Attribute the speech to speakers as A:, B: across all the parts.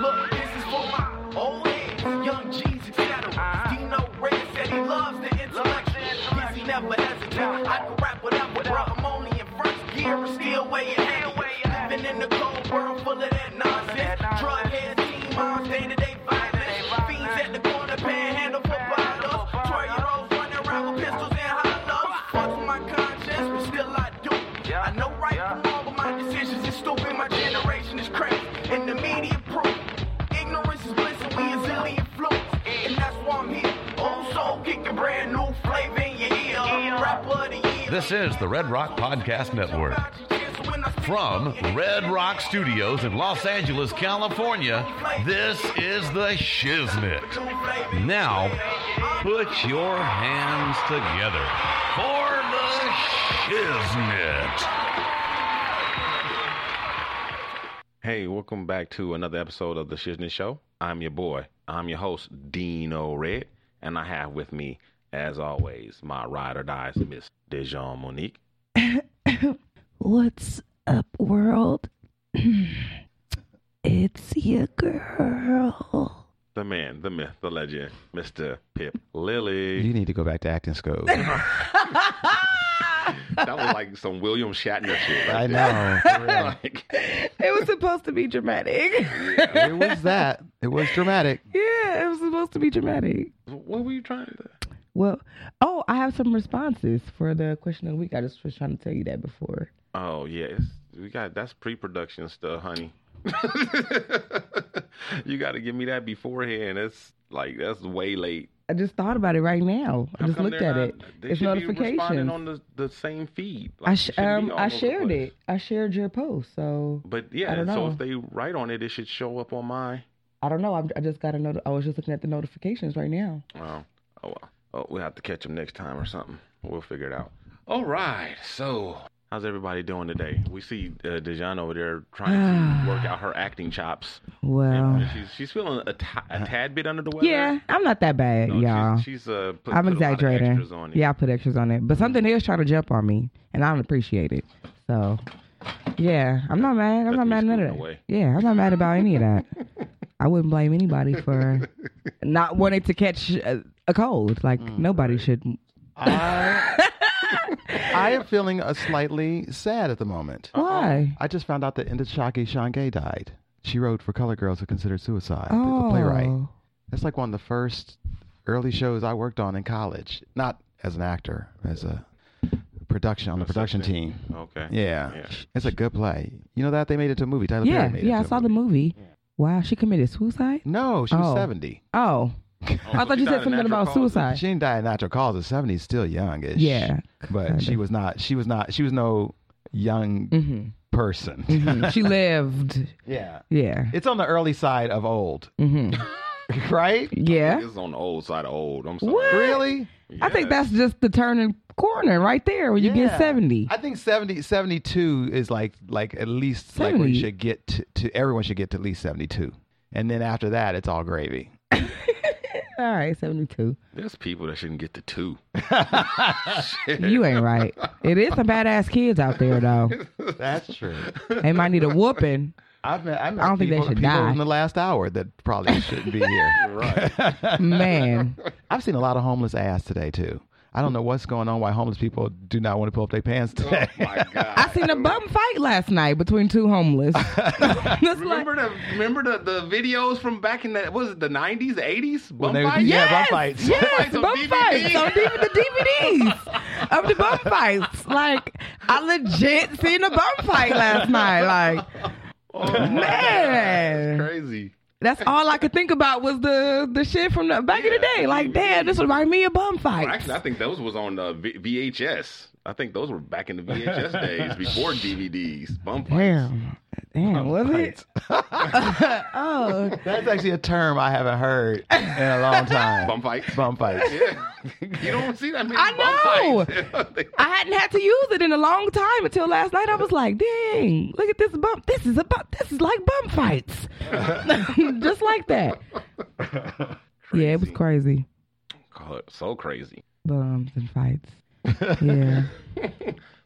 A: Look, this is for my old heads, young G's eternal. Dino Red said he Uh-huh. loves the intellect. Yes, he never hesitates. I can rap whatever, bruh. I'm only in first gear, but still way ahead. Living in the cold world full of that nonsense. Drug heads, teen moms, day to day violence. Fiends at the corner, panhandle for bottles. Twerking hoes running around with pistols and hollows. Fuck with my conscience, but still I do. I know right from wrong, but my decisions is stupid. My generation is crazy, and the media proof. Ignorance is bliss, and we a zillion floats. And that's why I'm here. Old soul kicking brand new flavor in your ear. Rapper of the year.
B: This is the Red Rock Podcast Network. From Red Rock Studios in Los Angeles, California, this is The Shiznit. Now, put your hands together for The Shiznit.
C: Hey, welcome back to another episode of the Shiznit Show. I'm your boy. I'm your host, Dino Red, and I have with me, as always, my ride or dies, Miss Dijon Monique.
D: What's up, world? it's your girl.
C: The man, the myth, the legend, Mr. Pip Lilly.
E: You need to go back to acting school.
C: That was like some William Shatner shit.
E: I
C: right
E: know. for
C: there.
E: real.
C: Like,
D: It was supposed to be dramatic.
E: it was that. It was dramatic.
D: yeah, it was supposed to be dramatic.
C: what were you trying to
D: Well, oh, I have some responses for the question of the week. I just was trying to tell you that before.
C: Oh yeah, it's, we got that's pre-production stuff, honey. you got to give me that beforehand. That's like that's way late.
D: I just thought about it right now. I
C: How
D: just
C: come
D: looked
C: they're
D: at
C: not-
D: it.
C: They
D: It's
C: should be responding
D: notifications.
C: on the, the same feed. Like,
D: I
C: it
D: sh-
C: should be
D: um
C: all
D: I
C: over the
D: shared
C: place.
D: it. I shared your post, so
C: But yeah,
D: don't
C: so
D: know.
C: if they write on it, it should show up on mine.
D: I don't know. I'm, I just got a note. I was just looking at the notifications right now.
C: Oh, oh well. Oh, we'll have to catch them next time or something. We'll figure it out. All right. So, how's everybody doing today? We see uh, Dijon over there trying to work out her acting chops.
D: Well, Uh,
C: And she's she's feeling a ti- a tad bit under the weather.
D: yeah, I'm not that bad,
C: No,
D: y'all.
C: She's, she's uh, put,
D: I'm
C: put a lot of
D: exaggerating.
C: extras on it. Mm-hmm.
D: Yeah, I put extras on it. But something is trying to jump on me, and I don't appreciate it. So, yeah, I'm not mad. I'm not
C: me
D: mad at none of
C: scooting
D: that.
C: away.
D: Yeah, I'm not mad about any of that. I wouldn't blame anybody for not wanting to catch a, a cold. Like,
C: Mm,
D: nobody should.
E: I, I am feeling uh slightly sad at the moment.
D: Why?
E: I just found out that Indachaki Shange died. She wrote for Color Girls Who Considered Suicide, the- the, playwright.
D: Oh.
E: That's like one of the first early shows I worked on in college. Not as an actor, as a production on the production team.
C: Okay.
E: Yeah.
C: Yeah.
E: It's a good play. You know that? They made it to a movie. Tyler
D: Yeah,
E: Perry made it
D: yeah, I
E: to a
D: saw the movie. Wow, she committed suicide?
E: No, she was
D: Oh.
E: 70.
D: Oh, I
C: she
D: thought you
C: died
D: said
C: of
D: something
C: natural
D: about
C: causes.
D: suicide.
E: She didn't die of natural causes. Seventy's still youngish.
D: Yeah,
E: but she was not. She was not. She was no young
D: Mm-hmm.
E: person.
D: she lived.
E: yeah,
D: Yeah.
E: it's on the early side of old,
D: hmm
E: right?
D: Yeah.
C: This is on the old side of old. I'm sorry.
D: What?
E: Really?
D: I think that's just the turning corner right there when you
E: Yeah.
D: get 70.
E: I think 70, 72 is like like at least like when
D: 70.
E: you should get to, to everyone should get to at least seventy two, and then after that it's all gravy.
D: All right, 72.
C: There's people that shouldn't get the two.
D: You ain't right. It is some badass kids out there, though.
E: That's true.
D: They might need a whooping.
E: I've met, I've met
D: I don't think they
E: people-
D: should
E: people
D: die.
E: in the last hour that probably shouldn't be here.
D: Man.
E: I've seen a lot of homeless ass today too. I don't know what's going on. Why homeless people do not want to pull up their pants today?
C: My God.
D: I seen a bum fight last night between two homeless. It's like,
C: Remember the remember the, the videos from back in the what was it the nineties, the eighties?
E: When
C: Bum
E: they-
C: fights?
E: yeah, bum
D: yes,
E: fights.
D: Yes,
C: on
D: bum
C: DVD.
D: fights on DVD, the DVDs of the bum fights. Like, I legit seen a bum fight last night. Like,
C: Oh, my God.
D: Man.
C: That's crazy.
D: That's all I could think about was the the shit from the back in the
C: Yeah,
D: day. Like, damn, this remind me of bum fights.
C: Actually, I think those was on uh, v- VHS. I think those were back in the VHS days before DVDs. Bump fights.
D: Damn. Damn, was it? oh,
E: That's actually a term I haven't heard in a long time.
C: Bump fights.
E: Bump fights.
C: Yeah. you don't see that many
D: I
C: bump fights.
D: I hadn't had to use it in a long time until last night. I was like, dang, look at this bump. This is a bump. This is like bump fights. Just like that. Yeah, it was crazy.
C: Call it so crazy.
D: Bums and fights. Yeah.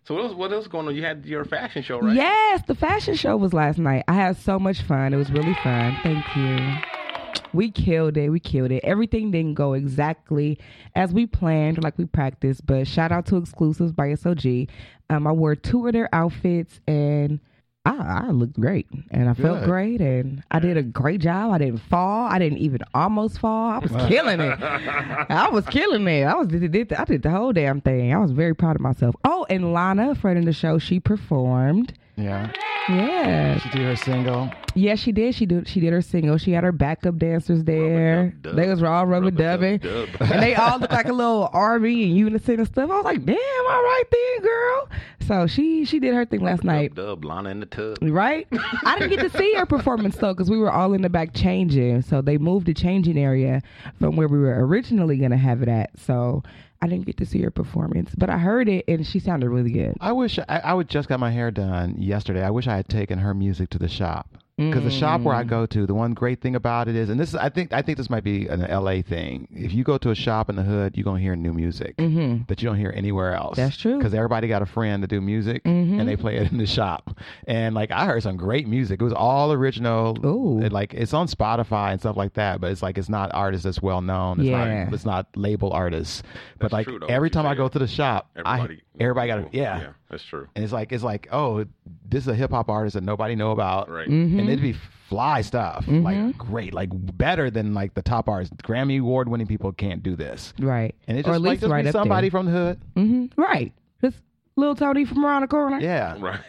C: So what else? What else going on? You had your fashion show, right?
D: Yes, the fashion show was last night. I had so much fun. It was really fun. Thank you. We killed it. We killed it. Everything didn't go exactly as we planned or like we practiced, but shout out to Exclusives by SOG. Um, I wore two of their outfits and I, I looked great and I felt
E: Good.
D: great and I did a great job. I didn't fall. I didn't even almost fall. I was killing it. I was killing it. I was did, did I did the whole damn thing. I was very proud of myself. Oh, and Lana, friend of the show, she performed.
E: Yeah.
D: Yeah.
E: She did her single.
D: Yeah, she did. She did she did her single. She had her backup dancers there.
C: Rub-a-dub-dub.
D: They was all rubber dubbing.
C: Rub-a-dub-dub.
D: And they all looked like a little R V and unison and stuff. I was like, damn, all right then, girl. So she she did her thing last night.
C: Dub, dub, Lana in the tub.
D: Right? I didn't get to see her performance though because we were all in the back changing. So they moved the changing area from where we were originally going to have it at. So I didn't get to see her performance, but I heard it and she sounded really good.
E: I wish I, I would just got my hair done yesterday. I wish I had taken her music to the shop because the shop where I go to, the one great thing about it is, and this is, I think I think this might be an LA thing. If you go to a shop in the hood, you're gonna hear new music that you don't hear anywhere else.
D: Mm-hmm. That's true. Mm-hmm.
E: Because everybody got a friend to do music and they play it in the shop. And like I heard some great music. It was all original.
D: Ooh.
E: It, like it's on Spotify and stuff like that. But it's like it's not artists that's well known. It's
D: Yeah.
E: not it's not label artists. but
C: That's
E: like
C: true, though,
E: every
C: what you
E: time I
C: said.
E: go to the shop,
C: Everybody.
E: I, everybody got a yeah.
C: Yeah, that's true.
E: And it's like it's like, oh, this is a hip hop artist that nobody know about,
C: Right.
D: Mm-hmm.
E: And it'd be fly stuff, like great, like better than like the top artists. Grammy award winning people can't do this,
D: Right.
E: and it's
D: Or
E: just
D: at
E: like
D: least
E: just be
D: right up there.
E: somebody from the hood,
D: Mm-hmm. Right. Just little Tony from around the corner.
E: yeah,
C: Right.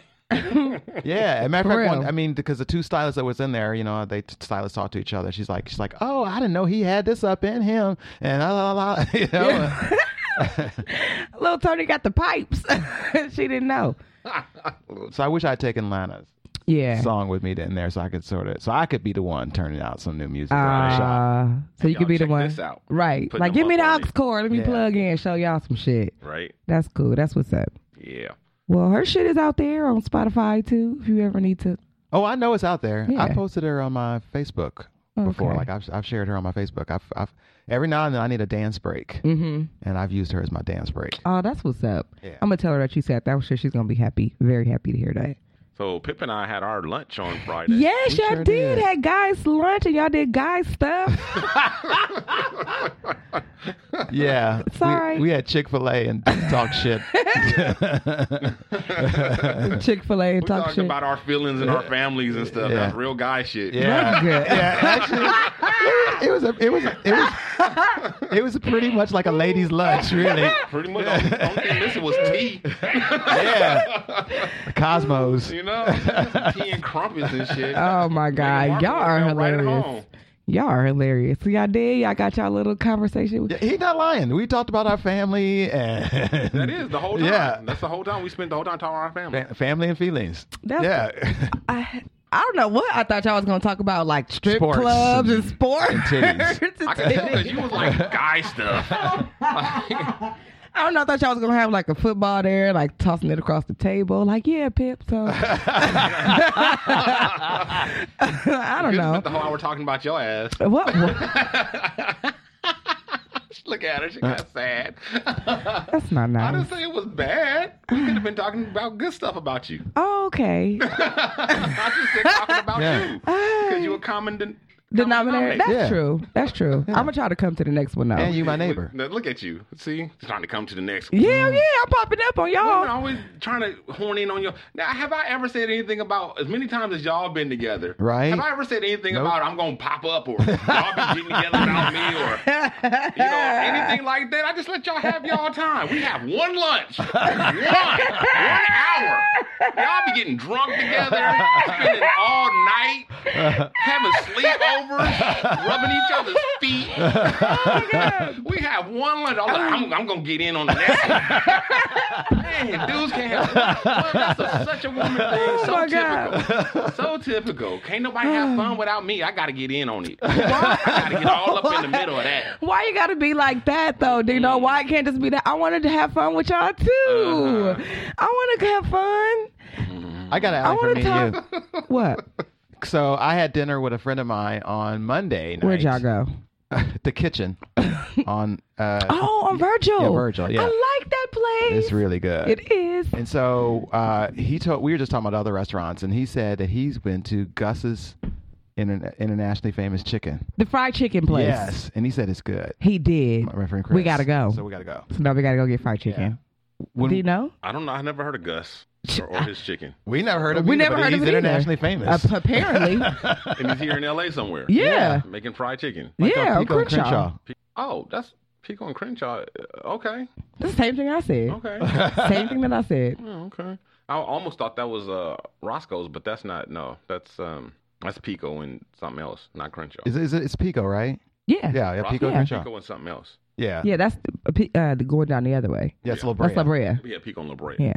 E: yeah. As a matter of
D: For
E: fact, one,
D: real.
E: I mean, because the two stylists that was in there, you know, they stylists talk to each other. She's like, she's like, oh, I didn't know he had this up in him, and la la la, you know.
D: Little Tony got the pipes. she didn't know.
E: So I wish I'd taken Lana's
D: Yeah.
E: song with me in there, so I could sort of, so I could be the one turning out some new music. around the shop.
D: Uh, so you
C: Y'all
D: could be the
C: check
D: one.
C: this out.
D: Right.
C: Put
D: like,
C: them
D: give me
C: up
D: the
C: on
D: aux
C: it.
D: cord. Let me
E: Yeah.
D: plug in, show y'all some shit.
C: Right.
D: That's cool. That's what's up.
C: Yeah.
D: Well, her shit is out there on Spotify too. If you ever need to,
E: Oh, I know it's out there.
D: Yeah.
E: I posted her on my Facebook before.
D: Okay.
E: Like I've, I've shared her on my Facebook. I've, I've every now and then I need a dance break, mm-hmm. and I've used her as my dance break.
D: oh, that's what's up.
E: Yeah.
D: I'm gonna tell her that you said that. I'm sure she's gonna be happy, very happy to hear that.
C: So Pip and I had our lunch on Friday.
D: Yes,
E: We
D: y'all
E: sure
D: did.
E: did.
D: Had guys lunch and y'all did guys stuff.
E: Yeah,
D: It's all right.
E: we, we had Chick Fil A and talk shit.
D: Chick Fil A and
C: We
D: talk
C: talked
D: shit.
C: about our feelings and our families and stuff.
E: Yeah.
C: That's real guy shit.
E: Yeah,
D: Good.
E: it was a, it was a- it was it was pretty much like a ladies' lunch, really.
C: Pretty much. Only, only thing missing was tea.
E: Yeah, Cosmos.
C: You know, Some tea and crumpets and shit.
D: Oh my god,
C: Marco
D: y'all are
C: felt right at
D: hilarious.
C: home.
D: y'all are hilarious. So y'all did. Y'all got y'all little conversation.
E: Yeah, He's not lying. We talked about our family and
C: That is the whole time.
E: Yeah.
C: That's the whole time we spent the whole time talking about our family.
E: Fa- family and feelings.
D: That's-
E: yeah.
D: I I don't know what I thought y'all was gonna talk about, like strip
E: Sports
D: clubs and
E: and-
D: sports.
E: and titties.
D: And
C: I can tell
D: titties.
C: that you was like guy stuff.
D: I don't know. I thought y'all was gonna have like a football there, like tossing it across the table. Like, yeah, Pip. So I don't
C: We
D: know.
C: spent the whole hour talking about your ass.
D: What, what?
C: Look at her. She got sad.
D: That's not
C: I
D: nice.
C: didn't say it was bad. We could have been talking about good stuff about you.
D: Oh, okay.
C: I just said talking about
E: Yeah.
C: you because you a common den-
D: Denominator. That's
E: Yeah.
D: true. That's true. I'm gonna try to come to the next one though.
E: And you, my neighbor.
C: Now, Look at you. See, trying to come to the next. one.
D: yeah, yeah. I'm popping up on
C: Mm. Women
D: y'all.
C: always trying to horn in on your. Now, have I ever said anything about as many times as y'all been together?
E: Right.
C: Have I ever said anything about I'm gonna pop up or y'all been getting together about me or you know anything like that? I just let y'all have y'all time. We have one lunch, one, one hour. Y'all be getting drunk together, spending all night, having sleepovers. over, rubbing each other's feet. Oh, my God. we have one lunch. I'm, like, I'm, I'm gonna get in on the next one. Man, dudes can't have one. That's a, such a woman thing. so
D: my God.
C: typical. So typical. Can't nobody have fun without me. I gotta get in on it. I gotta get all up in the middle of that.
D: Why you gotta be like that though, Dino? Why it can't just be that? I wanted to have fun with y'all too. I want to have fun.
E: I got an
D: I
E: alley Uh-huh. for
D: want
E: me
D: to
E: and
D: talk. What?
E: you. So I had dinner with a friend of mine on Monday night.
D: Where'd y'all go?
E: the kitchen on uh,
D: Oh, on Virgil.
E: yeah, Virgil, yeah.
D: I like that place.
E: it's really good.
D: It is.
E: And so uh, he told we were just talking about other restaurants, and he said that he's been to Gus's Inter- internationally famous chicken.
D: The fried chicken place.
E: Yes, and he said it's good.
D: He did.
E: My friend Chris.
D: We gotta go.
E: So we gotta go.
D: So now we gotta go get fried chicken.
E: When-
D: Do you know?
C: I don't know. I never heard of Gus or, or his chicken.
E: we never heard of
D: we
E: him,
D: never
E: but
D: heard of
E: he's
D: it either.
E: internationally famous.
D: Uh, apparently. yeah.
C: And he's here in L.A. somewhere.
D: Yeah,
C: making fried chicken.
E: Like on
D: on
E: Pico and
D: Crenshaw.
C: Oh, that's Pico and Crenshaw. Uh, Okay,
D: That's the same thing I said.
C: okay,
D: Same thing that I said.
C: Oh, okay. I almost thought that was uh Roscoe's, but that's not. No, that's um that's Pico and something else, not Crenshaw.
E: Is it, is it, it's Pico, right?
D: Yeah.
E: Yeah, yeah,
C: Roscoe,
E: Pico and Crenshaw.
C: Pico and something else.
E: Yeah,
D: Yeah, that's the, pe- uh, the going down the other way.
E: yeah, it's La Brea.
D: That's La Brea.
C: Yeah, Pico and La Brea.
D: Yeah.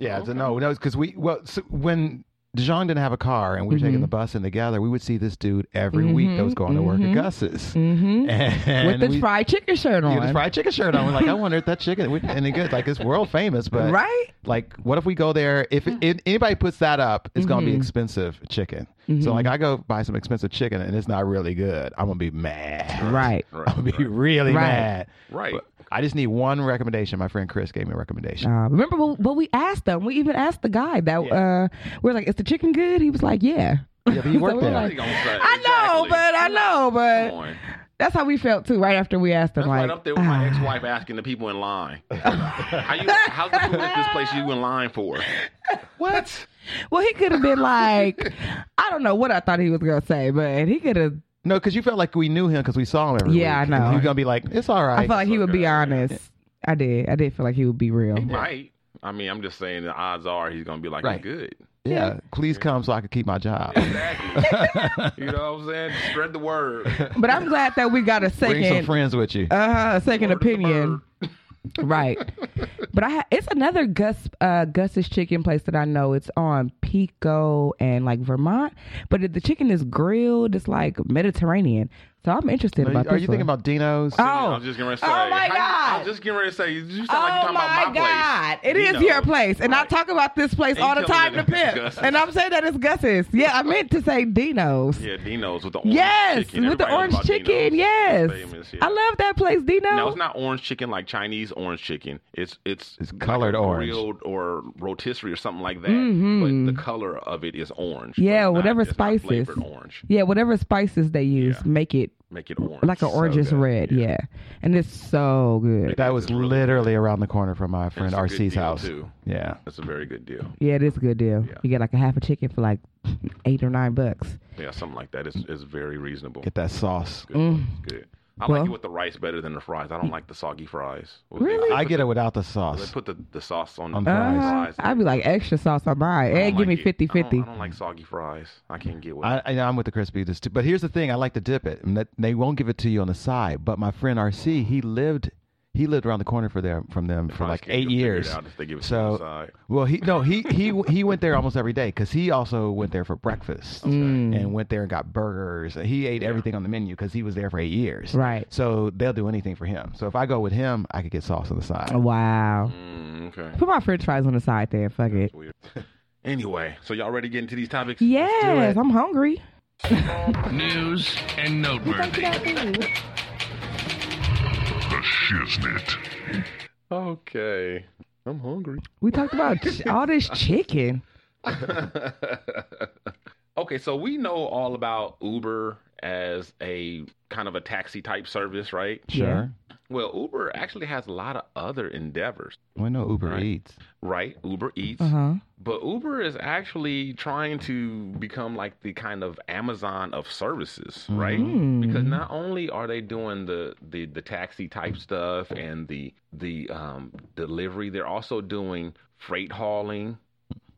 E: Yeah, so no, no, because we well so when Dijon didn't have a car and we were taking
D: Mm-hmm.
E: the bus in together, we would see this dude every week that was going to work at Gus's
D: Mm-hmm.
E: and
D: With
E: we-
D: the fried chicken shirt
E: he
D: on.
E: had his fried chicken shirt on. We're like, I wonder if that chicken we- and it good. Like it's world famous, but
D: Right?
E: Like, what if we go there? If, if anybody puts that up, it's gonna
D: Mm-hmm.
E: be expensive chicken. So like, I go buy some expensive chicken and it's not really good. I'm gonna be mad.
D: Right.
C: Right,
E: I'm gonna be really
D: Right.
E: mad.
C: Right.
E: But I just need one recommendation. My friend Chris gave me a recommendation.
D: Uh, remember what, what we asked them? We even asked the guy that uh, we are like, "Is the chicken good?" He was like, "Yeah."
E: Yeah, but he
D: So
E: worked
D: we're
E: there.
C: What
D: like-
C: you gonna say?
D: I know,
C: Exactly.
D: but I know,
C: Come
D: but
C: on.
D: that's how we felt too. Right after we asked them,
C: That's
D: like,
C: right up there with my ex-wife asking the people in line. How you? How's the food at this place you in line for?
E: what?
D: "Ah." well, he could have been like, I don't know what I thought he was gonna say, but he could have.
E: No, because you felt like we knew him because we saw him every
D: Yeah, I
E: week.
D: know.
E: You're gonna be like, it's all right.
D: I felt like he would be
C: okay.
D: honest. I did. I did feel like he would be real.
C: Right. I mean, I'm just saying the odds are he's gonna be like,
E: Right.
C: good.
E: yeah, please come so I can keep my job.
C: Exactly. you know what I'm saying? Spread the word.
D: But I'm glad that we got a
E: Bring some
D: second, uh
E: friends with you.
D: huh, second
C: Word to the
D: opinion.
C: bird.
D: right. But I ha- it's another Gus uh, Gus's chicken place that I know. It's on Pico and like Vermont, but if the chicken is grilled. It's like Mediterranean. So I'm interested
E: Are you,
D: about.
E: are
D: this
E: you thinking
D: one.
E: about Dino's?
C: I
D: Oh,
C: was just getting ready to say.
D: Oh, my
C: how you- I
D: God.
C: was just getting ready to say. You sound like
D: oh
C: you're talking
D: my
C: about my
D: God!
C: place.
D: It is
C: You know.
D: your place, and I
C: Right.
D: talk about this place
C: And you
D: all the
C: tell
D: time
C: me
D: to
C: that it's
D: pimp,
C: Gus's.
D: and I'm saying that it's Gus's. Yeah, I meant to say Dino's.
C: Yeah, Dino's with the orange
D: Yes,
C: chicken.
D: with the
C: Everybody
D: orange
C: knows about
D: chicken.
C: Dino's.
D: Yes,
C: It's famous, yeah.
D: I love that place, Dino.
C: No, it's not orange chicken like Chinese orange chicken. It's it's
E: It's colored
C: like a
E: orange.
C: grilled or rotisserie or something like that.
D: Mhm.
C: But the color of it is orange. It's
D: Yeah,
C: not-
D: whatever
C: it's not
D: spices.
C: flavored orange.
D: Yeah, whatever spices they use, make it
C: Make it orange.
D: like an orange is
C: good.
D: red. Yeah. and it's so good.
E: That was literally around the corner from my friend
C: It's a good
E: RC's
C: deal,
E: house.
C: too.
E: Yeah.
C: That's a very good deal.
D: Yeah, it is a good deal.
C: Yeah.
D: You get like a half a chicken for like eight or nine bucks.
C: Yeah, something like that. It's it's very reasonable.
E: Get that sauce.
C: good. It's good. I
D: Mm. Well-
C: like it with the rice better than the fries. I don't like the soggy fries.
D: Really?
E: I get it without the
C: They
E: sauce.
C: put the, the sauce on the
E: On
C: fries.
D: Uh, I'd be like extra sauce on mine,
C: I don't
D: and give
C: like
D: me
C: it.
D: 50
C: I don't-
D: 50
C: I don't like soggy fries. I can't get with it.
E: I, I, I'm with the crispy. This too. But here's the thing: I like to dip it. And that, they won't give it to you on the side. But my friend RC, he lived, he lived around the corner for them from them for
C: probably
E: like
C: can't
E: eight
C: figure it
E: years.
C: out if they give it to you on the
E: so,
C: side.
E: well, he no, he he he went there almost every day because he also went there for breakfast
D: Mm.
E: and went there and got burgers. He ate everything on the menu because he was there for eight years.
D: Right.
E: So they'll do anything for him. So if I go with him, I could get sauce on the side.
D: Oh, Wow.
C: Mm, okay.
D: Put my french fries on the side there. Fuck it.
C: Anyway, so y'all ready to get into these topics?
D: Yes, I'm hungry.
B: News and noteworthy.
F: The Shiznit.
C: Okay. I'm hungry.
D: We talked about ch- all this chicken.
C: okay, so we know all about Uber as a kind of a taxi type service, right?
E: Sure.
C: Well, Uber actually has a lot of other endeavors,
E: Well, no Uber
C: Right.
E: Eats.
C: right? Uber Eats,
D: Uh huh.
C: but Uber is actually trying to become like the kind of Amazon of services, right?
D: Mm-hmm.
C: Because
D: Mm.
C: not only are they doing the, the the taxi type stuff and the the um delivery, they're also doing freight hauling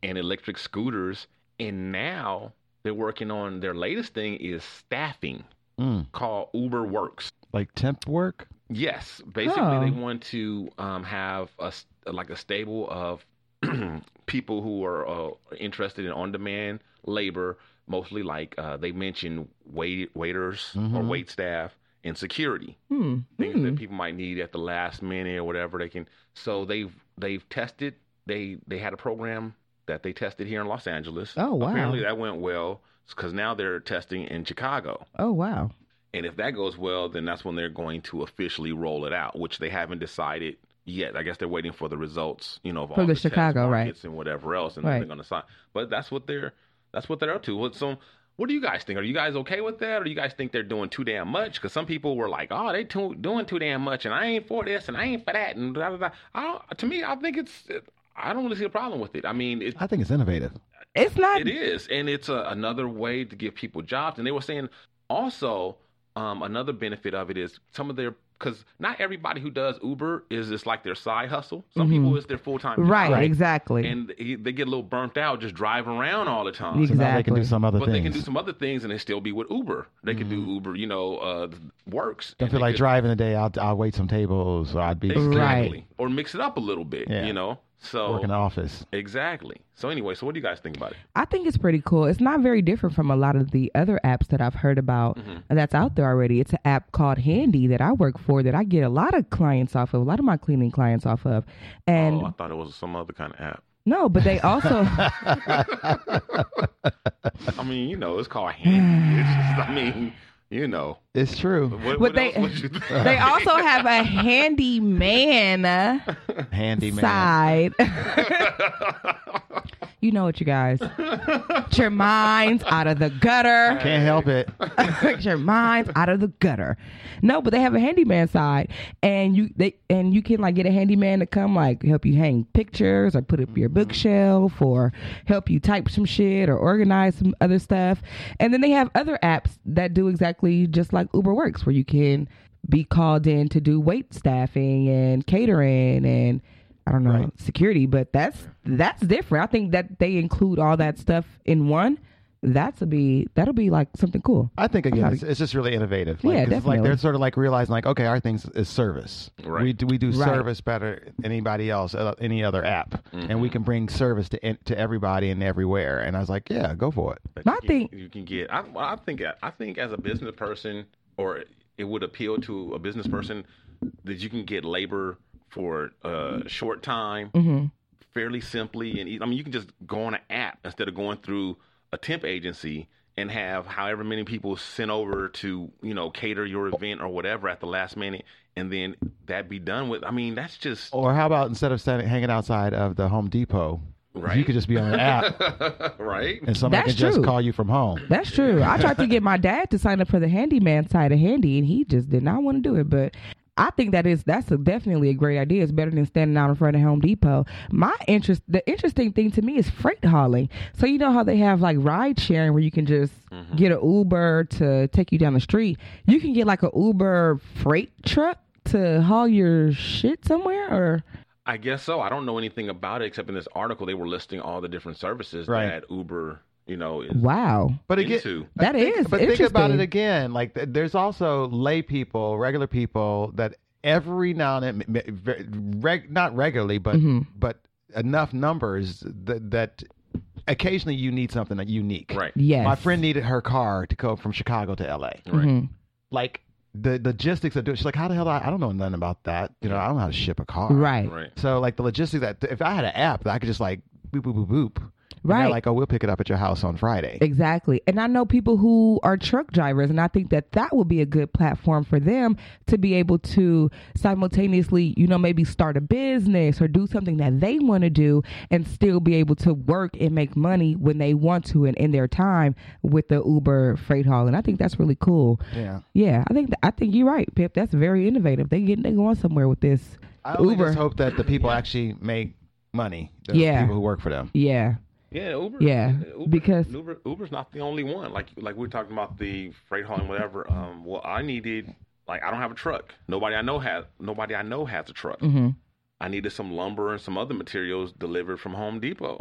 C: and electric scooters, and now They're working on their latest thing is staffing
E: Mm.
C: called Uber Works.
E: Like temp work?
C: Yes, basically
D: Oh.
C: they want to um, have a s- like a stable of people who are uh, interested in on-demand labor, mostly like uh, they mentioned wait waiters or
E: Mhm.
C: wait staff and security
D: Hmm.
C: things
D: Mm-hmm. Hmm.
C: that people might need at the last minute or whatever they can. So they've they've tested they they had a program that they tested here in Los Angeles.
D: Oh, wow.
C: Apparently that went well because now they're testing in Chicago.
D: Oh wow.
C: And if that goes well, then that's when they're going to officially roll it out, which they haven't decided yet. I guess they're waiting for the results, you know, of
D: From
C: all
D: the
C: the test
D: Chicago, right.
C: markets and whatever else, and
D: Right.
C: then they're going to sign. But that's what they're that's what they're up to. What- So, what do you guys think? Are you guys okay with that, or do you guys think they're doing too damn much? Because some people were like, "Oh, they too, doing too damn much," and I ain't for this, and I ain't for that, and da, da, da. I don't. To me, I think it's. I don't really see a problem with it. I mean, it,
E: I think it's innovative.
D: It's not.
C: it is, and it's a, another way to give people jobs. And they were saying also um, another benefit of it is some of their because not everybody who does Uber is just like their side hustle. Some people it's their full time,
D: Mm-hmm. Right, Exactly.
C: And he- they get a little burnt out just driving around all the time.
E: So now they can
D: Exactly.
E: do some other
C: But
E: things.
C: they can do some other things and they still be with Uber. They can
D: Mm-hmm.
C: do Uber, you know, uh, works.
E: Don't
C: and
E: feel
C: they
E: like
C: could-
E: driving today. I'll, I'll wait some tables or I'd be
C: Exactly. Oh.
D: Right.
C: Or mix it up a little bit,
E: Yeah.
C: you know? So,
E: working in the office.
C: exactly. So, anyway, so what do you guys think about it?
D: I think it's pretty cool. It's not very different from a lot of the other apps that I've heard about
C: Mm-hmm.
D: that's out there already. It's an app called Handy that I work for that I get a lot of clients off of, a lot of my cleaning clients off of. And
C: oh, I thought it was some other kind of app.
D: no, but they also
C: I mean, you know, it's called handy. It's just, I mean, you know.
E: It's true.
C: What,
D: But
C: what
D: they-
C: else would you think?
D: they also have a handyman uh,
E: Handy man.
D: side. you know what, you guys? Get your minds out of the gutter.
E: Can't help it.
D: Get your minds out of the gutter. No, but they have a handyman side, and you they and you can like get a handyman to come like help you hang pictures or put up your bookshelf or help you type some shit or organize some other stuff. And then they have other apps that do exactly just like Uber Works, where you can be called in to do wait staffing and catering and I don't know security, but that's that's different. I think that they include all that stuff in one. That's a be that'll be like something cool.
E: I think again, it's, it's just really innovative. Like, 'cause
D: Yeah,
E: it's Like
D: definitely.
E: they're sort of like realizing, like, okay, our things is service.
C: Right.
E: We do, we do
D: Right.
E: service better than anybody else, uh, any other app, and
C: Mm-hmm.
E: we can bring service to in- to everybody and everywhere. And I was like, yeah, go for it.
D: My
C: you
D: thing,
C: can- you can get. I, well, I think I think as a business person, or it would appeal to a business person that you can get labor for a short time,
D: Mm-hmm.
C: fairly simply, and e- I mean you can just go on an app instead of going through a temp agency and have however many people sent over to you know cater your event or whatever at the last minute, and then that be done with. I mean that's just
E: Or how about instead of standing, hanging outside of the Home Depot, you
C: Right.
E: could just be on an app
C: right.
E: and somebody
D: That's
E: can just
D: true.
E: call you from home.
D: that's true. I tried to get my dad to sign up for the handyman side of handy, and he just did not want to do it. But I think that is that's a, definitely a great idea. It's better than standing out in front of Home Depot. My interest, the interesting thing to me is freight hauling. So you know how they have like ride sharing where you can just get an Uber to take you down the street. You can get like a Uber freight truck to haul your shit somewhere, or
C: I guess so. I don't know anything about it except in this article they were listing all the different services
E: Right.
C: that Uber, you know, is
D: wow,
E: But again,
C: into.
D: that is
E: think- but think about it
D: interesting.
E: again. Like, th- there's also lay people, regular people that every now and then, m- m- reg, not regularly, but
D: Mm-hmm.
E: but enough numbers that, that occasionally you need something that unique.
C: Right.
D: Yes,
E: My friend needed her car to go from Chicago to L.A.
C: Mm-hmm.
D: Mhm.
E: Like the the logistics of doing. She's like, how the hell? do I, I don't know nothing about that. You know, I don't know how to ship a car.
D: right,
C: Right.
E: So like the logistics that if I had an app that I could just like boop boop boop boop. and they're
D: Right.
E: Like, oh, we'll pick it up at your house on Friday.
D: Exactly. And I know people who are truck drivers, and I think that that would be a good platform for them to be able to simultaneously, you know, maybe start a business or do something that they want to do and still be able to work and make money when they want to and in their time with the Uber freight haul. And I think that's really cool.
E: Yeah.
D: Yeah, I think I think you're right, Pip. That's very innovative. They getting they going somewhere with this
E: I only
D: Uber.
E: just hope that the people actually make money. The
D: Yeah.
E: people who work for them.
D: yeah,
C: Yeah, Uber.
D: Yeah,
C: Uber,
D: because-
C: Uber, Uber's not the only one. Like like we were talking about the freight hauling, whatever. Um, well, I needed like I don't have a truck. Nobody I know has nobody I know has a truck. I needed some lumber and some other materials delivered from Home Depot.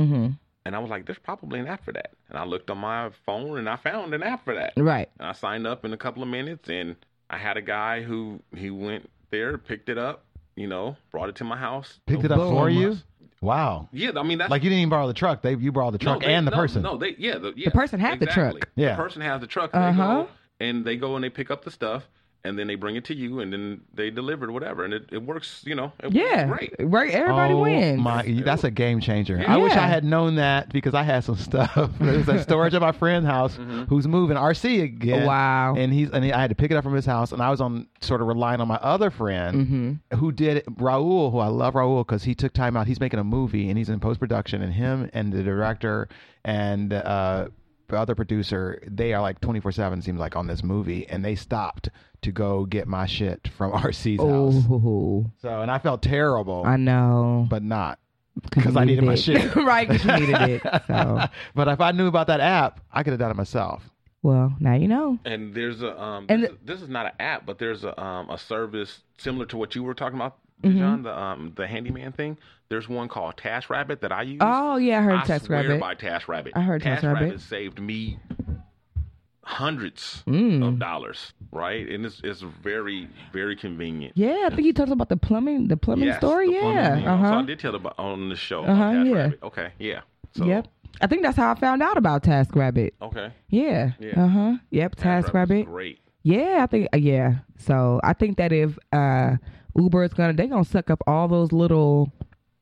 C: And I was like, there's probably an app for that. And I looked on my phone and I found an app for that.
D: Right.
C: And I signed up in a couple of minutes and I had a guy who he went there, picked it up, you know, brought it to my house.
E: Picked it up
C: No-
E: for you? Wow.
C: Yeah, I mean that's
E: Like you didn't even borrow the truck. They you borrowed the
C: no,
E: truck
C: they-
E: and the
C: no,
E: person.
C: No, they yeah, the, yeah,
D: person had the
C: exactly.
D: truck.
E: Yeah.
C: The person has the truck. They
D: Uh-huh.
C: go and they go and they pick up the stuff and then they bring it to you and then they deliver it, whatever. And it, it works, you know, it
D: Yeah.
C: works great.
D: Right. Everybody
E: Oh,
D: wins.
E: My, that's a game changer. I wish
D: Yeah.
E: I had known that because I had some stuff. There was a storage at my friend's house who's moving RC again.
D: Wow.
E: And he's and I had to pick it up from his house, and I was on sort of relying on my other friend
D: Mm-hmm.
E: who did it, Raul, who I love Raul because he took time out. He's making a movie and he's in post production, and him and the director and. uh the other producer, they are like twenty four seven. Seems like on this movie, and they stopped to go get my shit from RC's house.
D: Oh,
E: So, and I felt terrible
D: I know.
E: but not because I needed my
D: Needed it.
E: shit.
D: right, 'cause you needed it. So,
E: but if I knew about that app, I could have done it myself.
D: well, now you know.
C: And there's a um
D: And
C: this, this is not an app, but there's a um a service similar to what you were talking about,
D: Mm-hmm.
C: John, the um the handyman thing. There's one called Task Rabbit that I use.
D: Oh yeah, I heard
C: I
D: Test
C: swear
D: Rabbit.
C: by Task Rabbit.
D: I heard Task
C: Rabbit.
D: Rabbit.
C: saved me hundreds
D: Mm.
C: of dollars, right? And it's it's very very convenient.
D: Yeah, I think you talked about the plumbing, the plumbing
C: Yes,
D: story.
C: the
D: yeah,
C: plumbing thing.
D: uh
C: So I
D: huh.
C: did tell about on the show.
D: Uh-huh,
C: on Task
D: yeah.
C: Rabbit. Okay. Yeah. So,
D: Yep. I think that's how I found out about Task Rabbit.
C: Okay.
D: Yeah.
C: Yeah.
D: Uh huh. Yep. Task Rabbit.
C: Great.
D: Yeah, I think uh, yeah. So I think that if uh Uber is gonna they gonna suck up all those little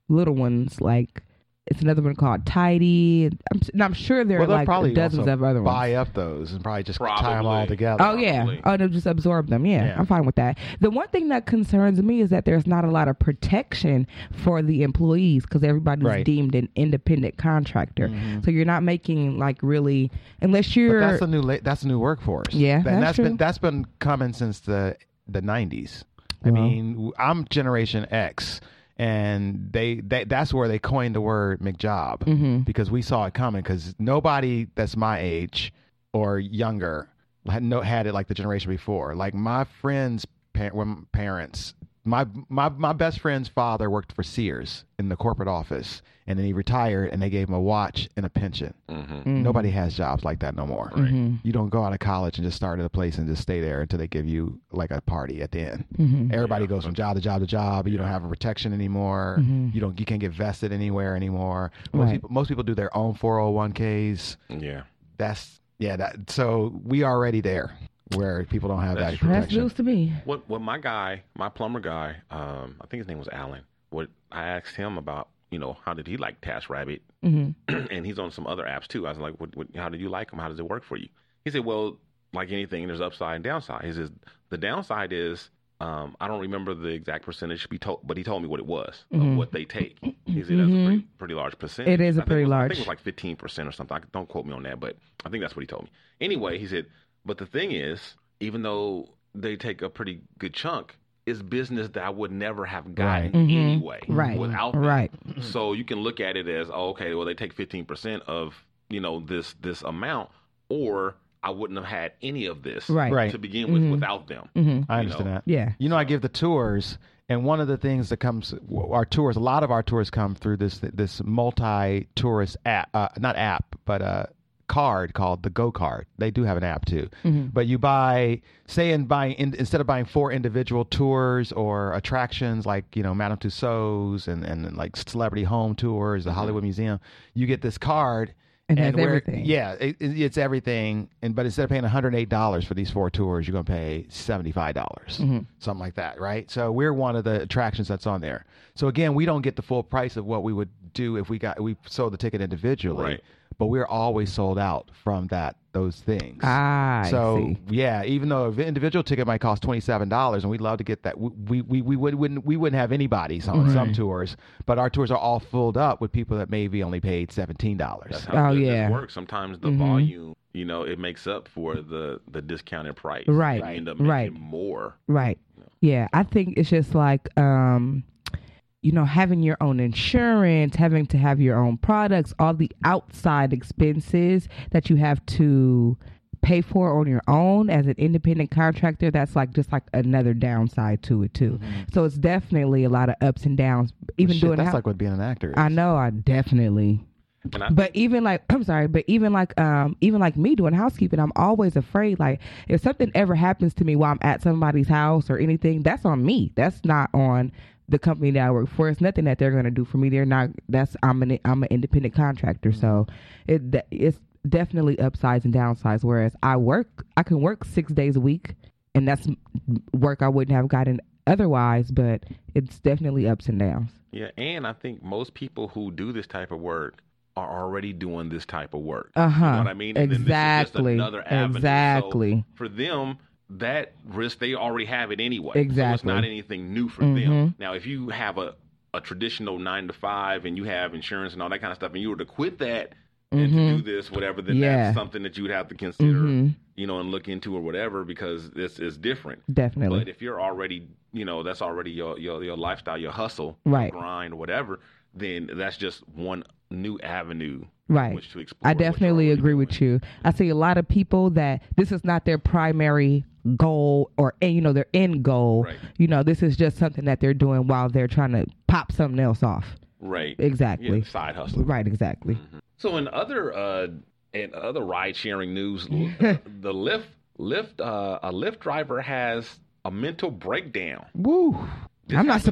D: little ones like it's another one called Tidy. I'm, s- and I'm sure there
E: Well,
D: are
E: they'll
D: like
E: probably
D: dozens
E: also
D: of other ones.
E: buy up those and probably just tie them all
C: Probably.
E: together.
D: Oh yeah.
C: Probably.
D: Oh, they'll just absorb them. Yeah,
E: Yeah.
D: I'm fine with that. The one thing that concerns me is that there's not a lot of protection for the employees because everybody's
E: Right. Mm-hmm.
D: deemed an independent contractor. So you're not making like really unless
E: But
D: you're
E: that's a new la- that's a new workforce.
D: Yeah,
E: and
D: that's
E: that's
D: true.
E: been that's been coming since the the nineties. I
D: Well.
E: mean, w- I'm Generation X, and they, they that's where they coined the word McJob
D: Mm-hmm.
E: because we saw it coming. Because nobody that's my age or younger had no had it like the generation before. Like my friends' par- when parents. My my my best friend's father worked for Sears in the corporate office, and then he retired, and they gave him a watch and a pension.
D: Mm-hmm.
E: Nobody has jobs like that no more. You don't go out of college and just start at a place and just stay there until they give you like a party at the end. Everybody goes from job to job to job. You don't have a protection anymore. You don't. You can't get vested anywhere anymore. Most
D: Mm-hmm. Right.
E: people. Most people do their own four hundred one ks.
C: Yeah.
E: That's yeah. That so we already there where people don't have
C: That's
E: that
C: true.
D: that's
E: protection.
D: news to me.
C: What what my guy, my plumber guy, um, I think his name was Alan. What I asked him about, you know, how did he like Task Rabbit? Mm-hmm. and he's on some other apps too. I was like, what, what, how did you like them? How does it work for you? He said, well, like anything, there's upside and downside. He says the downside is um, I don't remember the exact percentage, he told, but he told me what it was of what they take. He said that's a pretty, pretty large percentage.
D: Mm-hmm. It is a
C: I think
D: pretty
C: was- I
D: large.
C: think it was like fifteen percent or something. I, don't quote me on that, but I think that's what he told me. Anyway, he said, but the thing is, even though they take a pretty good chunk, it's business that I would never have gotten anyway,
D: Mm-hmm. Right.
C: Without them.
D: Right.
C: So you can look at it as oh, okay, well they take fifteen percent of you know this this amount, or I wouldn't have had any of this
D: Right. Mm-hmm.
E: Right.
C: to begin with without them.
E: I
C: you know.
E: understand that.
D: Yeah.
E: You know, I give the tours, and one of the things that comes our tours, a lot of our tours come through this this multi tourist app, uh, not app, but a card called the Go Card. They do have an app too,
D: Mm-hmm.
E: but you buy, say, in buying in, instead of buying four individual tours or attractions like you know Madame Tussauds and and like celebrity home tours, the Hollywood Museum, you get this card.
D: Mm-hmm. And has everything.
E: Yeah, it, it- it's everything. And but instead of paying one hundred eight dollars for these four tours, you're going to pay seventy five dollars,
D: Mm-hmm.
E: something like that, right? So we're one of the attractions that's on there. So again, we don't get the full price of what we would do if we got we sold the ticket individually,
C: Right.
E: but we're always sold out from that those things.
D: Ah, I
E: so
D: see.
E: yeah, even though an individual ticket might cost twenty seven dollars, and we'd love to get that, we we we, would, wouldn't we wouldn't have anybody's on some tours, but our tours are all filled up with people that maybe only paid seventeen dollars.
C: That's how
D: Oh,
C: oh,
D: yeah. Mm-hmm.
C: yeah. works. Sometimes the volume, you know, it makes up for the the discounted price.
D: Right.
C: You end up making
D: Right.
C: more.
D: Right. Yeah, I think it's just like um you know, having your own insurance, having to have your own products, all the outside expenses that you have to pay for on your own as an independent contractor, that's like just like another downside to it too. So it's definitely a lot of ups and downs.
E: Mm-hmm.
D: Even
E: Shit,
D: doing
E: that's
D: how-
E: like what being an actor is.
D: I know, I definitely
C: And I,
D: But even like I'm sorry, but even like um even like me doing housekeeping, I'm always afraid like if something ever happens to me while I'm at somebody's house or anything, that's on me. That's not on the company that I work for. It's nothing that they're gonna do for me. They're not. That's I'm an I'm an independent contractor, so it th- it's definitely upsides and downsides. Whereas I work, I can work six days a week, and that's m- work I wouldn't have gotten otherwise. But it's definitely ups and downs.
C: yeah, and I think most people who do this type of work are already doing this type of work.
D: Uh huh.
C: You know what I mean? And then this is just
D: Exactly.
C: another avenue. So
D: Exactly.
C: for them, that risk they already have it anyway. So it's
D: Exactly. Mm-hmm.
C: not anything new for them. Now, if you have a a traditional nine to five and you have insurance and all that kind of stuff, and you were to quit that and to do this, whatever, then
D: Mm-hmm. Yeah.
C: that's something that you'd have to consider,
D: Mhm.
C: you know, and look into or whatever because this is different.
D: Definitely.
C: But if you're already, you know, that's already your your, your lifestyle, your hustle,
D: Right.
C: your grind, whatever, then that's just one new avenue
D: Right.
C: which to explore.
D: I
C: what you're
D: definitely
C: already
D: agree
C: doing.
D: with you. I see a lot of people that this is not their primary goal or eh, you know their end goal.
C: Right.
D: You know, this is just something that they're doing while they're trying to pop something else off.
C: Right.
D: Exactly.
C: Yeah, Mm-hmm. side hustle.
D: Right, exactly.
C: So in other uh in other ride sharing news, l- the Lyft Lyft uh, a Lyft driver has a mental breakdown.
E: Woo.
C: This
D: I'm not
C: happens-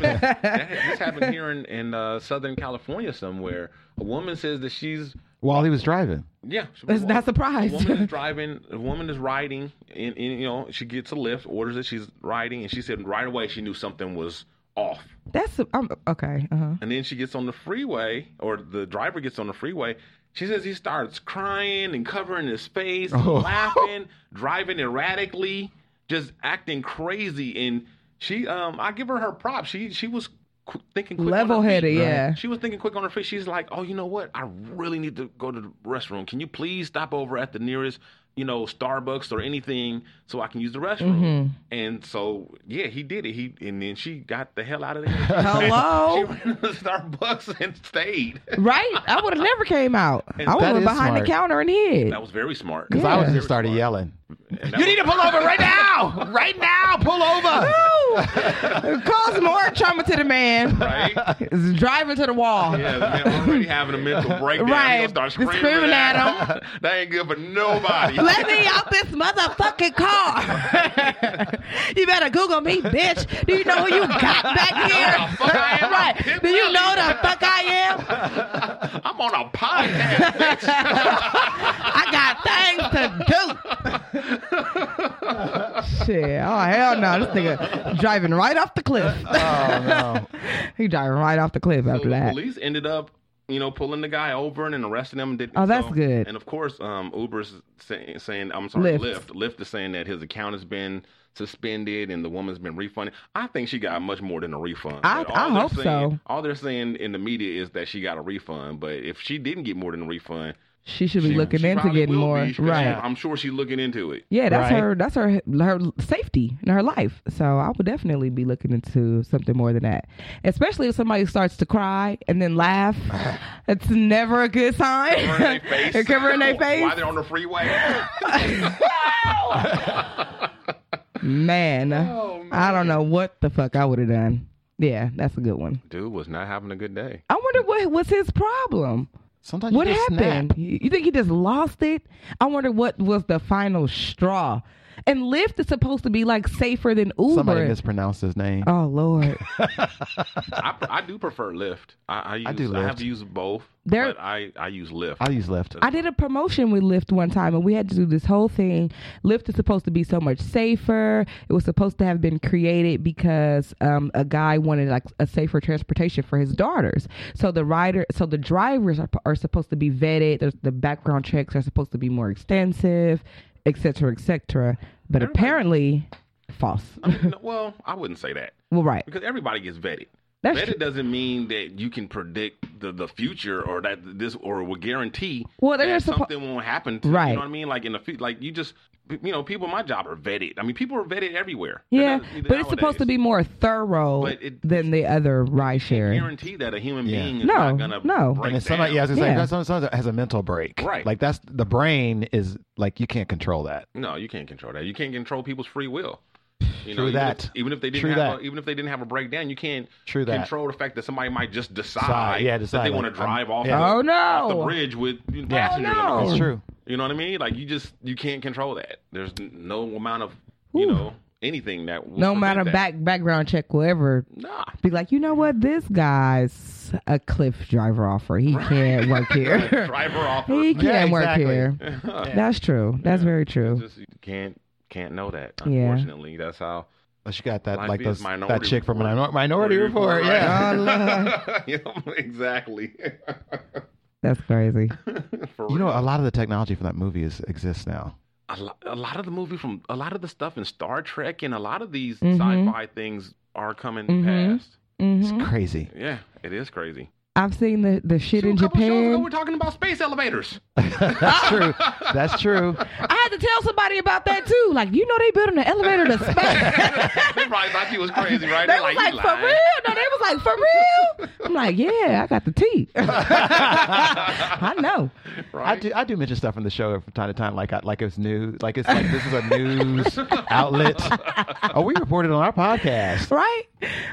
C: That- this happened here in, in uh, Southern California somewhere. A woman says that she's
E: While he was driving.
C: yeah. she-
D: It's not surprised.
C: A woman is driving. A woman is riding, and, and you know she gets a lift, orders it. She's riding, and she said right away she knew something was off.
D: That's I'm okay. Uh-huh.
C: And then she gets on the freeway, or the driver gets on the freeway. She says he starts crying and covering his face,
D: Oh.
C: and laughing, driving erratically, just acting crazy. And she, um, I give her her props. She she was qu- thinking quick on her feet.
D: Level-headed, yeah.
C: She was thinking quick on her feet. She's like, oh, you know what? I really need to go to the restroom. Can you please stop over at the nearest, you know, Starbucks or anything so I can use the restroom?
D: Mm-hmm.
C: And so, yeah, he did it. He and then she got the hell out of there. She
D: Hello.
C: ran to Starbucks and stayed.
D: right? I would have never came out. I would
E: That
D: have
E: is
D: went behind
E: smart.
D: the counter and hid.
C: That was very smart.
E: Because I
D: Yeah.
E: was just started yelling.
C: you need to pull over right now.
E: Right now, pull over.
D: No. Cause more trauma to the man.
C: right? Yeah,
D: It's driving to the wall.
C: the man already having a mental breakdown.
D: Right.
C: He gonna start
D: Just
C: screaming,
D: screaming
C: at,
D: at
C: him. that ain't good for nobody.
D: Let me out this motherfucking car. you better Google me, bitch. Do you know who you got back here?
C: fuck I am?
D: right. Do you know the fuck I am?
C: I'm on a podcast.
D: I got things to do. Shit. Oh, hell no. This nigga driving right off the cliff.
E: Oh, no.
D: he driving right off the cliff
C: So
D: after
C: the
D: that.
C: police ended up, you know, pulling the guy over and then arresting him. and did-
D: Oh, that's
C: so-
D: good.
C: And of course, um, Uber's saying, saying, I'm sorry,
D: Lyft.
C: Lyft. Lyft is saying that his account has been suspended and the woman's been refunded. I think she got much more than a refund.
D: I-
C: But
D: I
C: they're
D: hope so.
C: saying- All they're saying in the media is that she got a refund, but if she didn't get more than a refund,
D: She should be
C: she-
D: looking
C: she
D: into
C: probably
D: getting
C: will
D: more.
C: be, 'cause she-
D: right.
C: I'm sure she's looking into it.
D: Yeah, that's
E: Right.
D: her. That's her. Her safety and her life. So I would definitely be looking into something more than that. Especially if somebody starts to cry and then laugh. it's never a good sign.
C: Covering their face.
D: They're covering their
C: While
D: face.
C: they're on the freeway.
D: Man, I don't know what the fuck I would have done. Yeah, that's a good one.
C: Dude was not having a good day.
D: I wonder what was his problem.
E: Sometimes
D: What
E: you just
D: happened?
E: Snap.
D: You you think he just lost it? I wonder what was the final straw. And Lyft is supposed to be like safer than Uber.
E: Somebody mispronounced his name.
D: oh Lord.
C: I, I do prefer Lyft. I, I, use, I
E: do
C: have
E: Lyft.
C: to use both,
D: There-
C: but I, I use Lyft.
E: I use left.
D: I did a promotion with Lyft one time, and we had to do this whole thing. Lyft is supposed to be so much safer. It was supposed to have been created because um, a guy wanted like a safer transportation for his daughters. So the rider, so the drivers are, are supposed to be vetted. There's, the background checks are supposed to be more extensive, et cetera, et cetera. But apparently, false.
C: No, well, I wouldn't say that
D: well, right.
C: because everybody gets vetted.
D: That's
C: vetted
D: true.
C: doesn't mean that you can predict the, the future or that this or will guarantee
D: Well, they're
C: that
D: suppo-
C: something won't happen. To, You
D: Right.
C: know what I mean? Like in the future, like you just you know people in my job are vetted. I mean people are vetted everywhere. They're
D: Yeah,
C: not-
D: but
C: nowadays.
D: it's supposed to be more thorough
C: But it-
D: than the other ride sharing.
C: guarantee that a human
E: Yeah.
C: being is
D: No,
C: not gonna
D: no.
C: break
E: And it's
C: down.
E: somebody, yeah, I was gonna say,
D: Yeah.
E: that's some- someone that has a mental break.
C: Right.
E: Like that's the brain is like you can't control that.
C: No, you can't control that. You can't control people's free will. You
E: True
C: even
E: that.
C: If, even if they didn't
E: True
C: have A,
E: that.
C: even if they didn't have a breakdown, you can't
E: True that.
C: control the fact that somebody might just decide,
E: Decide, yeah,
C: that
E: decide,
C: they want to
E: like, I'm-
C: drive off,
E: yeah.
C: the,
D: Oh, no.
C: off the bridge with you know,
E: Yeah.
C: passengers.
D: Oh,
C: on the
D: no.
C: car.
E: That's true.
C: You know what I mean? Like you just you can't control that. There's n- no amount of you
D: Whew.
C: know anything that will
D: No
C: prevent
D: matter
C: that.
D: back background check, whatever.
C: Nah,
D: Be like, you know what? This guy's a cliff driver offer. He can't work here.
C: driver off.
D: he
E: Yeah,
D: can't work
E: exactly.
D: here. That's true. That's very true.
C: Just you can't can't know that.
D: Yeah.
C: Unfortunately, that's how.
E: Unless you got that
C: Life
E: like
C: is
E: those,
C: Minority
E: that chick from
C: Report.
E: Minor- Minority Report. yeah.
D: Oh, Lord.
C: yeah, exactly.
D: That's crazy.
C: For
E: You know,
C: real.
E: a lot of the technology from that movie is exists now.
C: a, lo- a lot of the movie from a lot of the stuff in Star Trek and a lot of these
D: Mhm.
C: sci-fi things are coming
D: Mhm.
C: past.
D: Mhm.
E: It's crazy.
C: Yeah, it is crazy.
D: I've seen the, the shit in
C: a couple shows ago,
D: Japan.
C: we're talking about space elevators.
E: That's true. That's true.
D: I had to tell somebody about that too. Like, you know, they building an elevator to space.
C: they probably thought you was crazy, right?
D: They
C: They're
D: was
C: "You
D: like, for
C: lying."
D: real? No, they was like, for real? I'm like, yeah, I got the tea. I know.
E: I do. I do mention stuff from the show from time to time, like I, like it's news, like it's like this is a news outlet. Oh, we reported on our podcast.
D: Right?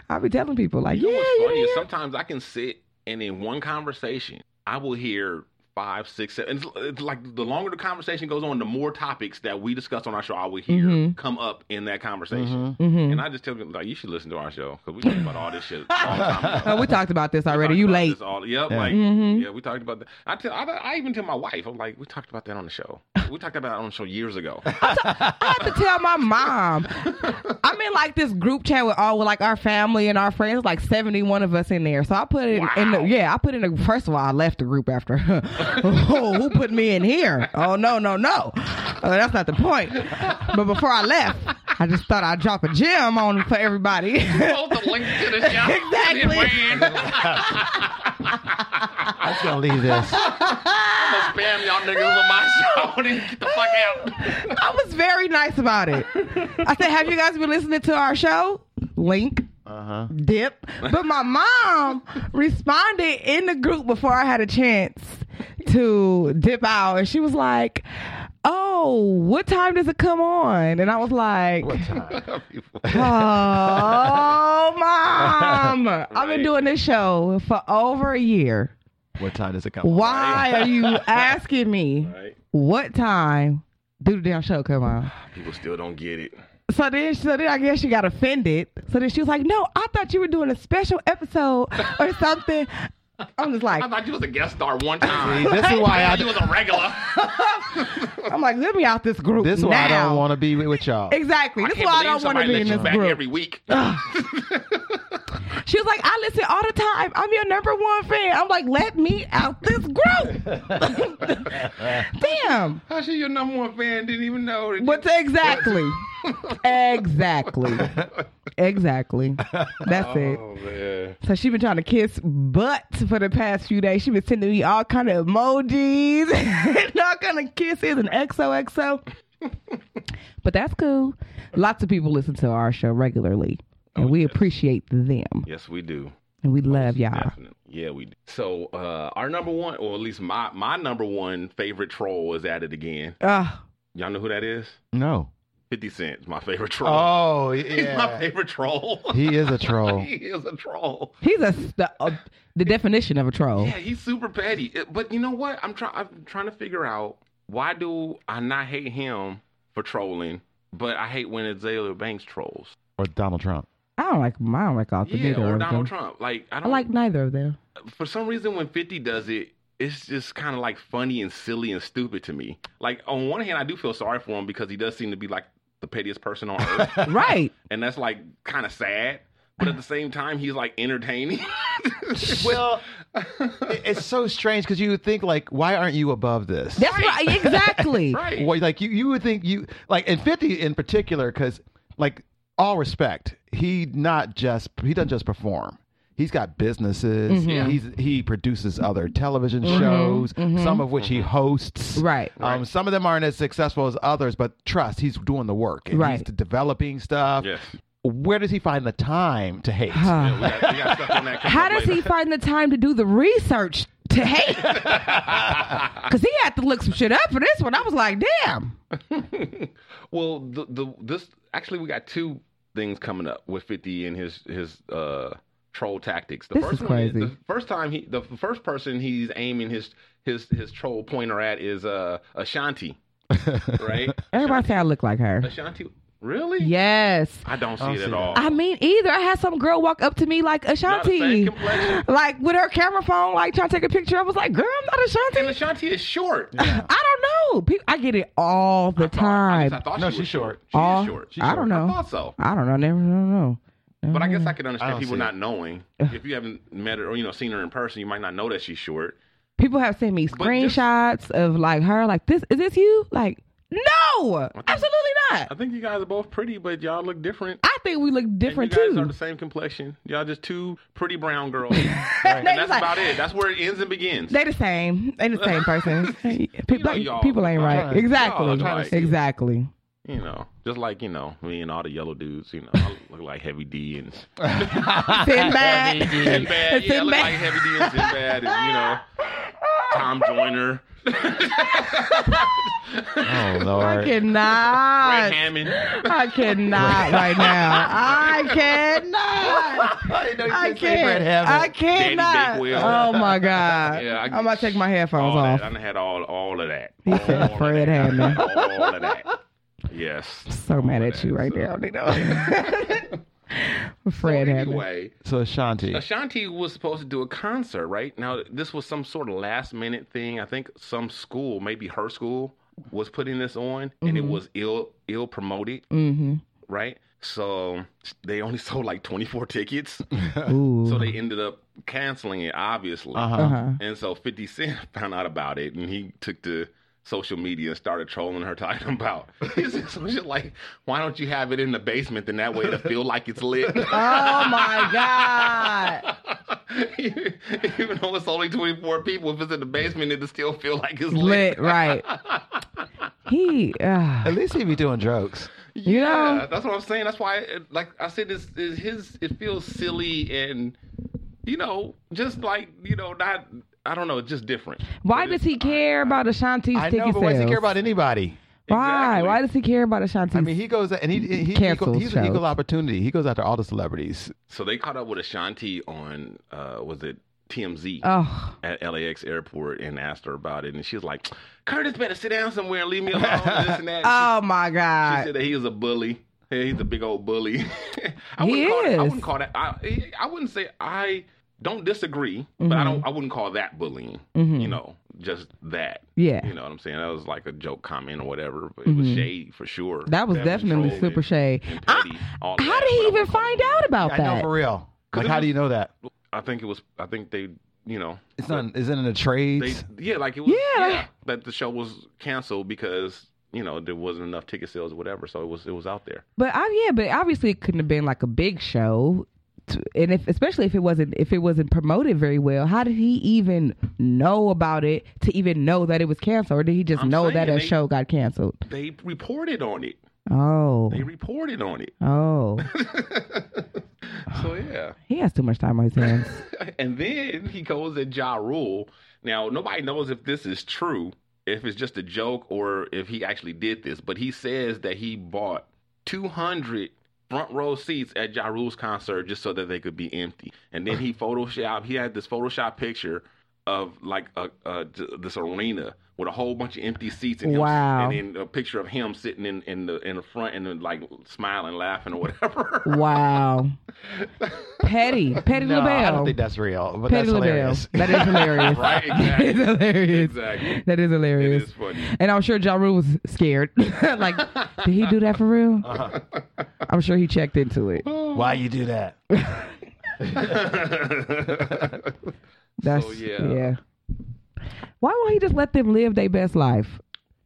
D: I'll be telling people, like,
C: You know
D: yeah,
C: what's
D: you
C: funny is
D: did.
C: sometimes I can sit and in one conversation I will hear five, six, seven. It's, it's like the longer the conversation goes on, the more topics that we discuss on our show I will hear
D: Mhm.
C: come up in that conversation.
D: Mhm.
C: And I just tell them like, you should listen to our show because we talked about all this shit. a long time ago.
D: Oh, we talked about this
C: We
D: already.
C: talked
D: You
C: about
D: late.
C: this All, yep,
E: Yeah.
C: like
D: Mhm.
C: yeah, we talked about that. I tell, I, I even tell my wife, I'm like, we talked about that on the show. We talked about it on the show years ago.
D: I had to tell my mom. I'm in like this group chat with all with like our family and our friends, like 71 of us in there. So I put it in the yeah, I put in the first of all, I left the group after. oh, who put me in here? Oh no, no, no. Uh, that's not the point. But before I left, I just thought I'd drop a gem on for everybody.
C: Both the link to the show.
D: Exactly.
C: And then ran.
E: I'm just gonna leave this.
C: I'ma spam y'all niggas with my show and get the fuck out.
D: I was very nice about it. I said, "Have you guys been listening to our show?" Link.
E: Uh huh.
D: dip. But my mom responded in the group before I had a chance to dip out. And she was like, Oh, what time does it come on? And I was like,
E: What time?
D: Oh, mom. I've
C: Right.
D: been doing this show for over a year.
E: What time does it come? on?
D: Why are you asking me
C: Right.
D: what time do the damn show come on?
C: People still don't get it.
D: So then, so then I guess she got offended. So then she was like, "No, I thought you were doing a special episode or something." I'm just like,
C: I thought you was a guest star one time.
E: See, this is why
C: I
E: I.
C: thought you was a regular.
D: I'm like, let me out this group
E: This is
D: now.
E: why I don't want to be with y'all.
D: Exactly. This
C: I can't
D: is why I
C: believe
D: don't want to
C: somebody
D: be
C: let
D: in
C: you
D: this
C: back
D: group.
C: every week.
D: She was like, I listen all the time. I'm your number one fan. I'm like, let me out this group. Damn.
C: How she your number one fan didn't even know? that you-
D: What's exactly? exactly. Exactly. That's it.
C: Oh man.
D: So she been trying to kiss butt for the past few days. She been sending me all kind of emojis and all kind of kisses and XOXO. but that's cool. Lots of people listen to our show regularly. And we appreciate them.
C: Oh, Yes, we do.
D: And we love y'all.
C: Definitely. Yeah, we do. So uh, our number one, or at least my my number one favorite troll is at it again.
D: Ugh.
C: Y'all know who that is?
E: No.
C: Fifty Cent, is my favorite troll.
E: Oh
C: He's my
E: yeah.
C: favorite troll.
E: He is a troll.
C: he is a troll.
D: he's a the, uh, the definition of a troll.
C: Yeah, he's super petty. It- But you know what? I'm trying. I'm trying to figure out why do I not hate him for trolling, but I hate when Azalea Banks trolls.
E: Or Donald Trump.
D: I don't like I don't like all the
C: Yeah,
D: neither
C: or
D: of them.
C: Donald Trump. Like I
D: I
C: don't
D: like neither of them.
C: for some reason when 50 does it it's just kind of like funny and silly and stupid to me like on one hand i do feel sorry for him because he does seem to be like the pettiest person on earth
D: Right.
C: and that's like kind of sad but at the same time he's like entertaining
E: Well, it's so strange because you would think like, why aren't you above this?
D: That's right. Exactly.
C: right
E: Well, like you, you would think you like, and Fifty in particular, because like all respect, he not just he doesn't just perform. He's got businesses.
D: Mm-hmm.
E: He's he produces other television shows, some of which he hosts.
D: Right.
E: Um, some of them aren't as successful as others, but trust, he's doing the work. And
D: Right.
E: He's developing stuff.
C: yes
E: Where does he find the time to hate?
D: Huh.
C: we got, we got stuff on that coming
D: How
C: up
D: does
C: later.
D: he find the time to do the research to hate? Because he had to look some shit up for this one. I was like, damn.
C: well the, the this actually we got two things coming up with 50 and his his uh troll tactics. The
D: This
C: first
D: is
C: One,
D: crazy.
C: the first time he the first person he's aiming his his his troll pointer at is uh Ashanti, right?
D: Everybody say I look like her.
C: Ashanti, really?
D: Yes.
C: I don't see
E: don't
C: it
E: see
C: at
E: that.
C: all.
D: I mean, either I had some girl walk up to me like
C: the same
D: Ashanti,
C: complexion.
D: like with her camera phone, like trying to take a picture. I was like, "Girl, I'm not Ashanti."
C: and Ashanti is short.
D: I don't know. People, I get it all the time.
C: I, just- I thought
E: No,
C: she was
E: she's short.
C: She
D: All-
C: is short. She
D: I
C: short.
D: don't know.
C: I thought so.
D: I don't know. Never don't know.
C: But I guess I could
E: Mm. I
C: understand
E: don't
C: people
E: see
C: not knowing. If you haven't met her or you know seen her in person, you might not know that she's short.
D: People have sent me
C: just-
D: screenshots of like her, like this. Is this you? Like, no, absolutely
C: I
D: not.
C: think you guys are both pretty, but y'all look different.
D: I think we look different
C: you guys are
D: too.
C: the same complexion. Y'all just two pretty brown girls. and
D: they, just
C: that's
D: like,
C: about it. That's where it ends and begins.
D: they the same. They the same person.
C: You
D: people,
C: know y'all.
D: people ain't right.
E: Y'all-
D: exactly.
C: y'all trying to see it.
D: exactly.
C: you know, just like you know me and all the yellow dudes. You know, I look like Heavy D and
D: Sinbad.
C: Sinbad. Yeah, I look
D: Sinbad.
C: like Heavy D and Sinbad, and you know, Tom Joyner,
E: Oh
D: I
C: Fred
E: Lord.
D: cannot.
C: Hammond.
D: I cannot right now. I cannot.
E: I didn't know you
D: I
E: could say Fred
D: can't.
E: Hammond.
D: I cannot.
C: Daddy Bakewell.
D: Oh my god.
C: Yeah, I-
D: I'm about to take my headphones
C: All
D: off.
C: that. I done had all all of that.
D: He said
C: All of
D: Fred
C: that.
D: Hammond.
C: All of that. Yes.
D: So mad at you right now, Nino. Fred Hammond.
C: Anyway,
E: So Ashanti.
C: Ashanti was supposed to do a concert, right? Now, this was some sort of last minute thing. I think some school, maybe her school, was putting this on, and it was ill ill promoted,
D: Mm-hmm.
C: right? So they only sold like 24 tickets,
D: Ooh.
C: so they ended up canceling it, obviously.
E: Uh huh.
D: uh-huh.
C: And so 50 Cent found out about it and he took to social media and started trolling her, talking about it's just it's just like, why don't you have it in the basement? Then that way it'll feel like it's lit.
D: Oh my god.
C: Even though it's only 24 people, if it's in the basement, it'll still feel like it's lit.
D: Lit right. He uh,
E: At least he be doing jokes.
D: you know
C: Yeah, that's what I'm saying. That's why, it- like I said, it's, it's his. It feels silly and, you know, just like you know, not. I don't know, just different.
D: why does he care about Ashanti's
E: I
D: ticket
E: know, but why does he
D: sales?
E: care about anybody?
D: Why?
C: Exactly.
D: Why does he care about Ashanti's?
E: I mean, he goes and he, he, he
D: Cancels
E: he's an
D: shows.
E: equal opportunity. He goes after all the celebrities.
C: So they caught up with Ashanti on uh was it TMZ
D: oh,
C: at LAX airport and asked her about it and she was like, Curtis better sit down somewhere and leave me alone and this and that.
D: oh my
C: she, she
D: god.
C: said that he was a bully. Yeah, he's a big old bully. I
D: He
C: wouldn't call that, I
D: is.
C: wouldn't call that I I wouldn't say I don't disagree, but I
D: Mm-hmm.
C: don't I wouldn't call that bullying. You know, just that.
D: Yeah.
C: You know what I'm saying? That was like a joke comment or whatever, but it was shade for sure.
D: Mm-hmm. That was definitely
C: trolling
D: super shade.
C: and
D: I-
C: petty, all of
D: How
C: that,
D: did
C: but I
D: he even
C: wouldn't call it
D: find
C: bullying.
D: out about
E: I know
D: that?
E: for real. Like,
C: it
E: how
C: was-
E: do you know that?
C: I think it was. I think they, you know,
E: It's not. Is it in the
C: they,
E: trades?
C: yeah, like it was,
D: Yeah.
C: yeah. that the show was canceled because you know there wasn't enough ticket sales or whatever, so it was it was out there.
D: But I, yeah, but obviously it couldn't have been like a big show, t- and if especially if it wasn't if it wasn't promoted very well, how did he even know about it to even know that it was canceled, or did he just
C: I'm
D: know
C: saying
D: that a
C: they-
D: show got canceled?
C: They reported on it.
D: Oh,
C: They reported on it.
D: oh,
C: So yeah,
D: he has too much time on his hands.
C: and then he goes at Ja Rule. Now nobody knows if this is true, if it's just a joke or if he actually did this, but he says that he bought two hundred front row seats at Ja Rule's concert just so that they could be empty. And then he photoshopped. He had this Photoshop picture of like a, a this arena with a whole bunch of empty seats and him-
D: Wow.
C: and then a picture of him sitting in, in the in the front and then like smiling, laughing or whatever.
D: wow, petty, petty
E: no, I don't
D: LaBelle,
E: think that's real. But
D: petty
E: that's hilarious.
D: LaBelle. That is hilarious.
C: Right,
D: That is
C: exactly.
D: hilarious.
C: Exactly.
D: That is
C: It
D: hilarious.
C: is funny.
D: And I'm sure Ja Rule was scared. like, did he do that for real?
C: Uh-huh.
D: I'm sure he checked into it.
C: Oh,
E: Why you do that?
D: That's
C: So,
D: yeah.
C: yeah.
D: Why won't he just let them live their best life?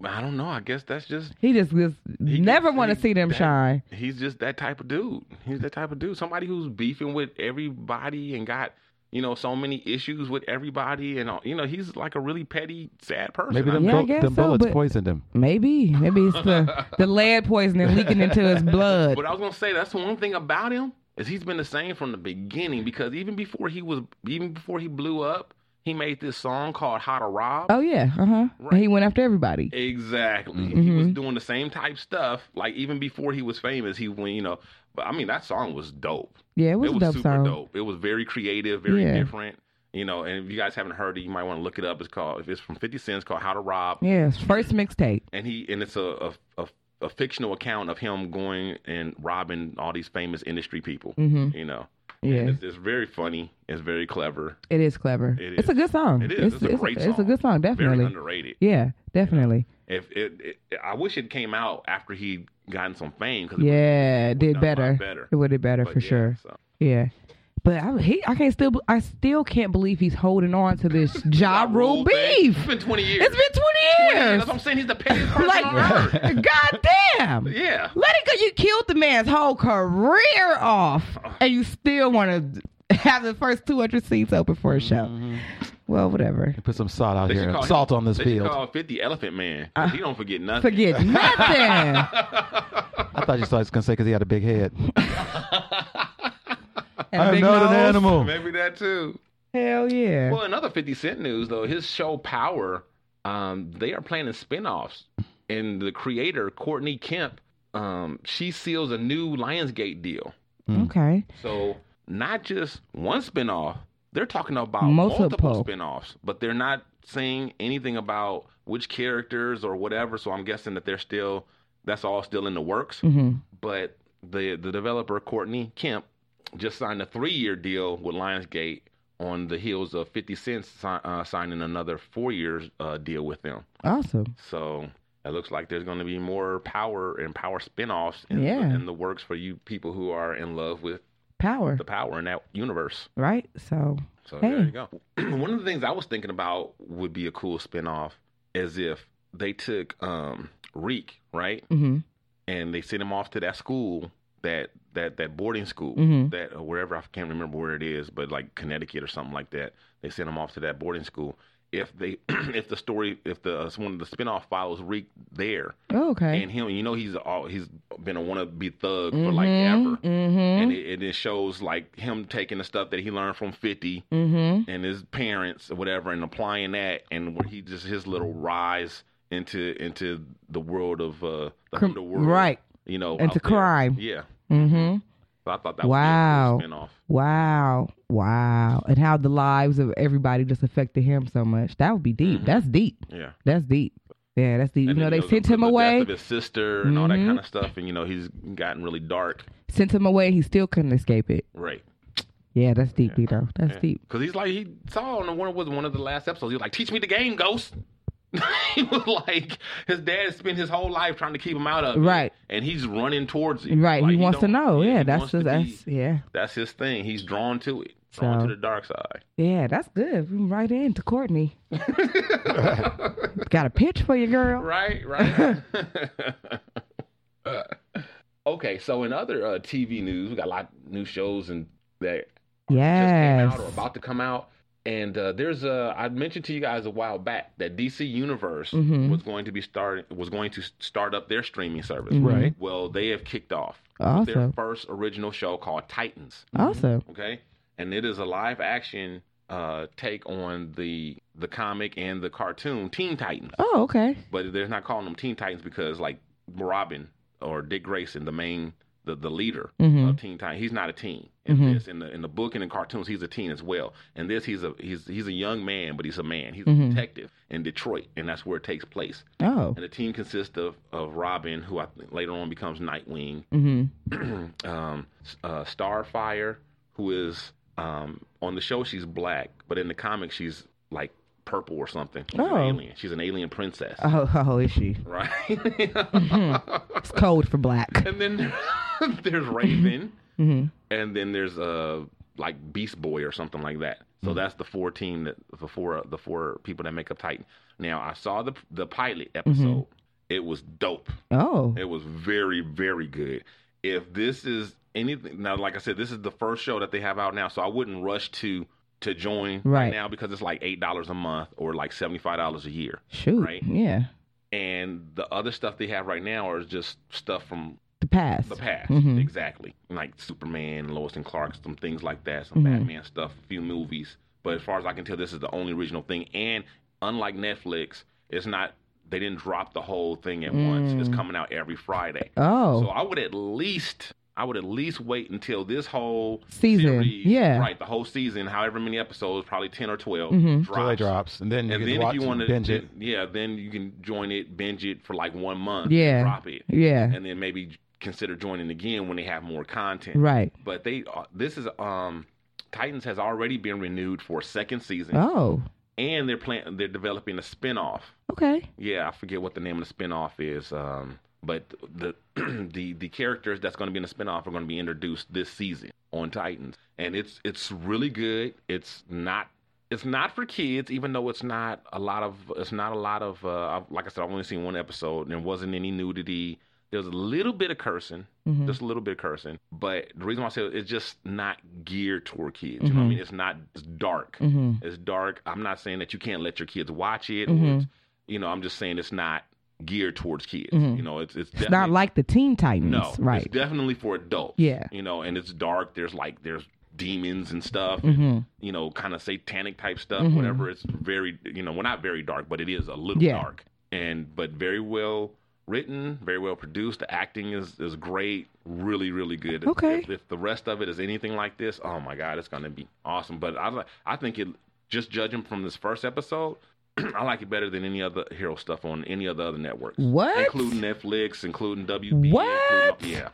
C: I don't know. I guess that's just
D: He just, just
C: He
D: never
C: gets-
D: want to
C: he-
D: see them
C: that-
D: shine.
C: He's just that type of dude. He's that type of dude. Somebody who's beefing with everybody and got you know so many issues with everybody and all. You know he's like a really petty, sad person.
E: Maybe
C: I
E: them,
D: Yeah, I
E: bu-
D: guess
E: them
D: so,
E: bullets
D: but-
E: poisoned him.
D: Maybe, maybe it's the the lead poisoning leaking into his blood.
C: But I was gonna say that's the one thing about him is he's been the same from the beginning because even before he was even before he blew up, He made this song called How to Rob.
D: Oh yeah, uh huh. And He went after everybody.
C: Exactly. He was
E: Mm-hmm.
C: doing the same type stuff. Like even before he was famous, he went, you know. But I mean, that song was dope.
D: Yeah, it
C: it
D: was, a
C: was
D: dope
C: super
D: song.
C: dope. It was very creative, very
D: Yeah.
C: different. You know, and if you guys haven't heard it, you might want to look it up. It's called if it's from Fifty Cent, it's called How to Rob.
D: Yeah, it's first mixtape.
C: And he and it's a a, a a fictional account of him going and robbing all these famous industry people.
D: hmm
C: You know.
D: Yeah.
C: And it's, it's very funny. It's very clever.
D: It is clever.
C: It
D: It's a
C: is.
D: good song.
C: It is. It's a great
D: It's a
C: song.
D: good song,
C: Very
D: definitely.
C: underrated.
D: Yeah, definitely.
C: If it, it, I wish it came out after he'd gotten some fame. Cause it would've
D: Yeah, it did
C: done a lot
D: better.
C: better.
D: It would have better
C: But
D: for
C: yeah,
D: sure.
C: so.
D: Yeah. But I, he, I can't still, I still can't believe he's holding on to this Ja Rule
C: thing.
D: beef.
C: It's been 20 years.
D: It's been 20 years.
C: That's what I'm saying. He's the pettiest person
D: Like,
C: on earth.
D: God damn.
C: Yeah.
D: Let it go. You killed the man's whole career off,
C: Uh-huh.
D: and you still want to have the first 200 seats open for a show.
C: Mm-hmm.
D: Well, whatever.
E: Put some salt out
C: They should
E: here.
C: call
E: Salt
C: him-
E: on this
C: they
E: field.
C: Should call 50 Elephant Man. he don't forget nothing.
D: Forget nothing.
E: I thought you thought I was gonna say because he had a big head.
D: And a
E: I'm
D: big
E: not an
D: nose.
E: animal.
C: Maybe that too.
D: Hell yeah.
C: Well, another 50 Cent news though. His show Power, um, they are planning spinoffs, and the creator Courtney Kemp, um, she seals a new Lionsgate deal.
D: Okay.
C: So not just one spinoff. They're talking about multiple.
D: Multiple.
C: spinoffs, but they're not saying anything about which characters or whatever. So I'm guessing that they're still that's all still in the works.
D: hmm
C: But the the developer Courtney Kemp just signed a three year deal with Lionsgate on the heels of 50 Cent si- uh, signing another four years uh, deal with them.
D: Awesome.
C: So it looks like there's going to be more power and power spinoffs in,
D: Yeah.
C: in the works for you people who are in love with
D: Power.
C: the power in that universe.
D: Right? So,
C: So
D: Hey.
C: there you go. One of the things I was thinking about would be a cool spinoff is if they took um, Reek, right?
D: hmm
C: and they sent him off to that school that that that boarding school
D: Mhm.
C: that or wherever I can't remember where it is, but like Connecticut or something like that. They sent him off to that boarding school. If they if the story if the uh, one of the spinoff follows Reek there
D: Oh, okay.
C: and him, you know he's all he's been a wannabe thug for like ever.
D: Mm-hmm.
C: And it, and it shows like him taking the stuff that he learned from 50
D: Mm-hmm.
C: and his parents or whatever and applying that and where he just his little rise into into the world of uh the
D: Crim-
C: underworld
D: right.
C: you know
D: Into
C: out there.
D: crime.
C: yeah
D: Mm-hmm.
C: So i thought that
D: Wow.
C: was a cool spinoff
D: Wow. Wow. And how the lives of everybody just affected him so much. That would be deep. That's deep.
C: yeah
D: That's deep. Yeah, that's
C: Mm-hmm.
D: deep.
C: And
D: you know,
C: then,
D: they
C: the-
D: sent
C: the-
D: him
C: the death
D: away.
C: of his sister and all that
D: Mhm.
C: kind of stuff and you know he's gotten really dark
D: Sent him away. He still couldn't escape it.
C: right
D: Yeah, that's deep, Vito. That's deep.
C: because he's like he saw on the one was one of the last episodes he was like teach me the game ghost he was like his dad spent his whole life trying to keep him out of it,
D: Right.
C: and he's running towards it
D: Right.
C: Like,
D: he wants to
C: don't-
D: know. Yeah,
C: he
D: that's
C: wants to
D: just,
C: be-
D: that's yeah.
C: That's his thing. He's drawn to it, drawn
D: So-
C: to the dark side.
D: Yeah, that's good. We Right in to Courtney. Got a pitch for you, girl.
C: Right, right. okay, so in other uh, TV news, we got a lot of new shows and that
D: Yes.
C: just came out or about to come out. And uh, there's a I mentioned to you guys a while back that DC Universe
D: Mhm.
C: was going to be starting was going to start up their streaming service.
E: Right.
C: Well, they have kicked off with their
D: Mm-hmm. Awesome.
C: first original show called Titans.
D: Awesome.
C: okay and it is a live action uh take on the the comic and the cartoon teen titans
D: Oh, okay.
C: but they're not calling them teen titans because like robin or dick grayson the main the, the leader
D: Mhm.
C: of teen titans he's not a teen in this in the in the book and in cartoons he's a teen as well and this he's a he's he's a young man but he's a man he's a detective in detroit and that's where it takes place
D: Oh.
C: and the team consists of of robin who i think later on becomes nightwing
D: Mm-hmm.
C: um, uh, Starfire, who is um, on the show she's black, but in the comic she's like purple or something. She's
D: Oh.
C: an alien. She's an alien princess,
D: Oh, oh, is she?
C: right?
D: It's code for black.
C: and then there's Raven,
D: Mm-hmm.
C: and then there's uh like Beast Boy or something like that. So that's the four team that the four the four people that make up Titan. Now I saw the the pilot episode. It was dope.
D: Oh.
C: It was very, very good. If this is anything now, like I said, this is the first show that they have out now, so I wouldn't rush to to join right,
D: Right.
C: now because it's like eight dollars a month or like seventy five dollars a year.
D: Shoot.
C: Right.
D: Yeah.
C: And the other stuff they have right now are just stuff from
D: The past.
C: the past,
D: Mhm. Mm-hmm.
C: exactly, like Superman, Lois and Clark, some things like that, some Batman stuff, a few movies, But as far as I can tell, this is the only original thing. And unlike Netflix, it's not. They didn't drop the whole thing at once. It's coming out every Friday.
D: Mm. Oh,
C: So I would at least I would at least wait until this whole
D: Season,
C: series,
D: yeah. Mm.
C: right, the whole season, however many episodes, probably ten or 12
D: Mm-hmm.
C: drops.
E: So they drops, and then you
C: And
E: can
C: then
E: watch,
C: if you want to
E: binge it.
C: yeah, then you can join it, binge it for like one month, and
D: Yeah.
C: drop it,
D: yeah,
C: and then maybe consider joining again when they have more content.
D: right.
C: But they uh, this is um Titans has already been renewed for a second season,
D: Oh,
C: and they're plan they're developing a spinoff.
D: okay.
C: Yeah, I forget what the name of the spinoff is. Um, but the the the characters that's going to be in the spinoff are going to be introduced this season on Titans, and it's it's really good. It's not it's not for kids, even though it's not a lot of it's not a lot of uh, I've- like I said, I've only seen one episode. There wasn't any nudity. There's a little bit of cursing,
D: Mhm.
C: just a little bit of cursing. But the reason why I say it's just not geared toward kids. You know what I mean? It's not it's dark.
D: Mm-hmm.
C: It's dark. I'm not saying that you can't let your kids watch it. Or
D: Mhm.
C: it's, you know, I'm just saying it's not geared towards kids.
D: Mhm.
C: You know, it's it's,
D: It's not
C: definitely-
D: like the Teen Titans,
C: no,
D: right?
C: It's definitely for adults.
D: Yeah.
C: you know, and it's dark. There's like there's demons and stuff.
D: hmm
C: You know, kind of satanic type stuff.
D: Mhm.
C: Whatever. It's very you know, well not very dark, but it is a little
D: Yeah.
C: dark. And but very well written, very well produced. The acting is is great. Really, really good. If-
D: Okay.
C: If, if the rest of it is anything like this, oh my god, it's gonna be awesome. But I li- I think it just judging from this first episode. I like it better than any other hero stuff on any of the other networks.
D: What?
C: Including Netflix, including WB.
D: What?
C: Including, yeah.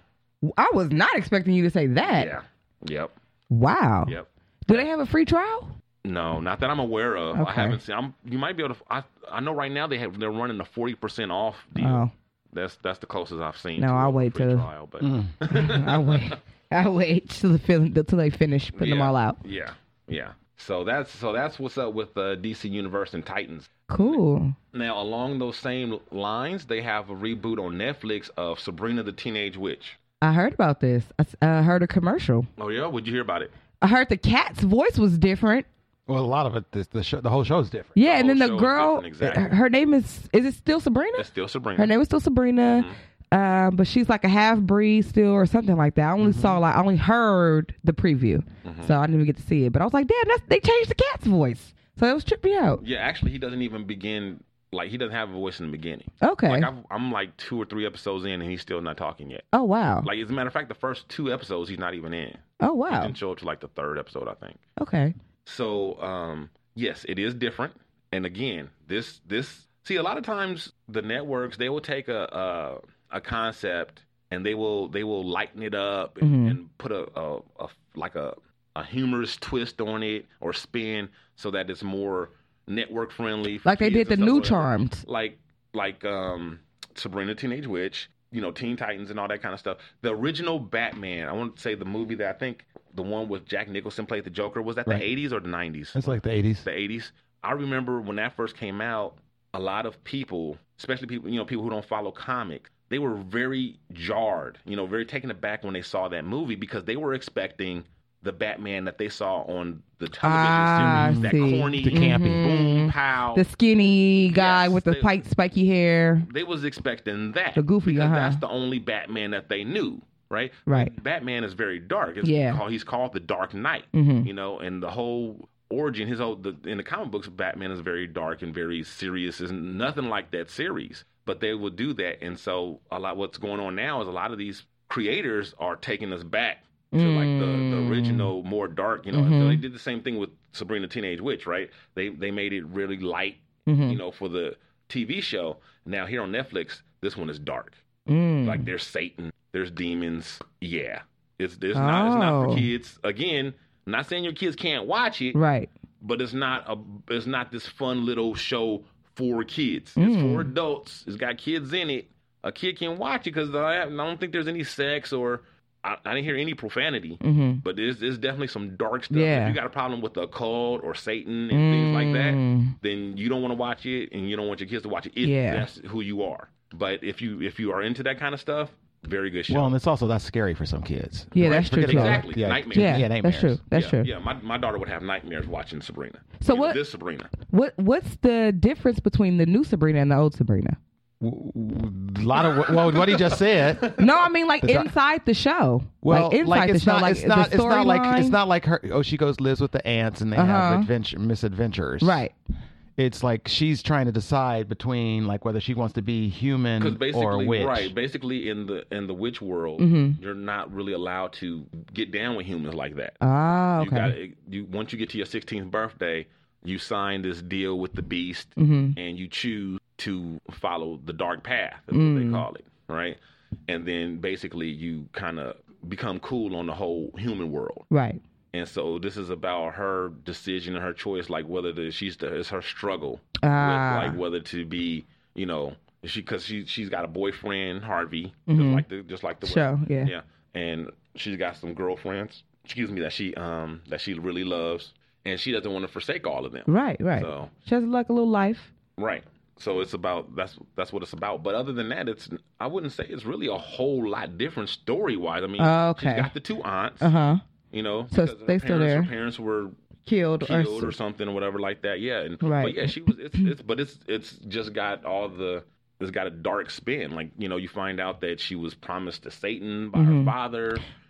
D: I was not expecting you to say that.
C: Yeah. Yep.
D: Wow.
C: Yep.
D: Do they have a free trial?
C: No, not that I'm aware of. I
D: Okay.
C: haven't seen. I'm, you might be able to. I I know right now they have they're running a forty percent off deal.
D: Oh,
C: That's that's the closest I've seen.
D: No,
C: to
D: I'll
C: a
D: wait
C: free
D: till-
C: trial, but
D: I wait. I wait till the film till they finish putting them
C: Yeah.
D: all out.
C: yeah, yeah. So that's so that's what's up with uh, DC Universe and Titans.
D: Cool.
C: Now, along those same lines, they have a reboot on Netflix of Sabrina the Teenage Witch.
D: I heard about this. I s- I heard a commercial.
C: Oh yeah, would you hear about it?
D: I heard the cat's voice was different.
E: Well, a lot of it, the the, show, the whole show is different.
D: Yeah, and
C: whole
D: then
C: show
D: the
C: is
D: girl,
C: different, exactly.
D: her- her name is is it still Sabrina?
C: It's still Sabrina. Mm-hmm.
D: Her name is still Sabrina, um, but she's like a half breed still or something like that. I only saw like I only heard the preview,
C: Mm-hmm.
D: so I didn't even get to see it. But I was like, damn, that's, they changed the cat's voice, so it was tripped me out.
C: yeah, actually, he doesn't even begin. Like he doesn't have a voice in the beginning.
D: Okay.
C: Like I've, I'm like two or three episodes in, and he's still not talking yet.
D: oh wow.
C: Like as a matter of fact, the first two episodes he's not even in.
D: oh
C: He
D: wow.
C: didn't show up to like the third episode, I think.
D: Okay.
C: So um, yes, it is different. And again, this this see a lot of times the networks they will take a a, a concept and they will they will lighten it up and,
D: Mhm.
C: and put a, a, a like a a humorous twist on it or spin so that it's more network friendly. for
D: Like they
C: kids
D: did the
C: and stuff,
D: new
C: whatever
D: Charmed.
C: like like um Sabrina Teenage Witch, you know, Teen Titans and all that kind of stuff. The original Batman, I want to say the movie that I think the one with Jack Nicholson played the Joker was that
E: Right.
C: the 80s or the 90s?
E: It's like the 80s.
C: The 80s. I remember when that first came out, a lot of people, especially people, you know, people who don't follow comics, they were very jarred, you know, very taken aback when they saw that movie because they were expecting the Batman that they saw on the television
D: Ah,
C: series, that
D: see.
C: corny,
D: The campy.
C: boom
D: Mhm.
C: pow,
D: The skinny guy
C: Yes,
D: with the
C: they-
D: spike, spiky hair.
C: they was expecting that.
D: The goofy,
C: because
D: uh-huh.
C: that's the only Batman that they knew, right?
D: Right.
C: Batman is very dark. It's
D: Yeah.
C: called- he's called the Dark Knight.
D: Mhm.
C: You know, and the whole origin, his whole the, in the comic books, Batman is very dark and very serious. Is nothing like that series, but they will do that. And so a lot what's going on now is a lot of these creators are taking us back to like the, the
D: Mm. Mm-hmm.
C: original more dark. You know, and so they did the same thing with Sabrina Teenage Witch, right? They they made it really light
D: Mhm.
C: you know, for the TV show. Now here on Netflix, this one is dark.
D: Mm.
C: Like there's Satan, there's demons. Yeah, it's it's not it's not
D: Oh.
C: for kids. Again, not saying your kids can't watch it,
D: right.
C: but it's not a it's not this fun little show for kids. It's
D: Hmm.
C: for adults. It's got kids in it. A kid can watch it because I, I don't think there's any sex or I, I didn't hear any profanity.
D: Mm-hmm.
C: But there's, there's definitely some dark stuff.
D: Yeah.
C: If you got a problem with the occult or Satan and things like that, then you don't want to watch it and you don't want your kids to watch it if
D: Mm. Yeah.
C: that's who you are. But if you if you are into that kind of stuff, very good show.
E: Well, and it's also that's scary for some kids.
D: Yeah, that's true.
E: Forget
D: Too.
E: about
C: Exactly.
E: Yeah.
C: Nightmares.
D: Yeah,
E: Yeah,
D: that's
E: nightmares.
D: true. That's
C: yeah,
D: true.
C: yeah, my my daughter would have nightmares watching Sabrina.
D: So
C: You know,
D: what-
C: This Sabrina.
D: What What's the difference between the new Sabrina and the old Sabrina?
E: w- w- lot of well, what he just said.
D: No, I mean like inside the show.
E: Well,
D: like inside the
E: it's
D: show,
E: not,
D: like
E: it's not,
D: the
E: it's not like
D: storyline.
E: it's not like her. Oh, she goes lives with the ants and they
D: Uh-huh.
E: have adventure misadventures.
D: right.
E: It's like she's trying to decide between like whether she wants to be
C: Because
E: human
C: basically,
E: or a witch.
C: right? Basically, in the in the witch world,
D: Mm-hmm.
C: you're not really allowed to get down with humans like that.
D: Oh,
C: You got
D: okay.
C: you once you get to your 16th birthday, you sign this deal with the beast,
D: Mm-hmm.
C: and you choose to follow the dark path, is what
D: Mm.
C: they call it, right? And then basically, you kind of become cool on the whole human world.
D: Right.
C: And so this is about her decision and her choice, like whether to, she's the, it's her struggle,
D: Ah.
C: with, like whether to be, you know, she because she she's got a boyfriend Harvey, just like the just like the
D: Show, Mm-hmm. yeah.
C: yeah, and she's got some girlfriends, excuse me, that she um that she really loves, and she doesn't want to forsake all of them,
D: Right, right.
C: So
D: She has like a little life.
C: right, so it's about that's that's what it's about. But other than that, it's I wouldn't say it's really a whole lot different story wise. I mean,
D: Oh,
C: she's
D: okay.
C: got the two aunts,
D: Uh
E: Uh-huh.
D: huh.
C: you know.
D: So
C: because her
D: they still
C: parents-
D: there.
C: Her parents were
D: Killed,
C: killed
D: or,
C: or something or whatever like that. Yeah, and,
D: Right.
C: But yeah, she was. It's, it's but it's it's just got all the. It's got a dark spin. Like you know, you find out that she was promised to Satan by her father,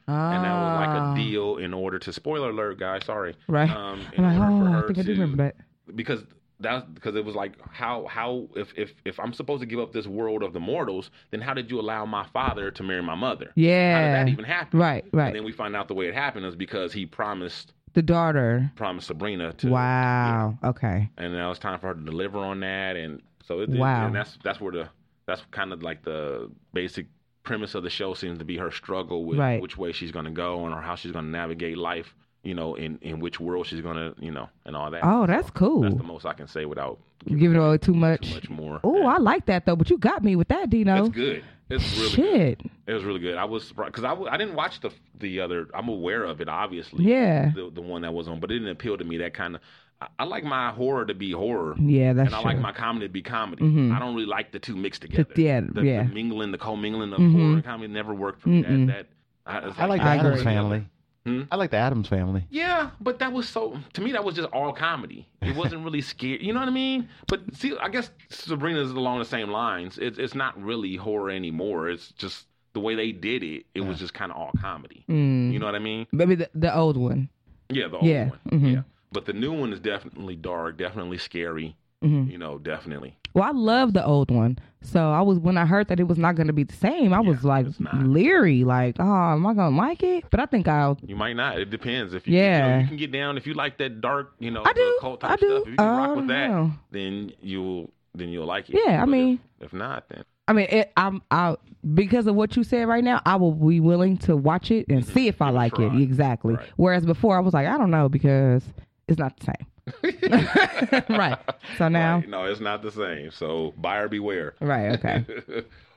C: and that was
D: Mm-hmm. Ah.
C: like a deal in order to. Spoiler alert, guys. Sorry.
D: Right.
C: Um, in
D: I'm like,
C: order for
D: oh, I
C: her
D: think I do
C: to-
D: remember that.
C: because that's because it was like how how if if if I'm supposed to give up this world of the mortals, then how did you allow my father to marry my mother? How did
D: Yeah.
C: that even happen?
D: Right, right.
C: And then we find out the way it happened is because he promised
D: The daughter.
C: promised Sabrina to
D: Wow. Okay.
C: and now it's time for her to deliver on that and so it,
D: Wow.
C: and that's that's where the that's kind of like the basic premise of the show seems to be her struggle with
D: Right.
C: which way she's going to go and or how she's going to navigate life you know in in which world she's going to you know and all that
D: Oh, that's cool.
C: that's the most i can say without
D: You giving away too much.
C: much more
D: Oh, I
C: And
D: like that though. But you got me with that, Dino.
C: it's good it's really good
D: Shit.
C: it was really good i was surprised because I, w- I didn't watch the the other i'm aware of it obviously
D: Yeah.
C: the, the one that was on but it didn't appeal to me that kind of I, I like my horror to be horror
D: Yeah, that's
C: and I
D: true.
C: like my comedy to be comedy. I don't really like the two mixed together.
D: The- yeah,
C: the,
D: yeah.
C: the mingling, the co-mingling of horror and comedy never worked for me. That, that it's
E: I like the
C: one or
E: Adams
C: the
E: family.
C: Hmm?
E: I like the Adams family.
C: Yeah, but that was so. To me, that was just all comedy. It wasn't really scary. You know what I mean? But see, I guess Sabrina's along the same lines. It's it's not really horror anymore. It's just the way they did it. It was just kind of all comedy. You know what I mean?
D: Mm. Maybe the, the old one.
C: Yeah, the old
D: Yeah,
C: one.
D: mhm.
C: Yeah, but the new one is definitely dark, definitely scary. You know, definitely.
D: Well, I love the old one. So I was when I heard that it was not going to be the same, I was like leery, like, oh, am I going to like it? But I think I'll.
C: You might not. It depends. If you, you
D: Yeah.
C: know, you can get down if you like that dark, you know,
D: I do.
C: the occult type
D: I do.
C: stuff. If you can
D: I
C: rock
D: don't
C: with that,
D: know.
C: then you'll then you'll like it.
D: Yeah, I
C: But
D: mean-
C: if, if not, then
D: I mean, it, I'm I because of what you said right now, I will be willing to watch it and see if I like
C: try.
D: it exactly.
C: Right.
D: Whereas before, I was like, I don't know because it's not the same. right. So now,
C: Right. no, it's not the same. So buyer beware.
D: right? Okay.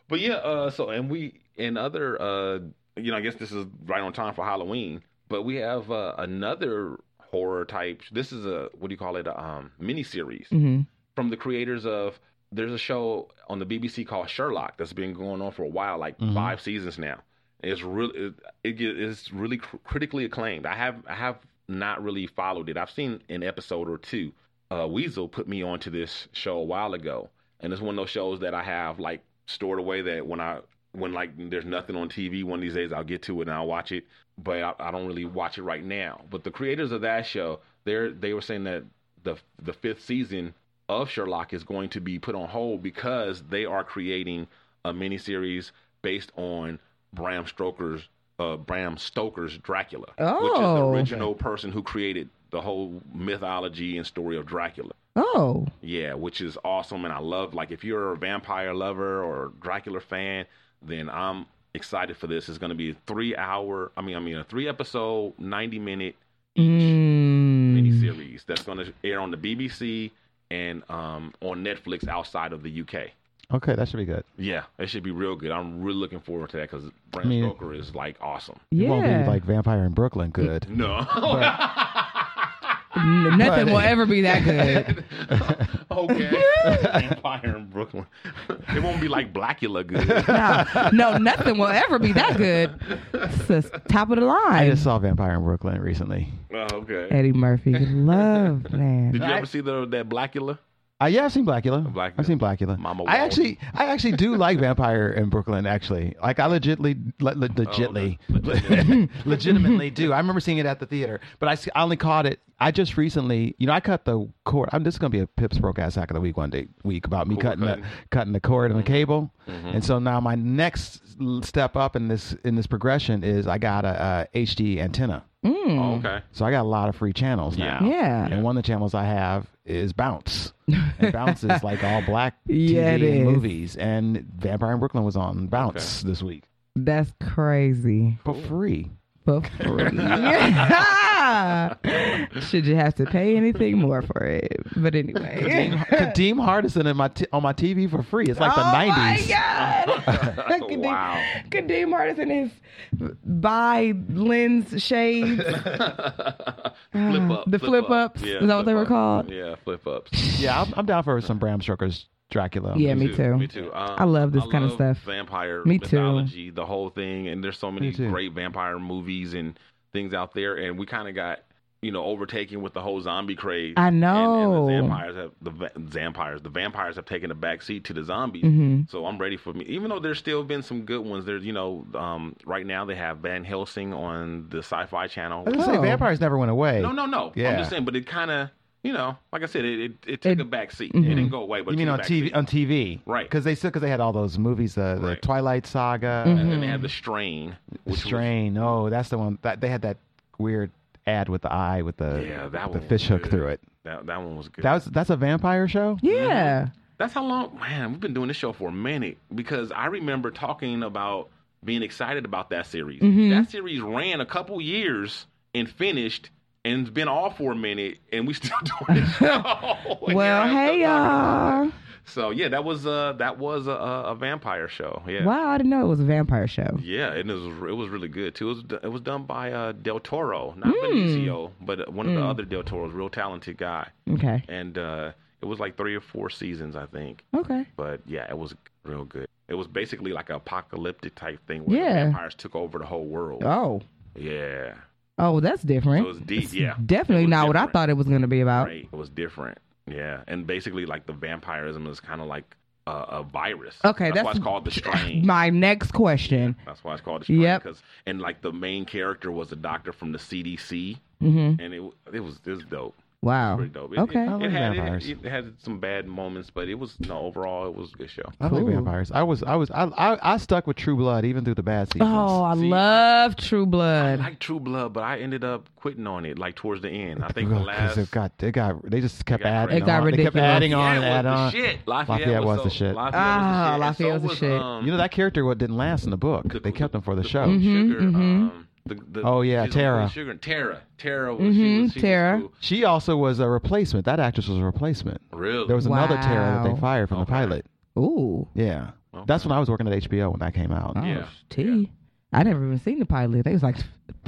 C: but yeah, uh, so and we and other, uh, you know, I guess this is right on time for Halloween. But we have uh, another horror type. This is a what do you call it? A um, mini series
D: Mhm.
C: from the creators of. There's a show on the BBC called Sherlock that's been going on for a while, like five seasons now. It's really it, it get- it's really cr- critically acclaimed. I have I have not really followed it. I've seen an episode or two. Uh, Weasel put me onto this show a while ago, and it's one of those shows that I have like stored away that when I when like there's nothing on TV one of these days I'll get to it and I'll watch it, but I, I don't really watch it right now. But the creators of that show, they're they were saying that the the fifth season of Sherlock is going to be put on hold because they are creating a miniseries based on Bram Stoker's uh, Bram Stoker's Dracula, which is the
D: Oh.
C: original person who created the whole mythology and story of Dracula.
D: Oh,
C: Yeah, which is awesome, and I love. Like, if you're a vampire lover or Dracula fan, then I'm excited for this. It's going to be a three hour. I mean, I mean, a three episode, ninety minute
D: Mm.
C: miniseries that's going to air on the BBC and um, on Netflix outside of the UK.
E: Okay, that should be good.
C: Yeah, it should be real good. I'm really looking forward to that because Bram
E: I mean-
C: Stoker is like awesome.
E: It won't
D: Yeah.
E: be like Vampire in Brooklyn good.
C: No.
D: N- nothing will ever be that good.
C: okay. Vampire in Brooklyn. It won't be like Blackula good.
D: No, no, nothing will ever be that good. It's just top of the
E: I
D: line.
E: just saw Vampire in Brooklyn recently.
C: Oh, okay.
D: Eddie Murphy, love man.
C: Did you ever see the that Blackula?
E: Uh, yeah, I've seen Blackula.
C: Blackula.
E: I've seen Blackula.
C: Mama
E: I
C: Wall.
E: actually, I actually do like Vampire in Brooklyn. Actually, like I legitly, le- le- legitly, legitimately do. I remember seeing it at the theater, but I, s- I only caught it. I just recently, you know, I cut the cord. I'm just gonna be a pips broke ass hack of the week one day week about me cutting the cutting the cord and the cable, and so now my next l- step up in this in this progression is I got a, uh HD antenna,
D: Mm.
C: Oh, okay.
E: so I got a lot of free channels now.
C: Yeah.
D: Yeah.
E: And one of the channels I have is Bounce. And Bounce is like all black TV
D: Yeah, it
E: and
D: is.
E: movies. And Vampire in Brooklyn was on Bounce this week
D: That's crazy.
E: for free.
D: For free. Should you have to pay anything more for it? But anyway.
E: Kadeem Hardison in my t- on my TV for free. It's like the
D: oh
E: nineties.
D: my God. Kadeem,
C: Wow.
D: Kadeem Hardison is by lens shades.
C: Flip up.
D: The flip ups, is that what they were
C: flip
D: called?
C: Yeah, flip ups.
E: Yeah, I'm, I'm down for some Bram Stoker's Dracula.
D: Yeah, me too.
C: Me too. Um,
D: I love this kind of
C: love
D: stuff.
C: Vampire
D: Me too.
C: mythology, the whole thing, and there's so many
E: Me too.
C: great vampire movies and things out there, and we kind of got you know overtaken with the whole zombie craze.
D: I
C: And-
D: know.
C: And, the vampires have the va- vampires. The vampires have taken a back seat to the zombies.
D: Mm-hmm.
C: So I'm ready for me. Even though there's still been some good ones. There's you know um, right now they have Van Helsing on the Sci-Fi Channel.
E: I was gonna
D: Oh.
E: say vampires never went away.
C: No, no, no. I'm
E: Yeah.
C: just saying, but it kind of, you know, like I said, it it, it took
D: It- Mm-hmm.
C: a back seat. It didn't go away, but it
E: You
C: took
E: mean
C: a
E: on
C: back
E: TV?
C: seat.
E: On TV,
C: Right.
E: Because they still because they had all those movies, the, the
C: Right.
E: Twilight Saga,
D: Mm-hmm.
C: And then they had the Strain, which
E: Mm-hmm. Strain. Oh, that's the one that they had that weird ad with the eye with the
C: was yeah, that
E: the
C: one was
E: fish hook
C: good.
E: through it.
C: That that one was good.
E: That was that's a vampire show.
D: yeah.
C: That's how long, man. We've been doing this show for a minute because I remember talking about being excited about that series.
D: Mm-hmm.
C: That series ran a couple years and finished. And it's been off for a minute, and we still doing this show. And
D: Well,
C: here I am talking
D: hey
C: about
D: y'all.
C: it. So yeah, that was uh that was a, a a vampire show. Yeah.
D: Wow, I didn't know it was a vampire show.
C: Yeah, and it was it was really good too. It was it was done by uh, Del Toro, not
D: Hmm.
C: Benicio, but uh, one of the other Del Toros, real talented guy.
D: Okay.
C: And uh, it was like three or four seasons, I think.
D: Okay.
C: But yeah, it was real good. It was basically like an apocalyptic type thing where the
D: Yeah.
C: vampires took over the whole world.
D: Oh.
C: Yeah,
D: Oh, that's
C: so
D: different.
C: it was deep. Yeah,
D: Definitely
C: It was
D: not what I
C: different.
D: thought it was going to be about.
C: Right, it was different. Yeah, and basically like the vampirism is kind of like a, a virus.
D: Okay,
C: that's, why
D: that's-
C: it's called the strain.
D: My next question.
C: That's why it's called the strain.
D: Yep.
C: 'cause- and like the main character was a doctor from the CDC,
D: hmm
C: and it it was it was dope,
D: Wow.
C: pretty dope. It,
D: Okay.
C: It, Oh,
D: I
C: it,
E: like
C: had,
E: vampires.
C: it, it had some bad moments, but it was no overall it was a good show.
E: I like
D: Cool.
E: vampires. I was I was I, I I stuck with True Blood even through the bad seasons.
D: Oh, I
C: See,
D: love True
C: I
D: Blood.
C: like True Blood, but I ended up quitting on it like towards the end. I think the
E: Because it
C: last
E: got they got they just kept
C: got
E: adding.
C: crazy. It
D: got
E: on. They kept
D: ridiculous.
E: adding on and
C: Lafayette
E: adding
C: was
E: on.
C: the shit. Lafayette, so-
E: Lafayette was the shit.
C: Lafayette was the
D: Ah,
C: shit.
D: Lafayette
C: and
D: was the
C: so
D: shit.
C: Um,
E: You know that character what didn't last in the book.
C: the-
E: they kept them for the
C: the
E: show.
D: Mm-hmm.
C: Queen Sugar, um, the- the-
E: Oh, yeah,
C: she's on
E: Tara.
C: Queen Sugar. Tara. Tara was, she
D: Mhm,
C: was, she
D: Tara.
C: Was
E: She also was a replacement. That actress was a replacement.
C: cool. Really?
E: There was another Tara that
D: Wow.
E: they fired from the pilot.
D: Ooh.
E: Yeah, that's when I was working at HBO when that came out.
D: Oh,
C: Yeah.
D: T. I never even seen the pilot. They was like,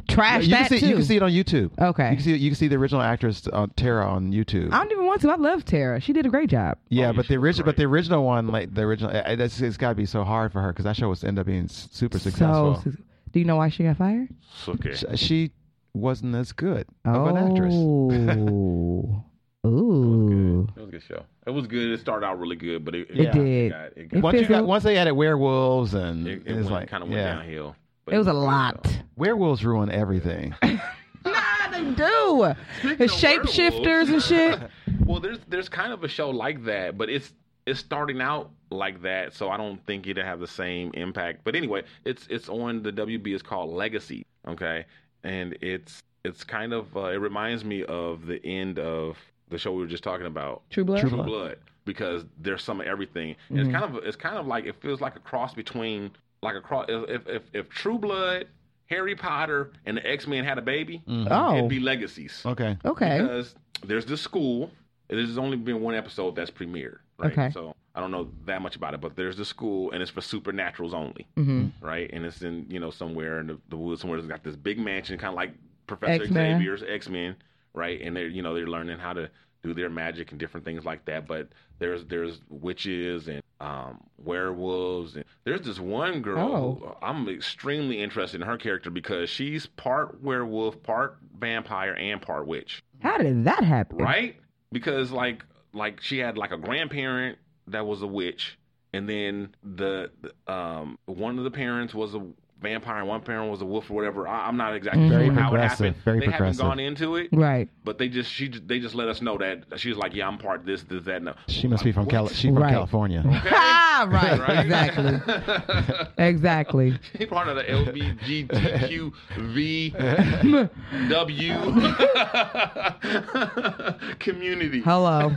D: trash
E: you
D: that
E: can see
D: too.
E: you can see it on YouTube.
D: Okay.
E: you can see you can see the original actress uh, Tara on YouTube.
D: I don't even want to. I love Tara. She did a great job.
E: Yeah,
C: Oh,
E: but
C: she
E: the
C: was
E: original, but the original one, like the original, uh, uh, that's, it's got to be so hard for her because that show was end up being s- super successful.
D: So, do you know why she got fired?
C: Okay.
E: Sh- she wasn't as good of an actress.
D: Oh. Ooh.
C: It was a good show. It was good. It started out really good, but it,
D: It did.
C: got, it,
D: It
C: got,
E: Once you got,
D: fizzled.
E: once they added werewolves and
C: it,
E: it,
C: it
E: was
C: went,
E: like
C: kind of went
E: yeah,
C: downhill. But
D: It was a
C: good,
D: lot.
C: though.
E: werewolves ruin everything.
D: Nah, they do. The
C: of
D: shapeshifters and shit.
C: Well, there's there's kind of a show like that, but it's it's starting out like that, so I don't think it'll have the same impact. But anyway, it's it's on the WB. It's called Legacy. Okay, and it's it's kind of uh, it reminds me of the end of the show we were just talking about.
D: True Blood. Mm-hmm.
E: True
C: True
E: Blood.
C: Blood because there's some of everything. And It's kind of it's kind of like it feels like a cross between like a cross if if, if True Blood, Harry Potter, and the X Men had a baby,
D: Oh.
C: it'd be legacies.
E: okay,
D: Okay.
C: Because there's this school. There's only been one episode that's premiered, right?
D: Okay.
C: So I don't know that much about it, but there's the school, and it's for supernaturals only,
D: Mm-hmm.
C: right? And it's in you know somewhere in the, the woods, somewhere that's got this big mansion, kind of like Professor
D: X-Men.
C: Xavier's X Men, right? And they're you know they're learning how to do their magic and different things like that. But there's there's witches and um, werewolves, and there's this one girl. who- I'm extremely interested in her character because she's part werewolf, part vampire, and part witch
D: How did that happen?
C: right? Because like like she had like a grandparent that was a witch, and then the the, um one of the parents was a vampire, and one parent was a wolf or whatever. I, I'm not exactly
E: Very
C: sure how it
E: progressive,
C: happened.
E: very
C: they
E: progressive.
C: haven't gone into it,
D: Right.
C: but they just she they just let us know that she was like, yeah, I'm part of this, this, that. No,
E: She must be from Cali- she from
D: Right.
E: California.
D: Ah, right.
C: Right?
D: Exactly. Exactly.
C: He part of the LBGTQVW community.
D: Hello.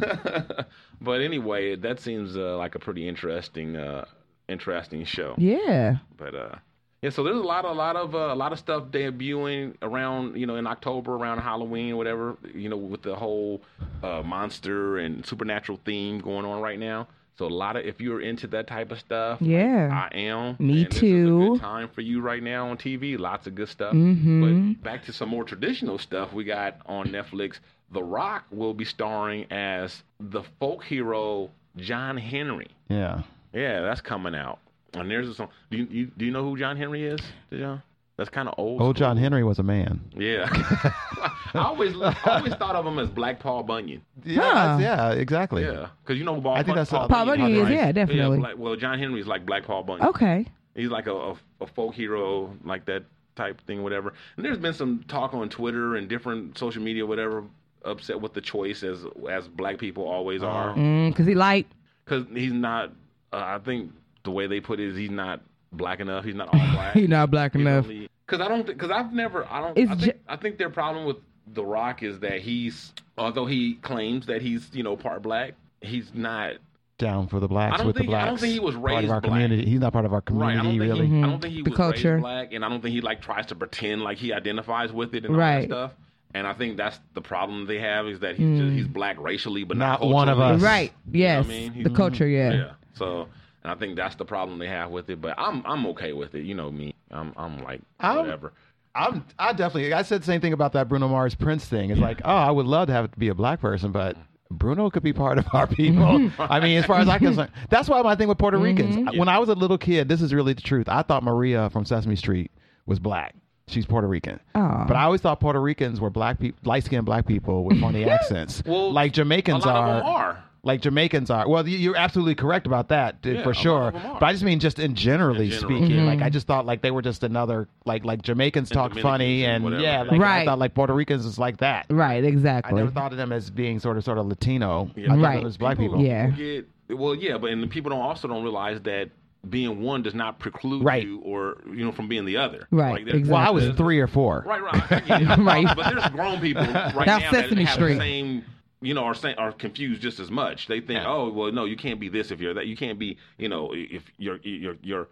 C: but anyway, that seems uh, like a pretty interesting, uh, interesting show.
D: Yeah.
C: But uh, yeah, so there's a lot, a lot of, uh, a lot of stuff debuting around, you know, in October around Halloween, whatever, you know, with the whole uh, monster and supernatural theme going on right now. So a lot of, if you're into that type of stuff,
D: Yeah.
C: I am.
D: Me
C: and this is a
D: too.
C: good time for you right now on TV. Lots of good stuff.
D: Mm-hmm.
C: But back to some more traditional stuff we got on Netflix. The Rock will be starring as the folk hero John Henry.
E: yeah.
C: Yeah, that's coming out. And there's a song. Do you, you do you know who John Henry is? John? That's kind of old.
E: Old John Henry was a man.
C: Yeah. I always I always thought of him as Black Paul Bunyan.
E: Yeah,
D: Huh.
E: that's- yeah, exactly.
C: Yeah, because you know who Paul,
E: I think that's-
C: Paul,
E: Paul
D: Bunyan is, yeah, definitely.
C: Black- well, John Henry's like Black Paul Bunyan.
D: Okay.
C: He's like a, a, a folk hero, like that type thing, whatever. And there's been some talk on Twitter and different social media, whatever, upset with the choice as as black people always are.
D: Mm, Cause he like
C: Because he's not, uh, I think the way they put it is he's not black enough. He's not all black.
D: he not black enough.
C: Because I don't, because I've never, I don't,
D: It's
C: I think,
D: ju-
C: I think their problem with The Rock is that he's, although he claims that he's, you know, part black, he's not.
E: Down for the
C: I
E: blacks
C: don't
E: with
C: think-
E: the
C: I
E: blacks.
C: don't think he was
E: Part
C: raised
E: of our
C: black.
E: community. He's not part of our
C: Right. I
E: community,
C: don't think
E: really.
C: he, I don't think he
D: The
C: was
D: culture.
C: raised black, and I don't think he like tries to pretend like he identifies with it and all
D: Right.
C: that stuff. And I think that's the problem they have is that he's just, he's black racially, but not,
E: Not one of
C: culturally.
E: us.
D: Mm. Right. Yes.
C: I mean?
D: The culture. Yeah.
C: Yeah. So, and I think that's the problem they have with it. But I'm I'm okay with it. You know me. I'm I'm like
E: I'm-
C: whatever.
E: I'm, I definitely. I said the same thing about that Bruno Mars Prince thing. It's like, oh, I would love to have it be a black person, but Bruno could be part of our people. I mean, as far as I'm concerned, that's why my thing with Puerto Ricans.
C: Mm-hmm.
E: When I was a little kid, this is really the truth. I thought Maria from Sesame Street was black. She's Puerto Rican,
D: Aw.
C: Oh.
E: but I always thought Puerto Ricans were black people, light skinned black people with funny accents,
C: Well,
E: like Jamaicans
C: a lot of them are.
E: Like Jamaicans are. Well, you- you're absolutely correct about that dude,
C: Yeah, a
E: for
C: lot
E: sure.
C: of them are.
E: But I just mean just in generally
C: In general.
E: speaking.
D: Mm-hmm.
E: Like I just thought like they were just another like like Jamaicans talk
C: Dominicans
E: funny
C: and
E: and
C: whatever,
E: yeah,
C: yeah.
E: like I
D: Right.
E: thought like Puerto Ricans is like that.
D: Right.
E: I
D: Exactly.
E: never thought of them as being sort of sort of Latino.
C: Yeah.
E: I thought
D: Right.
E: of them as black people.
D: Yeah.
C: People get- well, yeah, but and the people don't also don't realize that being one does not preclude
E: Right.
C: you or you know from being the other.
D: Right,
C: there's-
E: Well, I was
C: there's-
E: three or four.
C: Right, right, I get it. Uh,
D: Right.
C: But there's grown people right
D: Now
C: now
D: Sesame
C: that have
D: Street.
C: the same. You know, are saying are confused just as much. They think, oh, well, no, you can't be this if you're that. You can't be, you know, if you're you're you're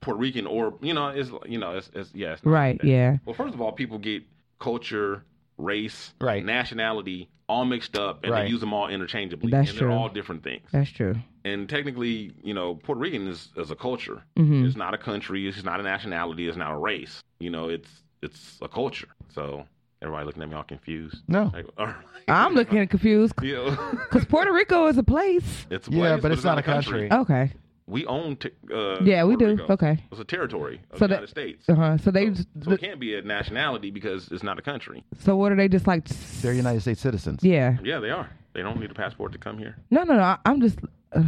C: Puerto Rican or you know, it's you know, it's, it's yeah, it's not
D: Right,
C: like that.
D: yeah.
C: Well, first of all, people get culture, race,
E: Right.
C: nationality all mixed up, and
E: Right.
C: they use them all interchangeably,
D: That's
C: and
D: true.
C: they're all different things
D: That's true.
C: and technically, you know, Puerto Rican is, is a culture. It's not a country. It's not a nationality. It's not a race. You know, it's it's a culture. So everybody looking at me all confused.
E: No.
C: Like, all right.
D: I'm looking confused
C: yeah.
D: because Puerto Rico is a place.
C: it's a
E: Yeah,
C: place,
E: but it's not a country.
D: Okay.
C: We own. T- uh,
D: Yeah, we
C: Puerto
D: do.
C: Rico.
D: Okay.
C: It's a territory of
D: So
C: the
D: that-
C: United States.
D: Uh huh. So they.
C: So, so it can't be a nationality because it's not a country.
D: So what are they just like?
E: They're United States citizens.
D: Yeah.
C: Yeah, they are. They don't need a passport to come here.
D: No, no, no. I, I'm just. Uh,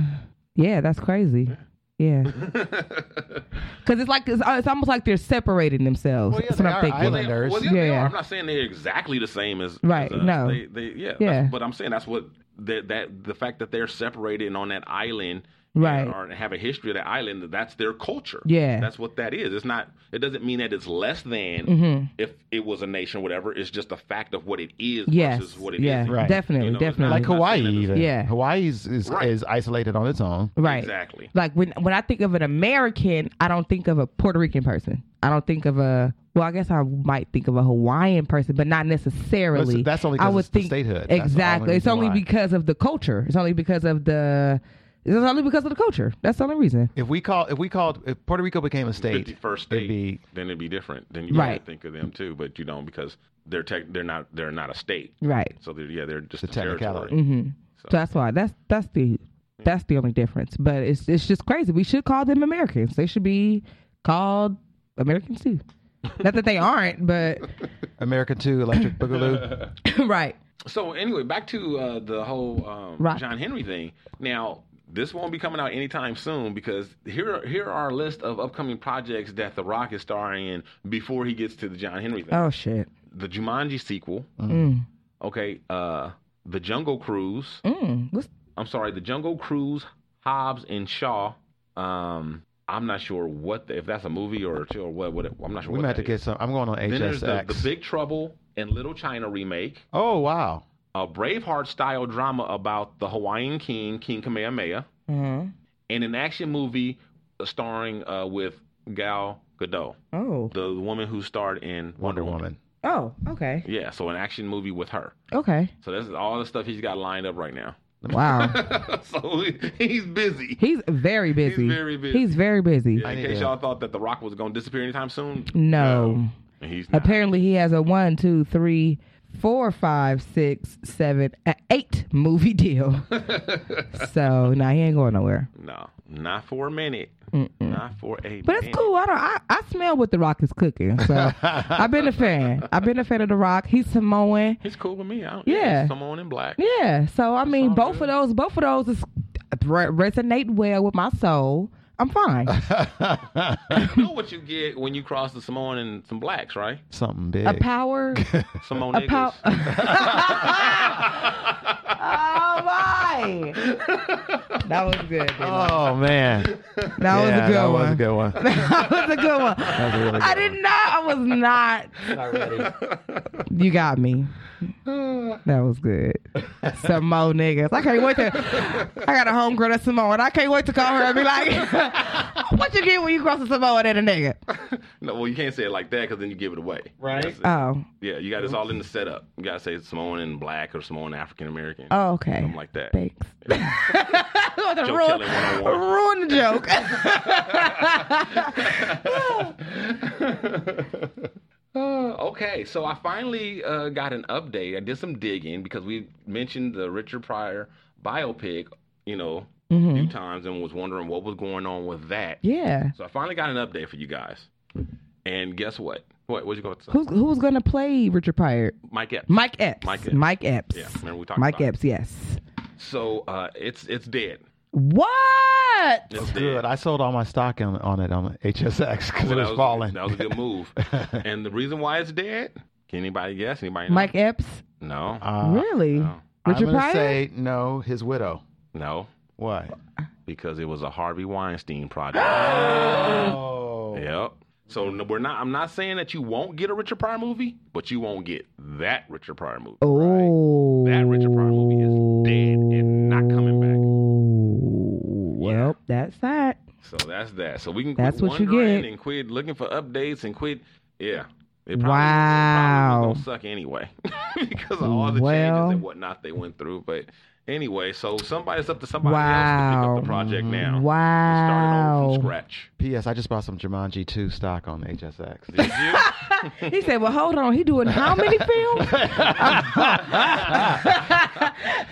D: yeah, that's crazy. Yeah. Because it's like it's, it's almost like they're separating themselves.
E: Well, yeah,
D: that's what
E: they
D: I'm
E: are
D: thinking.
E: island- Islanders.
C: Well, yeah, they
D: Yeah.
C: are. I'm not saying they're exactly the same as
D: Right,
C: as us.
D: no.
C: They, they, yeah,
D: Yeah.
C: that's- But I'm saying that's what that, that the fact that they're separated and on that island,
D: Right.
C: and, or have a history of the island. That's their culture.
D: Yeah.
C: that's what that is. It's not. It doesn't mean that it's less than
D: Mm-hmm.
C: if it was a nation, or whatever. It's just a fact of what it is
D: Yes.
C: versus what it
D: yeah.
C: is.
E: Right.
D: Definitely.
C: You know, it's not-
D: definitely.
E: Like
C: I'm not
E: Hawaii
C: saying that it's-
E: even.
D: Yeah.
E: Hawaii is is,
C: Right.
E: is isolated on its own.
D: right.
C: Exactly.
D: Like when when I think of an American, I don't think of a Puerto Rican person. I don't think of a well, I guess I might think of a Hawaiian person, but not necessarily.
E: That's- that's only 'cause
D: I
E: it's the statehood. That's the only
D: Exactly. It's
E: reason
D: only
E: why.
D: because of the culture. It's only because of the. It's only because of the culture. That's the only reason.
E: If we call if we called if Puerto Rico became a state,
C: 51st
E: it'd
C: state,
E: be
C: then it'd be different. Then you
D: Right.
C: might think of them too, but you don't because they're tech, they're not they're not a state.
D: Right. Mm-hmm.
C: So they're, yeah, they're just
E: The
C: a territory.
E: technicality.
D: So that's why that's that's the that's the only difference. But it's it's just crazy. We should call them Americans. They should be called Americans too. Not that they aren't, but
E: America Two Electric Boogaloo.
D: right.
C: So anyway, back to uh, the whole um,
D: Rock.
C: John Henry thing. Now this won't be coming out anytime soon because here here are a list of upcoming projects that The Rock is starring in before he gets to the John Henry thing.
D: Oh shit.
C: The Jumanji sequel.
D: Mm.
C: Okay. Uh, the Jungle Cruise.
D: Mm. What's,
C: I'm sorry, The Jungle Cruise, Hobbs and Shaw. Um, I'm not sure what the, if that's a movie or a- or what. what it- I'm not sure.
E: We
C: what
E: might have to
C: that
E: get
C: is.
E: some. I'm going on
C: Then there's the,
E: HSX.
C: the Big Trouble and Little China remake,
E: oh wow.
C: a Braveheart style drama about the Hawaiian King, King Kamehameha,
D: Mhm.
C: and an action movie starring uh, with Gal Gadot,
D: Oh.
C: the woman who starred in
E: Wonder Woman.
D: Oh. Okay.
C: Yeah, so an action movie with her.
D: Okay.
C: So that's all the stuff he's got lined up right now.
D: Wow.
C: so he- he's busy.
D: He's very busy.
C: very busy.
D: He's very busy.
C: In
E: need
C: case
E: to-
C: y'all thought that The Rock was going to disappear anytime soon,
D: No.
C: and he's not.
D: Apparently, he has a one, two, three, four, five, six, seven, a- eight movie deal. so now he ain't going nowhere.
C: no, not for a minute, not for a.
D: But it's
C: minute.
D: cool. I don't. I, I smell what The Rock is cooking. So I've been a fan. I've been a fan of The Rock. He's Samoan.
C: It's cool with me. I don't,
D: Yeah.
C: someone in black.
D: Yeah. So I mean,
C: all
D: both
C: good.
D: of those, both of those is, re- resonate well with my soul. I'm fine.
C: You know what you get when you cross the Samoan and some blacks, right?
E: Something big.
D: a power.
C: Samoan
D: A
C: niggas.
D: power. oh my! That was good. baby.
E: oh man.
D: That was
E: Yeah,
D: a good
E: that
D: one.
E: was a good one.
D: that was a good one.
E: That was a really
D: I
E: good
D: did not. I was not. You got me. That was good. Some more niggas. I can't wait to. I got a homegirl that's Samoan. I can't wait to call her and be like, "What you get when you cross a Samoan and a nigga?"
C: No, well, you can't say it like that because then you give it away. Right.
D: Oh,
C: yeah, you got it's all in the setup. You got to say Samoan and black or Samoan African American.
D: oh okay.
C: Something like that.
D: Thanks. Wanna
C: Joe
D: ruin,
C: Kelly 101.
D: ruin the joke.
C: Uh, okay, so I finally uh, got an update. I did some digging because we mentioned the Richard Pryor biopic, you know, a few times and was wondering what was going on with that.
D: Mm-hmm. yeah.
C: So I finally got an update for you guys. And guess what? What was you going to say?
D: Who's who's gonna play Richard Pryor?
C: Mike Epps.
D: Mike Epps.
C: Mike Epps.
D: Mike Epps.
C: Yeah, remember we talked
D: Mike
C: about it.
D: Epps. Yes.
C: So uh, it's it's dead.
D: What?
C: It's dead.
E: Good. I sold all my stock on, on it on HSX because
C: Well,
E: it
C: that
E: was, falling.
C: That was a good move. and the reason why it's dead? Can anybody guess? Anybody? Know?
D: Mike Epps?
C: No.
E: Uh,
D: really?
C: no.
E: I'm
D: Richard
E: gonna
D: Pryor?
E: say no. His widow.
C: No.
E: What?
C: Because it was a Harvey Weinstein project.
E: Oh.
C: yep. So no, we're not. I'm not saying that you won't get a Richard Pryor movie, but you won't get that Richard Pryor movie.
D: oh.
C: That Richard Pryor movie is dead and not coming back.
D: Oh, Well, that's that.
C: So that's that. So we can
D: That's
C: quit
D: what you
C: wondering
D: get.
C: and quit looking for updates and quit. Yeah. It It
D: Wow.
C: probably was gonna suck anyway because of all the
D: Well.
C: changes and whatnot they went through. But anyway, so somebody's up to somebody else to pick
D: Wow.
C: up the project now. and Start it over
D: Wow.
C: from scratch.
E: P.S. I just bought some Jumanji 2 stock on HSX.
C: Did you?
D: He said, "Well, hold on. He doing how many films?"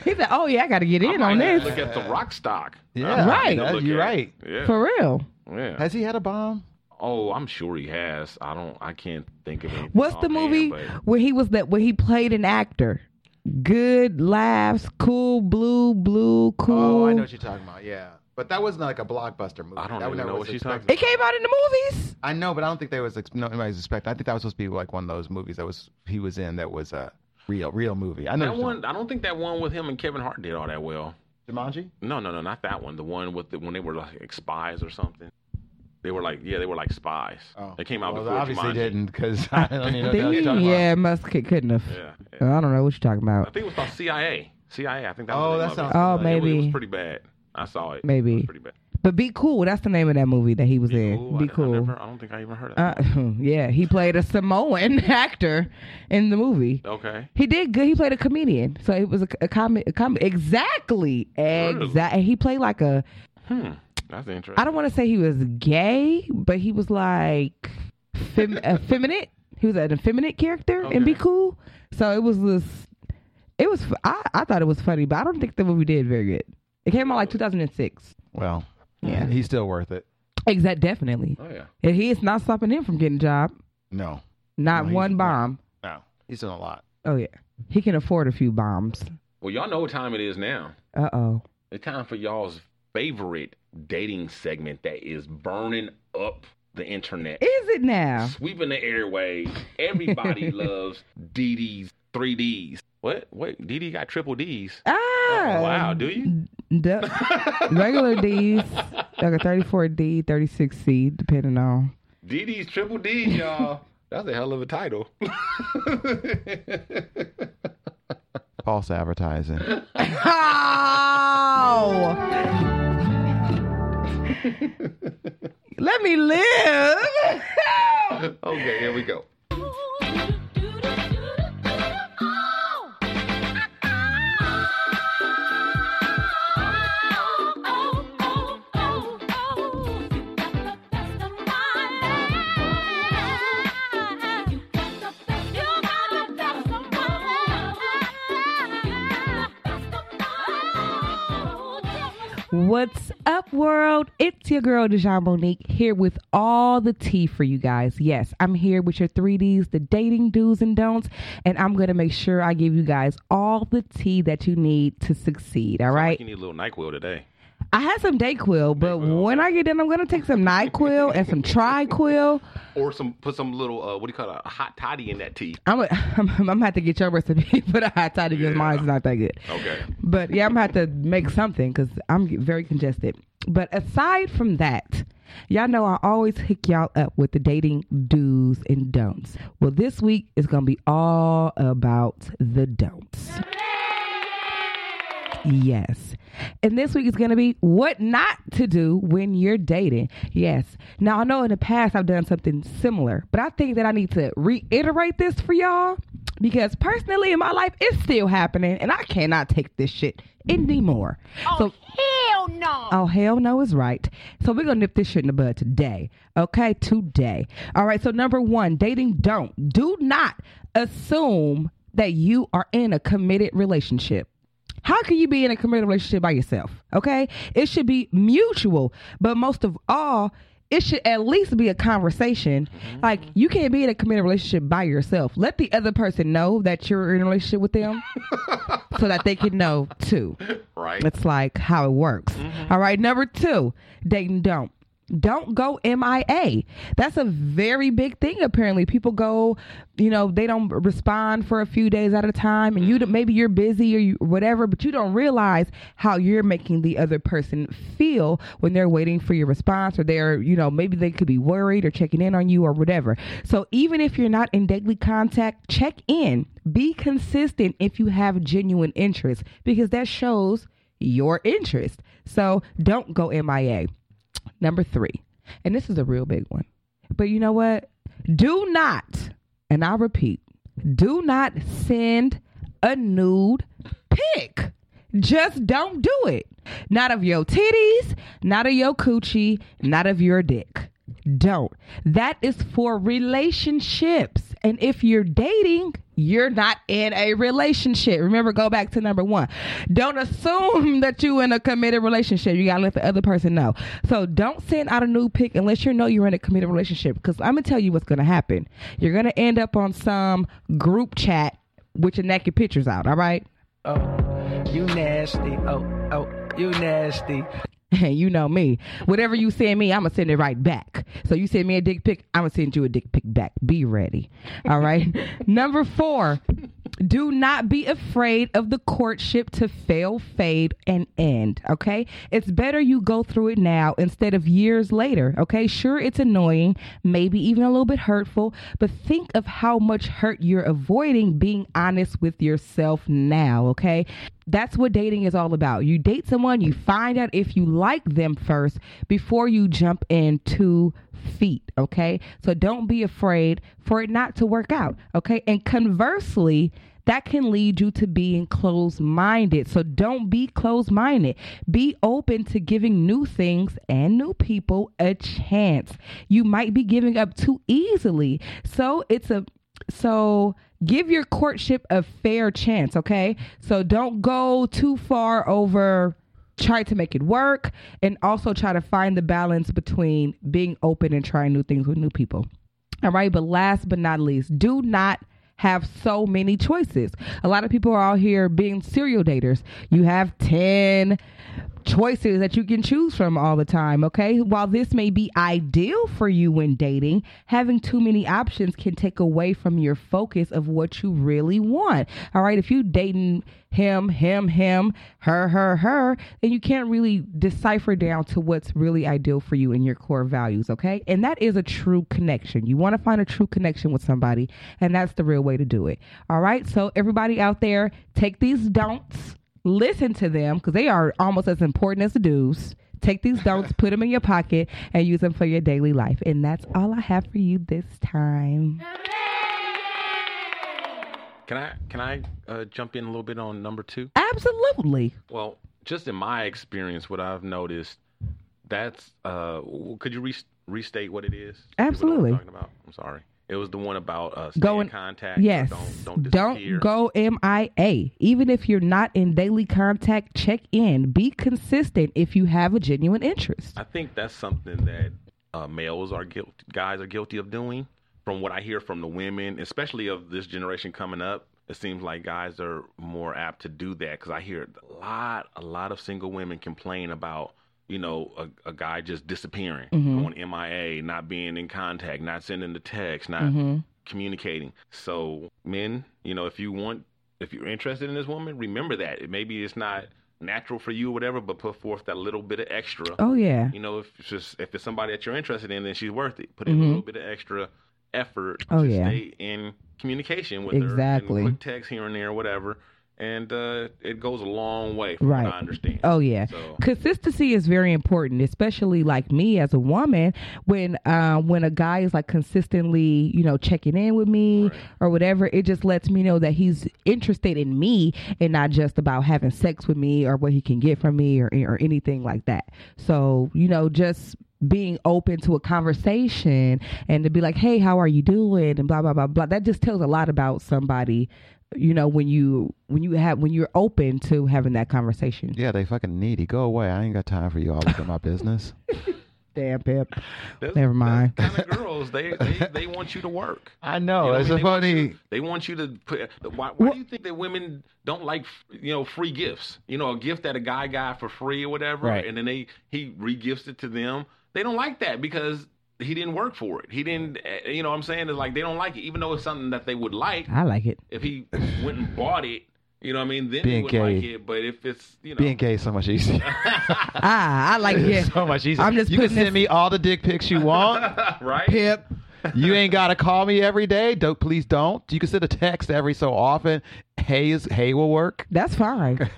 D: he said, "Oh yeah, I got to get in
C: I
D: on
C: might
D: this
C: look at the rock stock.
E: Yeah,
D: Right.
E: that-
C: Look
E: you're
C: at it.
E: right.
C: Yeah.
D: for real."
C: yeah.
E: Has he had a bomb?
C: Oh, I'm sure he has. I don't. I can't think of anything.
D: What's the
C: offhand,
D: movie
C: Oh, but-
D: where he was that where he played an actor? Good laughs, cool blue, blue, cool.
E: Oh, I know what you're talking about. Yeah, but that wasn't like a blockbuster movie.
C: I don't
E: That
C: even
E: never
C: know what
E: was
C: she's
E: expected.
C: talking
D: it came out in the movies.
E: I know, but I don't think they was ex- nobody's expecting. I think that was supposed to be like one of those movies that was he was in that was a real real movie. I know
C: That one. I don't think that one with him and Kevin Hart did all that well.
E: Jumanji.
C: No, no, no, not that one. The one with the, when they were like, like spies or something. They were like, yeah, they were like spies. They came out
E: Oh. well,
C: before
E: obviously
C: Jumanji.
E: didn't because I don't even know what you're talking
D: yeah, must couldn't have.
C: Yeah.
D: I don't know what you're talking
C: I
D: about.
C: think it was called CIA. CIA. I think that.
E: Oh,
C: was the name
E: that
C: of
E: sounds
C: it.
D: Oh,
C: It was- It was
D: maybe.
C: pretty bad. I saw it. It was
D: Maybe.
C: pretty bad.
D: But Be Cool, that's the name of that movie that he was in.
C: Ooh, I-
D: Be
C: I
D: Cool.
C: never- I don't think I even heard of that.
D: uh, yeah, he played a Samoan actor in the movie.
C: okay.
D: He did good. He played a comedian. So it was a, a comic. A comic. Exactly. Exactly. He played like a,
C: Hmm. That's interesting.
D: I don't want to say he was gay, but he was like fem- effeminate. He was an effeminate character in Be
C: Okay.
D: Cool. So it was this, it was, I, I thought it was funny, but I don't think the movie did very good. It came out like 2006.
E: Well,
D: Yeah.
E: he's still worth it.
D: Exact, definitely.
C: Oh yeah.
D: And he is not stopping him from getting a job.
E: No,
D: Not
E: No, he's
D: one
E: not.
D: bomb.
E: no, he's done a lot.
D: Oh yeah. He can afford a few bombs.
C: Well, y'all know what time it is now.
D: Uh oh.
C: It's time for y'all's favorite dating segment that is burning up the internet,
D: Is it now?
C: sweeping the airways. Everybody loves DD's three Ds. What? Wait, DD got triple Ds.
D: Ah.
C: Oh, wow, do you?
D: Duh. regular D's, like a 34D, 36C, depending on.
C: DD's triple D, y'all. That's a hell of a title.
E: False advertising.
D: Oh! Let me live.
C: okay, here we go.
D: What's up, world? It's your girl, Dejan Monique, here with all the tea for you guys. Yes, I'm here with your 3Ds, the dating do's and don'ts, and I'm going to make sure I give you guys all the tea that you need to succeed, all right?
C: You need a little NyQuil today.
D: I had some Dayquil, but when I get done, I'm gonna take some Nyquil and some Triquil.
C: Or some put some little uh, what do you call it, a hot toddy in that tea.
D: I'm gonna, I'm, I'm gonna have to get your recipe for the hot toddy because mine's not that good.
C: Okay.
D: But yeah, I'm gonna have to make something because I'm get- very congested. But aside from that, y'all know I always hook y'all up with the dating do's and don'ts. Well, this week is gonna be all about the don'ts. Yes. And this week is going to be what not to do when you're dating. Yes. Now, I know in the past I've done something similar, but I think that I need to reiterate this for y'all because personally in my life, it's still happening and I cannot take this shit anymore. so,
G: Hell no.
D: Oh, hell no is right. So we're gonna nip this shit in the bud today. Okay, today. All right, so number one, dating don't. Do not assume that you are in a committed relationship. How can you be in a committed relationship by yourself? Okay? It should be mutual, but most of all, it should at least be a conversation. Like you can't be in a committed relationship by yourself. Let the other person know that you're in a relationship with them so that they can know too.
C: Right.
D: It's like how it works. All right. Number two, dating don't. Don't go MIA. That's a very big thing. Apparently, people go, you know, they don't respond for a few days at a time, and you don't- maybe you're busy or you, whatever, but you don't realize how you're making the other person feel when they're waiting for your response, or they're, you know, maybe they could be worried or checking in on you or whatever. So even if you're not in daily contact, check in. Be consistent if you have genuine interest, because that shows your interest. So don't go MIA. Number three, and this is a real big one, but you know what? Do not, and I repeat, do not send a nude pic. Just don't do it. Not of your titties, not of your coochie, not of your dick. Don't. That is for relationships. And if you're dating, you're not in a relationship. Remember, go back to number one. Don't assume that you in a committed relationship. You gotta let the other person know. So don't send out a new pic unless you know you're in a committed relationship. Because I'm gonna tell you what's gonna happen. You're gonna end up on some group chat with your naked pictures out. All right.
H: You nasty. Oh, oh, you nasty.
D: And you know me. Whatever you send me, I'm going to send it right back. So you send me a dick pic, I'm going to send you a dick pic back. Be ready. All right. Number four, do not be afraid of the courtship to fail, fade, and end. Okay. It's better you go through it now instead of years later. Okay. Sure, it's annoying, maybe even a little bit hurtful, but think of how much hurt you're avoiding being honest with yourself now. Okay that's what dating is all about. You date someone, you find out if you like them first before you jump in two feet, okay? So don't be afraid for it not to work out, okay? And conversely, that can lead you to being closed minded. So don't be closed minded. Be open to giving new things and new people a chance. You might be giving up too easily. So it's a so give your courtship a fair chance, okay? So don't go too far over try to make it work and also try to find the balance between being open and trying new things with new people. All right, but last but not least, do not have so many choices. A lot of people are out here being serial daters. You have 10 choices that you can choose from all the time, okay? While this may be ideal for you when dating, having too many options can take away from your focus of what you really want. All right, if you dating him, him, him, her, her, her, then you can't really decipher down to what's really ideal for you and your core values, okay? And that is a true connection. You want to find a true connection with somebody, and that's the real way to do it. All right? So everybody out there, take these don'ts listen to them because they are almost as important as the do's. Take these don'ts, put them in your pocket, and use them for your daily life. And that's all I have for you this time.
C: Can I can I uh, jump in a little bit on number two?
D: Absolutely.
C: Well, just in my experience, what I've noticed, that's uh, could you re- restate what it is? What I'm
D: Absolutely.
C: talking about? I'm sorry. It was the one about uh, stay
D: Go
C: in
D: in-
C: contact. or
D: Yes.
C: Don't don't disappear.
D: go MIA. Even if you're not in daily contact, check in. Be consistent if you have a genuine interest.
C: I think that's something that uh, males are guilty, guys are guilty of doing. From what I hear from the women, especially of this generation coming up, it seems like guys are more apt to do that. Because I hear a lot, a lot of single women complain about, you know, a, a guy just disappearing, going MIA, not being in contact, not sending the text, not
D: Mm-hmm.
C: communicating. So, men, you know, if you want, if you're interested in this woman, remember that. It- Maybe it's not natural for you, whatever, but put forth that little bit of extra
D: Oh, yeah.
C: you know, if it's just if it's somebody that you're interested in, then she's worth it. Put in a little bit of extra effort
D: Mm-hmm. Oh,
C: to
D: yeah.
C: stay in communication with
D: Exactly.
C: her, and quick text here and there, whatever, and uh, it goes a long way. From
D: Right.
C: what I understand.
D: Oh yeah.
C: So-
D: Consistency is very important, especially like me as a woman when uh, when a guy is like consistently, you know, checking in with me or whatever, it just lets me know that he's interested in me and not just about having sex with me or what he can get from me or or anything like that. So, you know, just being open to a conversation and to be like, "Hey, how are you doing?" and blah blah blah blah. That just tells a lot about somebody, you know, when you when you have when you're open to having that conversation.
E: Yeah, they fucking needy. Go away. I ain't got time for you all up in my business.
D: Damn, Pip.
C: That's-
D: Never mind.
C: That's kind of girls, they, they they want you to work.
E: I
C: You
E: know.
C: know
E: It's
C: what
E: a
C: I mean?
E: funny.
C: They want you to put. Why, why do you think that women don't like you know free gifts? You know, a gift that a guy got for free or whatever,
E: Right.
C: and then they he regifts it to them. They don't like that because he didn't work for it. He didn't. eh, You know, what I'm saying it's like they don't like it, even though it's something that they would like.
D: I like it.
C: If he went and bought it, you know, what I mean, then
E: Being
C: they would
E: gay.
C: like it. But if it's you know,
E: Being gay is so much easier.
D: Ah, I like it.
E: so much easier.
D: I'm just
E: you can
D: putting this-
E: send me all the dick pics you want,
C: right?
E: pimp. You ain't gotta call me every day. Don't please don't. You can send a text every so often. Hey is hey will work.
D: That's fine.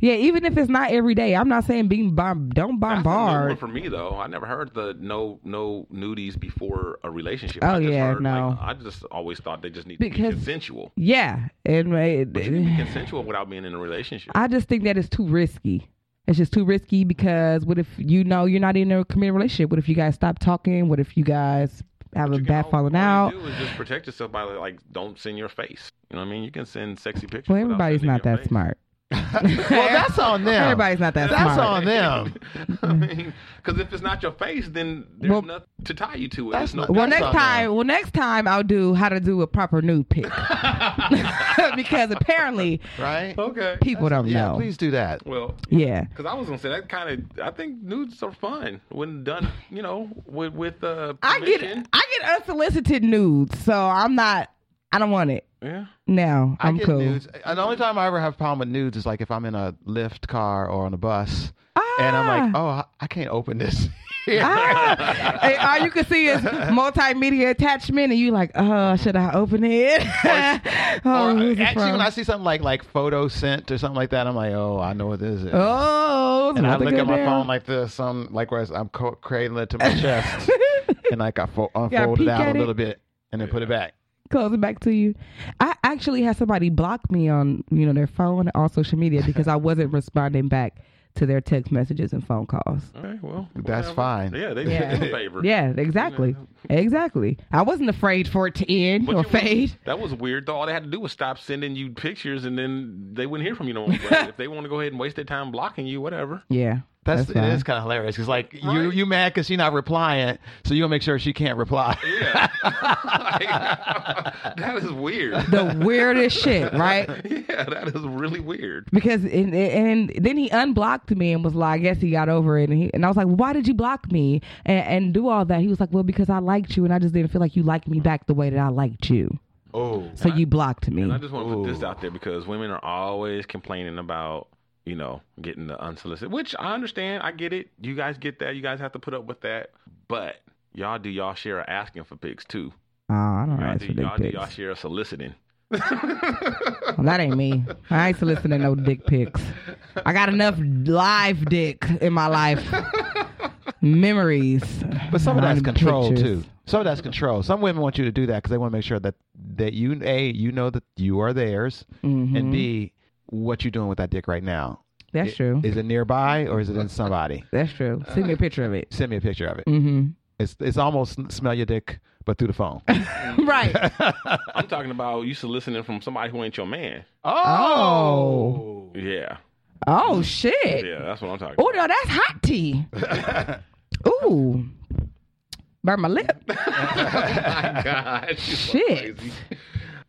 D: Yeah, even if it's not every day, I'm not saying being bomb. Don't
C: That's a new one
D: bombard.
C: for me though. I never heard the no no nudies before a relationship.
D: Oh,
C: I just
D: yeah,
C: heard,
D: no.
C: Like, I just always thought they just need to
D: Because-
C: be consensual.
D: Yeah, and
C: You can be
D: uh,
C: consensual without being in a relationship.
D: I just think that it's too risky. It's just too risky because what if you know you're not in a committed relationship? What if you guys stop talking? What if you guys have a
C: You can
D: bad
C: all-
D: falling
C: all
D: out?
C: you do is just protect yourself by like don't send your face. You know what I mean? You can send sexy pictures.
D: Well,
C: without
D: everybody's
C: sending
D: not
C: your
D: that
C: face.
D: smart.
E: Well, that's on them.
D: Everybody's not that
E: That's
D: smart.
E: on them.
C: I mean, because if it's not your face, then there's
D: Well-
C: nothing to tie you to. It.
E: That's
C: It's no
E: not-
D: Well,
E: That's
D: next
E: on them.
D: time, well, next time I'll do how to do a proper nude pic because apparently
E: Right?
C: okay.
D: people don't
E: Yeah,
D: know.
E: please do that.
C: Well,
D: Yeah.
C: because I was gonna say that kind of. I think nudes are fun when done. You know, with with uh.
D: I get
C: permission.
D: I get unsolicited nudes, so I'm not. I don't want it.
C: Yeah.
D: No,
E: I
D: I'm
E: get
D: cool.
E: nudes. And the only time I ever have a problem with nudes is like if I'm in a Lyft car or on a bus, and I'm like, oh, I- I can't open this.
D: Ah. And all you can see is multimedia attachment, and you like, oh, should I open it?
E: Or,
D: oh,
E: uh,
D: who's it
E: actually,
D: from?
E: when I see something like like photo sent or something like that, I'm like, oh, I know what this is.
D: oh, it's
E: and I
D: about to
E: look
D: go
E: at my
D: down.
E: phone like this. I'm like, whereas I'm co- cradling it to my chest, and like I fo- unfold
D: peek
E: it out
D: at
E: a
D: it.
E: little bit, and then put it back.
D: close it back to you. I actually had somebody block me on you know their phone and on social media because I wasn't responding back to their text messages and phone calls.
C: All right. Well,
E: That's
C: whatever.
E: fine.
C: Yeah, they
D: Yeah.
C: did you a favor.
D: Yeah, exactly, exactly. I wasn't afraid for it to end
C: But you
D: or
C: wouldn't-
D: fade.
C: That was weird. Though all they had to do was stop sending you pictures, and then they wouldn't hear from you no more. But if they want to go ahead and waste their time blocking you, whatever.
D: Yeah.
E: That's,
D: That's fine.
E: it is kind of hilarious. It's like you you mad because she not replying, so you gonna make sure she can't reply.
C: Yeah. Like, that is weird.
D: The weirdest shit, right?
C: yeah, that is really weird.
D: Because and, and then he unblocked me and was like, I guess he got over it. And, he, and I was like, why did you block me and, and do all that? He was like, well, because I liked you and I just didn't feel like you liked me back the way that I liked you.
I: Oh,
D: So you blocked me.
C: And I just want to put this out there because women are always complaining about, you know, getting the unsolicited, which I understand. I get it. You guys get that. You guys have to put up with that. But y'all do y'all share of asking for pics too.
D: oh, I don't
C: Y'all,
D: ask
C: do,
D: for dick
C: y'all, do y'all
D: pics.
C: share of soliciting.
D: Well, that ain't me. I ain't soliciting no dick pics. I got enough live dick in my life. Memories.
E: But some of that's
D: Um,
E: control
D: pictures.
E: too. Some of that's control. Some women want you to do that because they want to make sure that that you a you know that you are theirs, and b what you doing with that dick right now.
D: Mm-hmm. That's true.
E: Is Uh. it nearby or is it in somebody?
D: That's true. Send me a picture of it.
E: Send me a picture of it.
D: Mm-hmm.
E: It's it's almost smell your dick, but through the phone.
D: Right.
C: I'm talking about you soliciting from somebody who ain't your man.
D: Oh.
C: Yeah.
D: Oh shit.
C: Yeah, that's what I'm talking
D: Oh no, that's hot tea. Ooh. Burn my lip.
C: about. My God. you are
D: Shit.
C: crazy.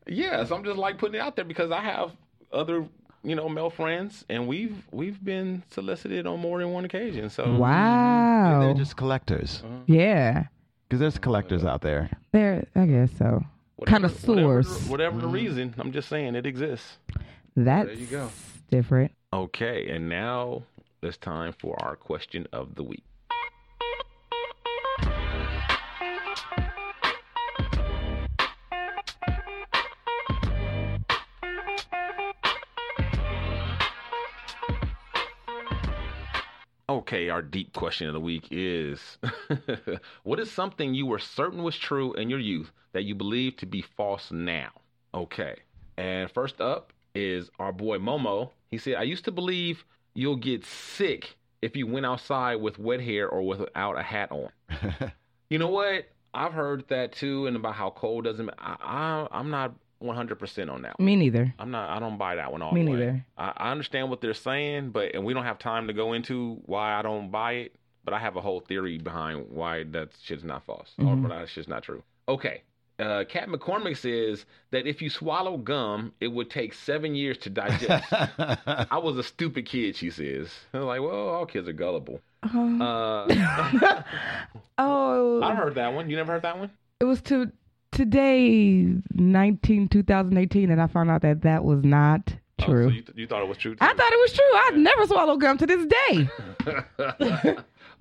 C: Yeah, so I'm just like putting it out there because I have other, you know, male friends and we've we've been solicited on more than one occasion. So
E: They're
D: Wow.
E: Mm-hmm. just collectors
D: yeah.
E: because there's collectors out there.
D: There I guess so.
C: whatever-
D: Connoisseurs.
C: Whatever, whatever the reason, I'm just saying it exists.
D: That's
C: you go.
D: different.
C: Okay, and now it's time for our question of the week. Okay, our deep question of the week is What is something you were certain was true in your youth that you believe to be false now? Okay. And first up is our boy Momo. He said, I used to believe you'll get sick if you went outside with wet hair or without a hat on. you know what? I've heard that too, and about how cold doesn't. I, I, I'm not 100% on that one.
D: Me neither.
C: I'm not. I don't buy that one all
D: Me
C: the way.
D: neither.
C: I, I understand what they're saying, but and we don't have time to go into why I don't buy it. But I have a whole theory behind why that shit's not false
D: Mhm.
C: or that shit's not true. Okay. Uh, Cat McCormick says that if you swallow gum, it would take seven years to digest. I was a stupid kid, she says. I'm like, well, all kids are gullible. Uh,
D: Oh,
C: I heard that one. You never heard that one?
D: it was to today 19 2018 that I found out that that was not
C: Oh, so
D: true.
C: you, th- you thought it was true? Too.
D: I thought it was true. I'd never swallow gum to this day.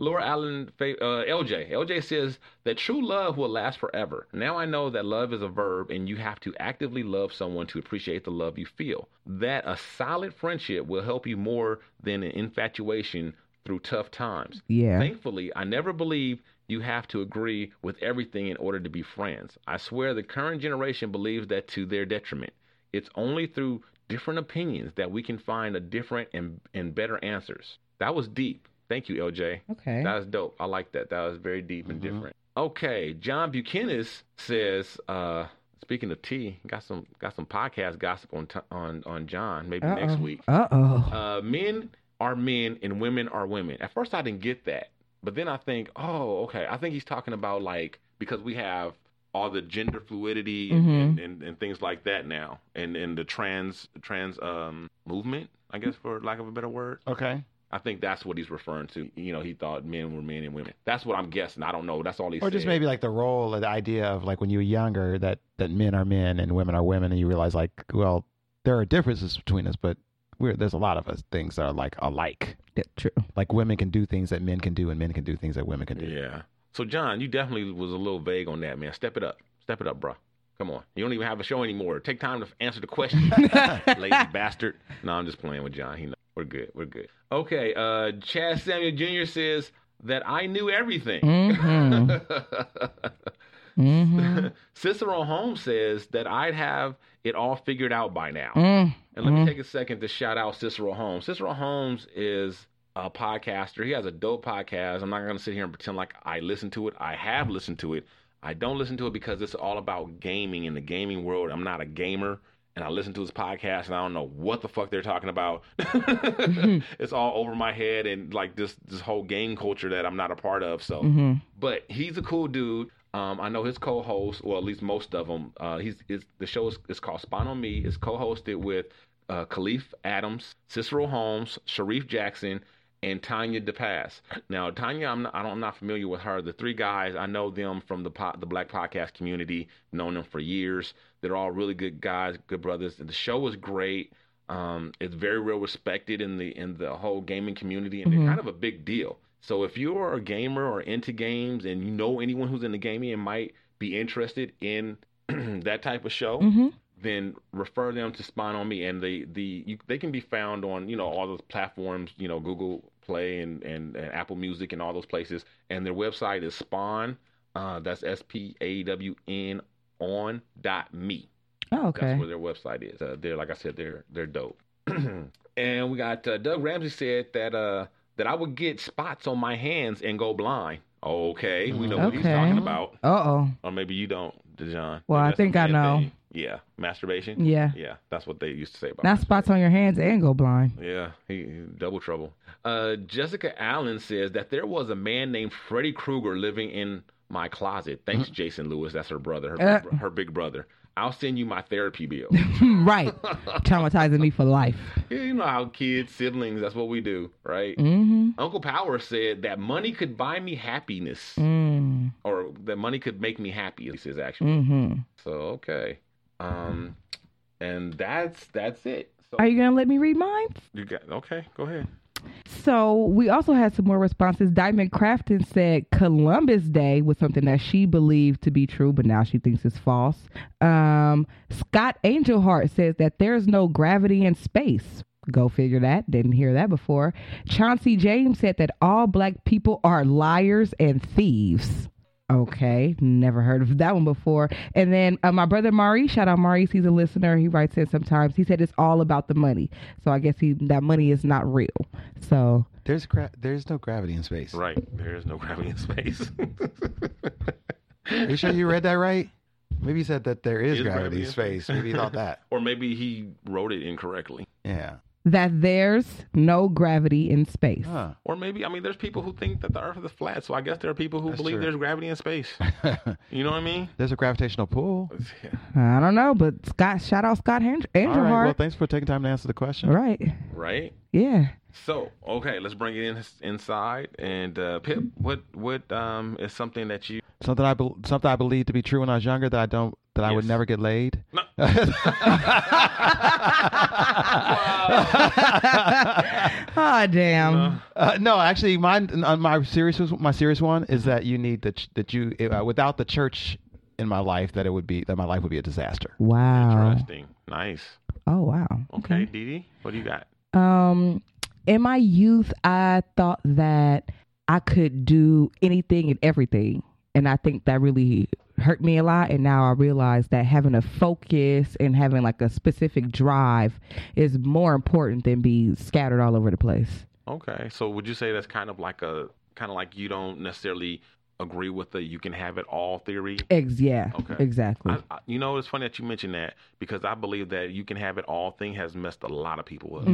C: Laura Allen, fa- uh, LJ. LJ says that true love will last forever. Now I know that love is a verb and you have to actively love someone to appreciate the love you feel. That a solid friendship will help you more than an infatuation through tough times.
D: Yeah.
C: Thankfully, I never believe you have to agree with everything in order to be friends. I swear the current generation believes that to their detriment. It's only through different opinions that we can find a different and, and better answers. That was deep. Thank you, Mm-hmm. LJ.
D: Okay.
C: That was dope. I like that. That was very deep and different. Okay, John Buchanan says, uh, speaking of tea, got some got some podcast gossip on t- on on John maybe next week
D: Uh-oh.
C: uh, men are men and women are women. At first, I didn't get that, but then I think, oh, okay. I think he's talking about like because we have all the gender fluidity
E: Mm-hmm.
C: and, and, and, and things like that now, and and the trans trans um movement, I guess, for lack of a better word.
E: Okay.
C: I think that's what he's referring to. You know, he thought men were men and women. That's what I'm guessing. I don't know. That's all he
E: Or
C: said.
E: just maybe like the role or the idea of like when you were younger that that men are men and women are women and you realize like well there are differences between us but we're there's a lot of us things that are like alike
D: Yeah, true.
E: like women can do things that men can do and men can do things that women can do.
C: Yeah. So John, you definitely was a little vague on that, man. Step it up. Step it up, bro. Come on. You don't even have a show anymore. Take time to answer the question, lazy bastard. No, I'm just playing with John. He know. We're good. We're good. Okay. Uh, Chad Samuel Jr. says that I knew everything.
D: Mm-hmm.
C: Cicero Holmes says that I'd have it all figured out by now.
D: Mm-hmm.
C: And let me take a second to shout out Cicero Holmes. Cicero Holmes is a podcaster. He has a dope podcast. I'm not going to sit here and pretend like I listen to it. I have listened to it. I don't listen to it because it's all about gaming in the gaming world. I'm not a gamer. and I listen to his podcast and I don't know what the fuck they're talking about. It's all over my head and like this this whole game culture that I'm not a part of. So,
D: Mm-hmm.
C: but he's a cool dude. Um, I know his co-host, well, at least most of them. Uh, he's is the show is, is called Spawn on Me. It's co-hosted with uh, Khalif Adams, Cicero Holmes, Sharif Jackson, and Tanya DePass. Now, Tanya, I'm not, I don't, I'm not familiar with her. The three guys, I know them from the po- the Black podcast community, known them for years. They're all really good guys, good brothers. And the show is great. Um, it's very well respected in the in the whole gaming community, and they're kind of a big deal. So if you are a gamer or into games, and you know anyone who's in the gaming and might be interested in that type of show,
D: Oh,
C: then refer them to Spawn on Me, and they the you, they can be found on you know all those platforms, you know Google Play and, and and Apple Music and all those places, and their website is Spawn. Uh, that's S P A W N on dot me.
D: Oh,
C: That's
D: okay.
C: where their website is. Uh, they're like I said, they're they're dope. and we got uh, Doug Ramsey said that uh that I would get spots on my hands and go blind. Okay, we know what he's
D: Okay.
C: talking about,
D: Uh oh.
C: or maybe you don't, Dejan.
D: Well, I
C: That's
D: think
C: a
D: I
C: man
D: know.
C: thing. Yeah, masturbation.
D: Yeah.
C: yeah, that's what they used to say about.
D: Not spots on your hands and go blind.
C: Yeah, he, he- double trouble. Uh, Jessica Allen says that there was a man named Freddy Krueger living in my closet. Thanks, Jason Lewis. That's her brother. Her,
D: Mm-hmm. Uh.
C: big, bro- her big brother. I'll send you my therapy bill.
D: right. Traumatizing me for life.
C: Yeah, you know how kids, siblings, that's what we do, right?
D: Mm-hmm.
C: Uncle Power said that money could buy me happiness,
D: Mm.
C: or that money could make me happy. He says actually.
D: Mm-hmm.
C: So okay, um, and that's that's it. So
D: Are you gonna let me read mine?
C: you got okay? Go ahead.
D: So we also had some more responses. Diamond Crafton said Columbus Day was something that she believed to be true, but now she thinks it's false. Um, Scott Angelhart says that there's no gravity in space. Go figure that. Didn't hear that before. Chauncey James said that all black people are liars and thieves. Okay, never heard of that one before. And then uh, my brother Maurice, shout out Maurice, he's a listener. He writes in sometimes. He said it's all about the money. So I guess he that money is not real. So
E: There's gra- there's no gravity in space.
C: Right, there is no gravity in space.
E: Are you sure you read that right? Maybe you said that there is
C: Is
E: gravity
C: gravity
E: in
C: in
E: space. Maybe you thought that.
C: or maybe he wrote it incorrectly.
E: Yeah.
D: that there's no gravity in space.
E: Huh.
C: Or maybe I mean, there's people who think that the Earth is flat. So I guess there are people who
E: That's
C: believe
E: true.
C: there's gravity in space. You know what I mean?
E: there's a gravitational pull.
D: I don't know, but Scott, shout out Scott Hang-
E: All right. Well,
D: Angelhart.
E: thanks for taking time to answer the question.
D: All right.
C: Right.
D: Yeah.
C: So okay, let's bring it in inside. And uh, Pip, what what um is something that you
E: Something I bel something I believed to be true when I was younger that I don't that I would
C: Yes.
E: never get laid.
C: No.
D: Oh damn.
E: Uh, no, actually, mine uh, my serious my serious one is that you need the ch- that you uh, without the church in my life that it would be that my life would be a disaster. Uh-huh.
D: Wow.
C: interesting? Nice.
D: Oh wow.
C: Okay,
E: Mm-hmm.
C: Dee Dee, what do you got?
D: Um, in my youth, I thought that I could do anything and everything, and I think that really hurt me a lot. And now I realize that having a focus and having like a specific drive is more important than be scattered all over the place.
C: Okay, so would you say that's kind of like a kind of like you don't necessarily agree with the you can have it all theory?
D: Ex, yeah,
C: Okay.
D: exactly.
C: I, I, you know, it's funny that you mentioned that because I believe that you can have it all thing has messed a lot of people up.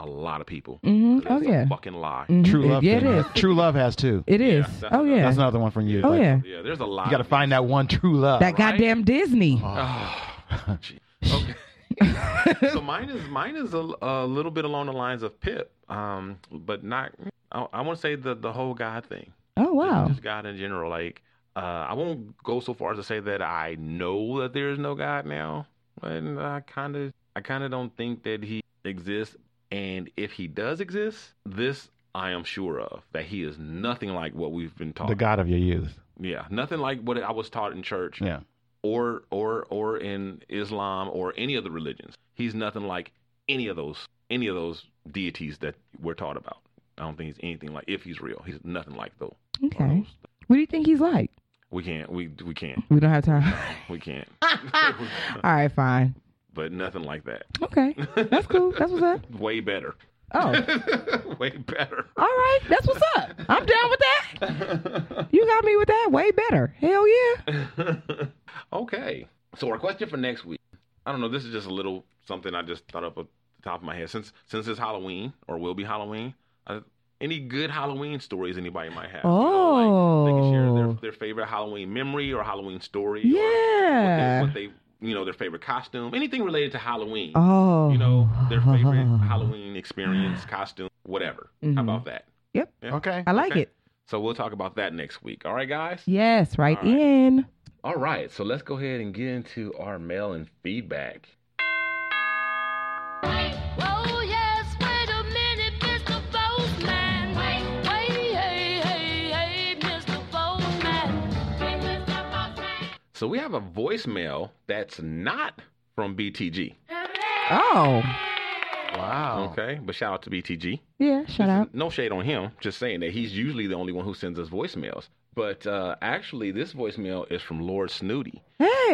C: A lot of people.
D: Mhm.
C: Mm-hmm. That's
D: Mm-hmm.
C: a
D: Oh, yeah.
C: fucking lie.
E: True
D: Mhm.
E: love,
D: Yeah, it
E: thing.
D: is.
E: True love has two.
D: It is.
C: that's-
D: oh yeah.
E: That's another one from you.
D: oh
E: Like,
D: yeah.
C: Yeah, there's a lot.
E: You got to find that one true love.
D: That goddamn Disney.
E: Oh,
C: Okay. so mine is mine is a, a little bit along the lines of Pip, um, but not. I, I want to say the the whole God thing.
D: Oh wow.
C: Just God in general. Like, uh, I won't go so far as to say that I know that there is no God now, but I kind of, I kind of don't think that He exists. And if He does exist, this I am sure of that He is nothing like what we've been taught.
E: the God of your youth.
C: yeah, nothing like what I was taught in church
E: Yeah.
C: or or or in Islam or any other religions. He's nothing like any of those any of those deities that we're taught about. I don't think he's anything like if he's real. He's nothing like those. or
D: Okay.
C: those.
D: What do you think he's like?
C: We can't. We we can't.
D: We don't have time.
C: We can't.
D: all right, fine.
C: But nothing like that.
D: Okay, that's cool. That's what's up.
C: Way better.
D: Oh.
C: Way better.
D: All right, that's what's up. I'm down with that. You got me with that way better. Hell yeah.
C: okay. So our question for next week. I don't know. This is just a little something I just thought up at the top of my head. Since since it's Halloween or will be Halloween, uh, any good Halloween stories anybody might have? you know, like, they can share
D: Oh.
C: their, their favorite Halloween memory or Halloween story.
D: Yeah.
C: Or what they, what they, you know, their favorite costume, anything related to Halloween.
D: Oh.
C: You know, their favorite Halloween experience, costume, whatever.
D: Mhm.
C: How about that?
D: Yep.
C: Yeah.
E: Okay.
D: I like
C: Okay.
D: it.
C: So we'll talk about that next week. All right, guys?
D: Yes, right
C: All right.
D: in.
C: All right, so let's go ahead and get into our mail and feedback.
G: Oh yes, wait a minute, Mr. Postman. Wait, wait, hey, hey, hey, Mr. Postman. Hey, Mr. Postman.
C: So we have a voicemail that's not from BTG.
D: Oh.
E: Wow.
C: Okay, but shout out to BTG.
D: Yeah, Oh. shout out.
C: No shade on him, just saying that he's usually the only one who sends us voicemails. But uh, actually, this voicemail is from Lord Snooty.
D: Hey.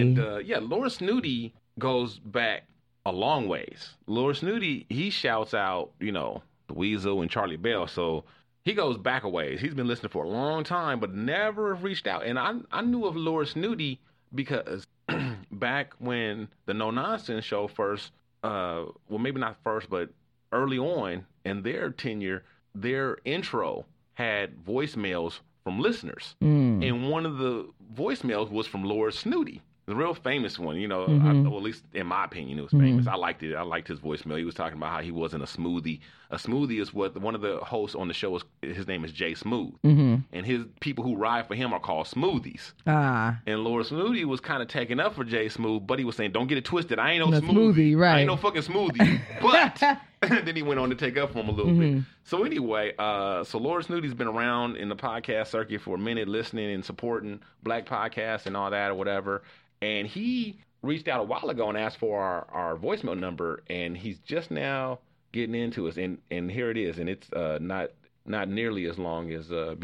C: And uh, yeah, Lord Snooty goes back a long ways. Lord Snooty, he shouts out, you know, the Weasel and Charlie Bell. So he goes back a ways. He's been listening for a long time, but never have reached out. And I I knew of Lord Snooty because back when the No Nonsense show first, uh, well, maybe not first, but early on in their tenure, their intro had voicemails from listeners
D: Mm.
C: and one of the voicemails was from Lord Snooty, the real famous one. You know,
D: Mm-hmm.
C: I, well, at least in my opinion, it was famous. I liked it. I liked his voicemail. He was talking about how he wasn't a smoothie. A smoothie is what one of the hosts on the show is. His name is Jay Smooth,
D: Mhm.
C: and his people who ride for him are called smoothies.
D: Ah.
C: And Lord Snooty was kind of taking up for Jay Smooth, but he was saying, "Don't get it twisted. I ain't no,
D: No smoothie, right.
C: I ain't no fucking smoothie." But then he went on to take up for him a little
D: Mm-hmm.
C: bit. So anyway, uh, so Lord Snooty's been around in the podcast circuit for a minute, listening and supporting Black podcasts and all that or whatever. And he reached out a while ago and asked for our, our voicemail number, and he's just now getting into us. And and here it is, and it's uh, not not nearly as long as uh,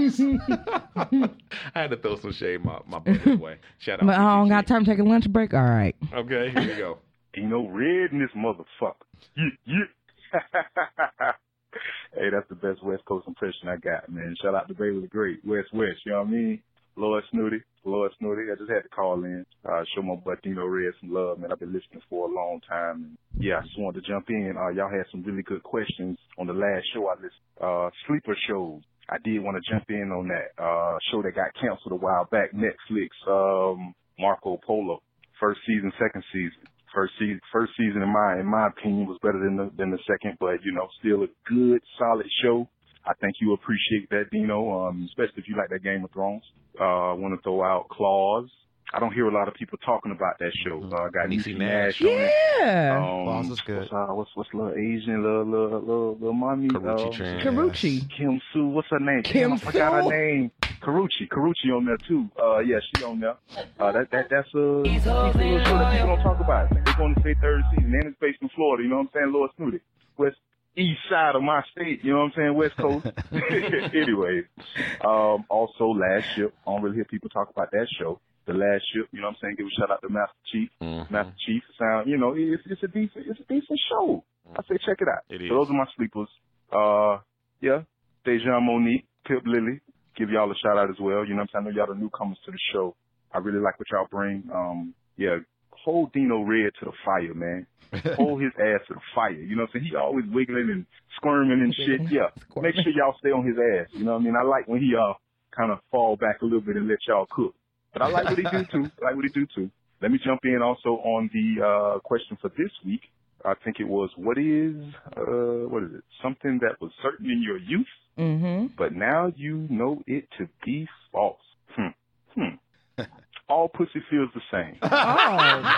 C: BTG. I had to throw some shade my my brother's way. Shout out.
D: But I don't
C: BTG.
D: got time to take a lunch break. All right.
C: Oh, Okay, here we go.
A: Dino Red in this motherfucker. Yeah, yeah. hey, that's the best West Coast impression I got, man. Shout out to Bailey the Great, West West, you know what I mean? Lord Snooty, Lord Snooty. I just had to call in, uh, show my butt Dino Red some love, man. I've been listening for a long time. And yeah, I just wanted to jump in. Uh, y'all had some really good questions on the last show I listened, uh, sleeper shows. I did want to jump in on that, uh, show that got canceled a while back, Netflix, um, Marco Polo first season, second season. First season, first season in my in my opinion was better than the, than the second, but you know, still a good solid show. I think you appreciate that, Dino, um, especially if you like that Game of Thrones. Uh, I want to throw out Claws. I don't hear a lot of people talking about that show. Uh, I got
C: Niecy
A: Niecy
C: Nash.
A: Nash on it.
D: Yeah.
C: Oh,
A: Um,
E: Claws is good.
A: What's, uh, what's what's little Asian, little little little little mommy?
C: Karuchi
A: um,
C: Tran.
D: Karuchi.
A: Kim Sue, what's her name?
D: Kim
A: Damn, I forgot
D: Sue?
A: her name. Karuchi, Karuchi on there too. Uh, yeah, she on there. Uh, that that that's uh, these hoes that people don't talk about. They're going to say third season, and it's based in Florida. You know what I'm saying, Lord Snooty, West East side of my state. You know what I'm saying, West Coast. anyway, um, also last ship. I don't really hear people talk about that show. The last ship. You know what I'm saying. Give a shout out to Master Chief.
C: Mhm.
A: Master Chief sound. You know, it's it's a decent it's a decent show. I say check it out.
C: Mm. It is.
A: So those are my sleepers. Uh, yeah, Deja Monique, Pip Lily. Give y'all a shout out as well. You know what I'm saying? I know y'all the newcomers to the show. I really like what y'all bring. Um, yeah, hold Dino Red to the fire, man. hold his ass to the fire. You know what I'm saying? He always wiggling and squirming and shit. Yeah. Make sure y'all stay on his ass. You know what I mean? I like when he uh kind of fall back a little bit and let y'all cook. But I like what he do too. I like what he do too. Let me jump in also on the uh, question for this week. I think it was what is uh, what is it? Something that was certain in your youth,
D: Mm-hmm.
A: but now you know it to be false. Hmm. Hmm. All pussy feels the same.
D: Oh,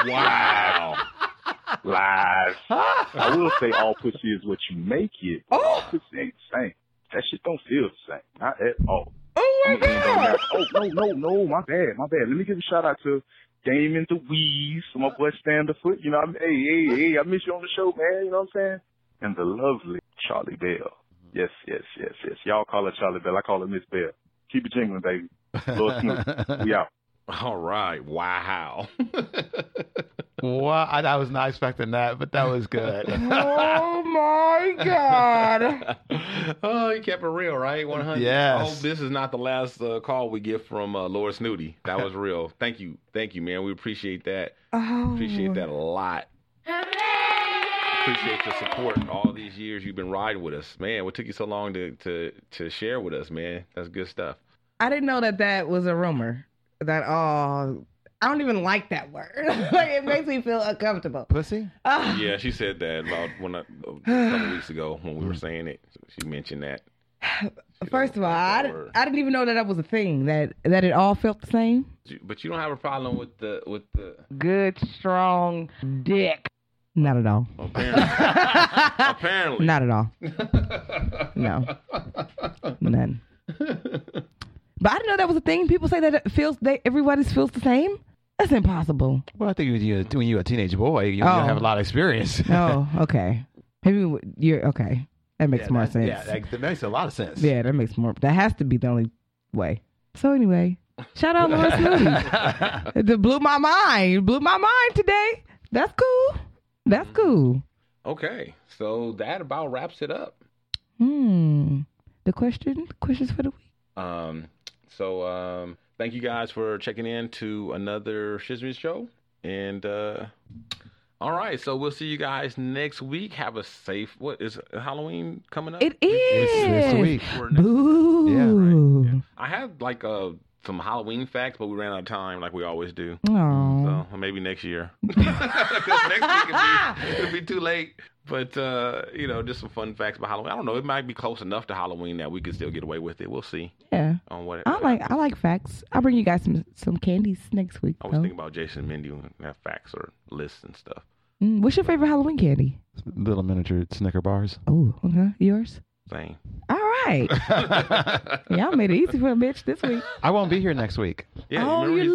C: Wow.
A: Lies. I will say all pussy is what you make it. But
D: Oh.
A: All pussy ain't the same. That shit don't feel the same. Not at all.
D: Oh my
A: I'm gonna end on
D: god.
A: that. Oh no, no, no, my bad, my bad. Let me give a shout out to Damon the Weeze, my boy Standerfoot. You know, I'm, hey, hey, hey, I miss you on the show, man. You know what I'm saying? And the lovely Charlie Bell. Yes, yes, yes, yes. Y'all call her Charlie Bell. I call her Miss Bell. Keep it jingling, baby. Lord Snoop, we out.
C: All right. Wow.
E: Wow. I, I was not expecting that, but that was good.
D: Oh my God.
C: oh, you kept it real, right? 100.
E: Yes.
C: Oh, this is not the last uh, call we get from uh, Laura Snooty. That was real. Thank you. Thank you, man. We appreciate that.
D: Oh.
C: Appreciate that a lot. Appreciate your support all these years you've been riding with us. Man, what took you so long to, to, to share with us, man? That's good stuff.
D: I didn't know that that was a rumor. That, oh, I don't even like that word. like, it makes me feel uncomfortable.
E: Pussy?
D: Ah.
C: Yeah, she said that about when I, a couple weeks ago when we were saying it. She mentioned that.
D: First of all,
C: like
D: I,
C: that
D: di-
C: word.
D: I didn't even know that that was a thing, that, that it all felt the same.
C: But you don't have a problem with the with the
D: Good, strong dick. Not at all.
C: apparently. apparently.
D: Not at all. no. None. But I didn't know that was a thing. People say that it feels they everybody feels the same. That's impossible.
E: Well, I think when you're, when you're a teenage boy, you,
D: Oh.
E: you have a lot of experience.
D: Oh, okay. Maybe you're okay. That makes more sense.
E: Yeah, that, that makes a lot of sense.
D: Yeah, that makes more. That has to be the only way. So anyway, shout out Laura Snooty. It blew my mind. It blew my mind today. That's cool. That's cool.
C: Okay, so that about wraps it up.
D: Hmm. The question, questions for the week.
C: Um, so um, thank you guys for checking in to another Shizmi show, and uh, all right, so we'll see you guys next week. Have a safe. What is Halloween coming up?
D: It is.
E: this week.
C: Or next-
D: Boo.
E: Yeah,
C: I had like uh, some Halloween facts, but we ran out of time, like we always do.
D: Aw.
C: So maybe next year. Mm-hmm. 'Cause next week it'd be, it'd be too late. But uh, you know, just some fun facts about Halloween. I don't know. It might be close enough to Halloween that we could still get away with it. We'll see
D: Yeah.
C: on what.
D: I like I like facts. I'll bring you guys some some candies next week.
C: I was
D: though.
C: thinking about Jason and Mindy when that facts or lists and stuff.
D: Mm, what's your favorite Halloween candy?
E: Little miniature Snicker bars.
D: Oh, okay. Yours?
C: Same.
D: All right. Y'all made it easy for a bitch this week.
E: I won't be here next week.
C: Yeah,
D: oh,
C: remember he's-
D: you're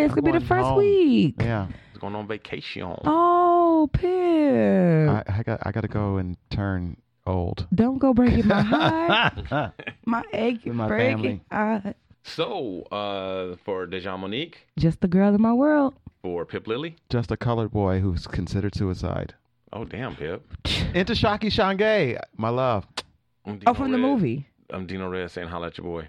D: leaving. it's gonna be the
E: going
D: first
E: home.
D: week.
E: Yeah,
C: he's going on vacation.
D: Oh, Pip.
E: I, I got I got to go and turn old.
D: Don't go breaking my heart.
E: Thank
D: my egg
E: With my
D: breaking heart.
C: So uh, for Dejan Monique,
D: Just the girl in my world.
C: for Pip Lily.
E: Just a colored boy who's considered suicide.
C: Oh damn, Pip.
E: Into Shocky Shange, my love.
C: I'm Dino
D: Oh, from the
C: Red.
D: movie.
C: I'm Dino Red saying holla at your boy.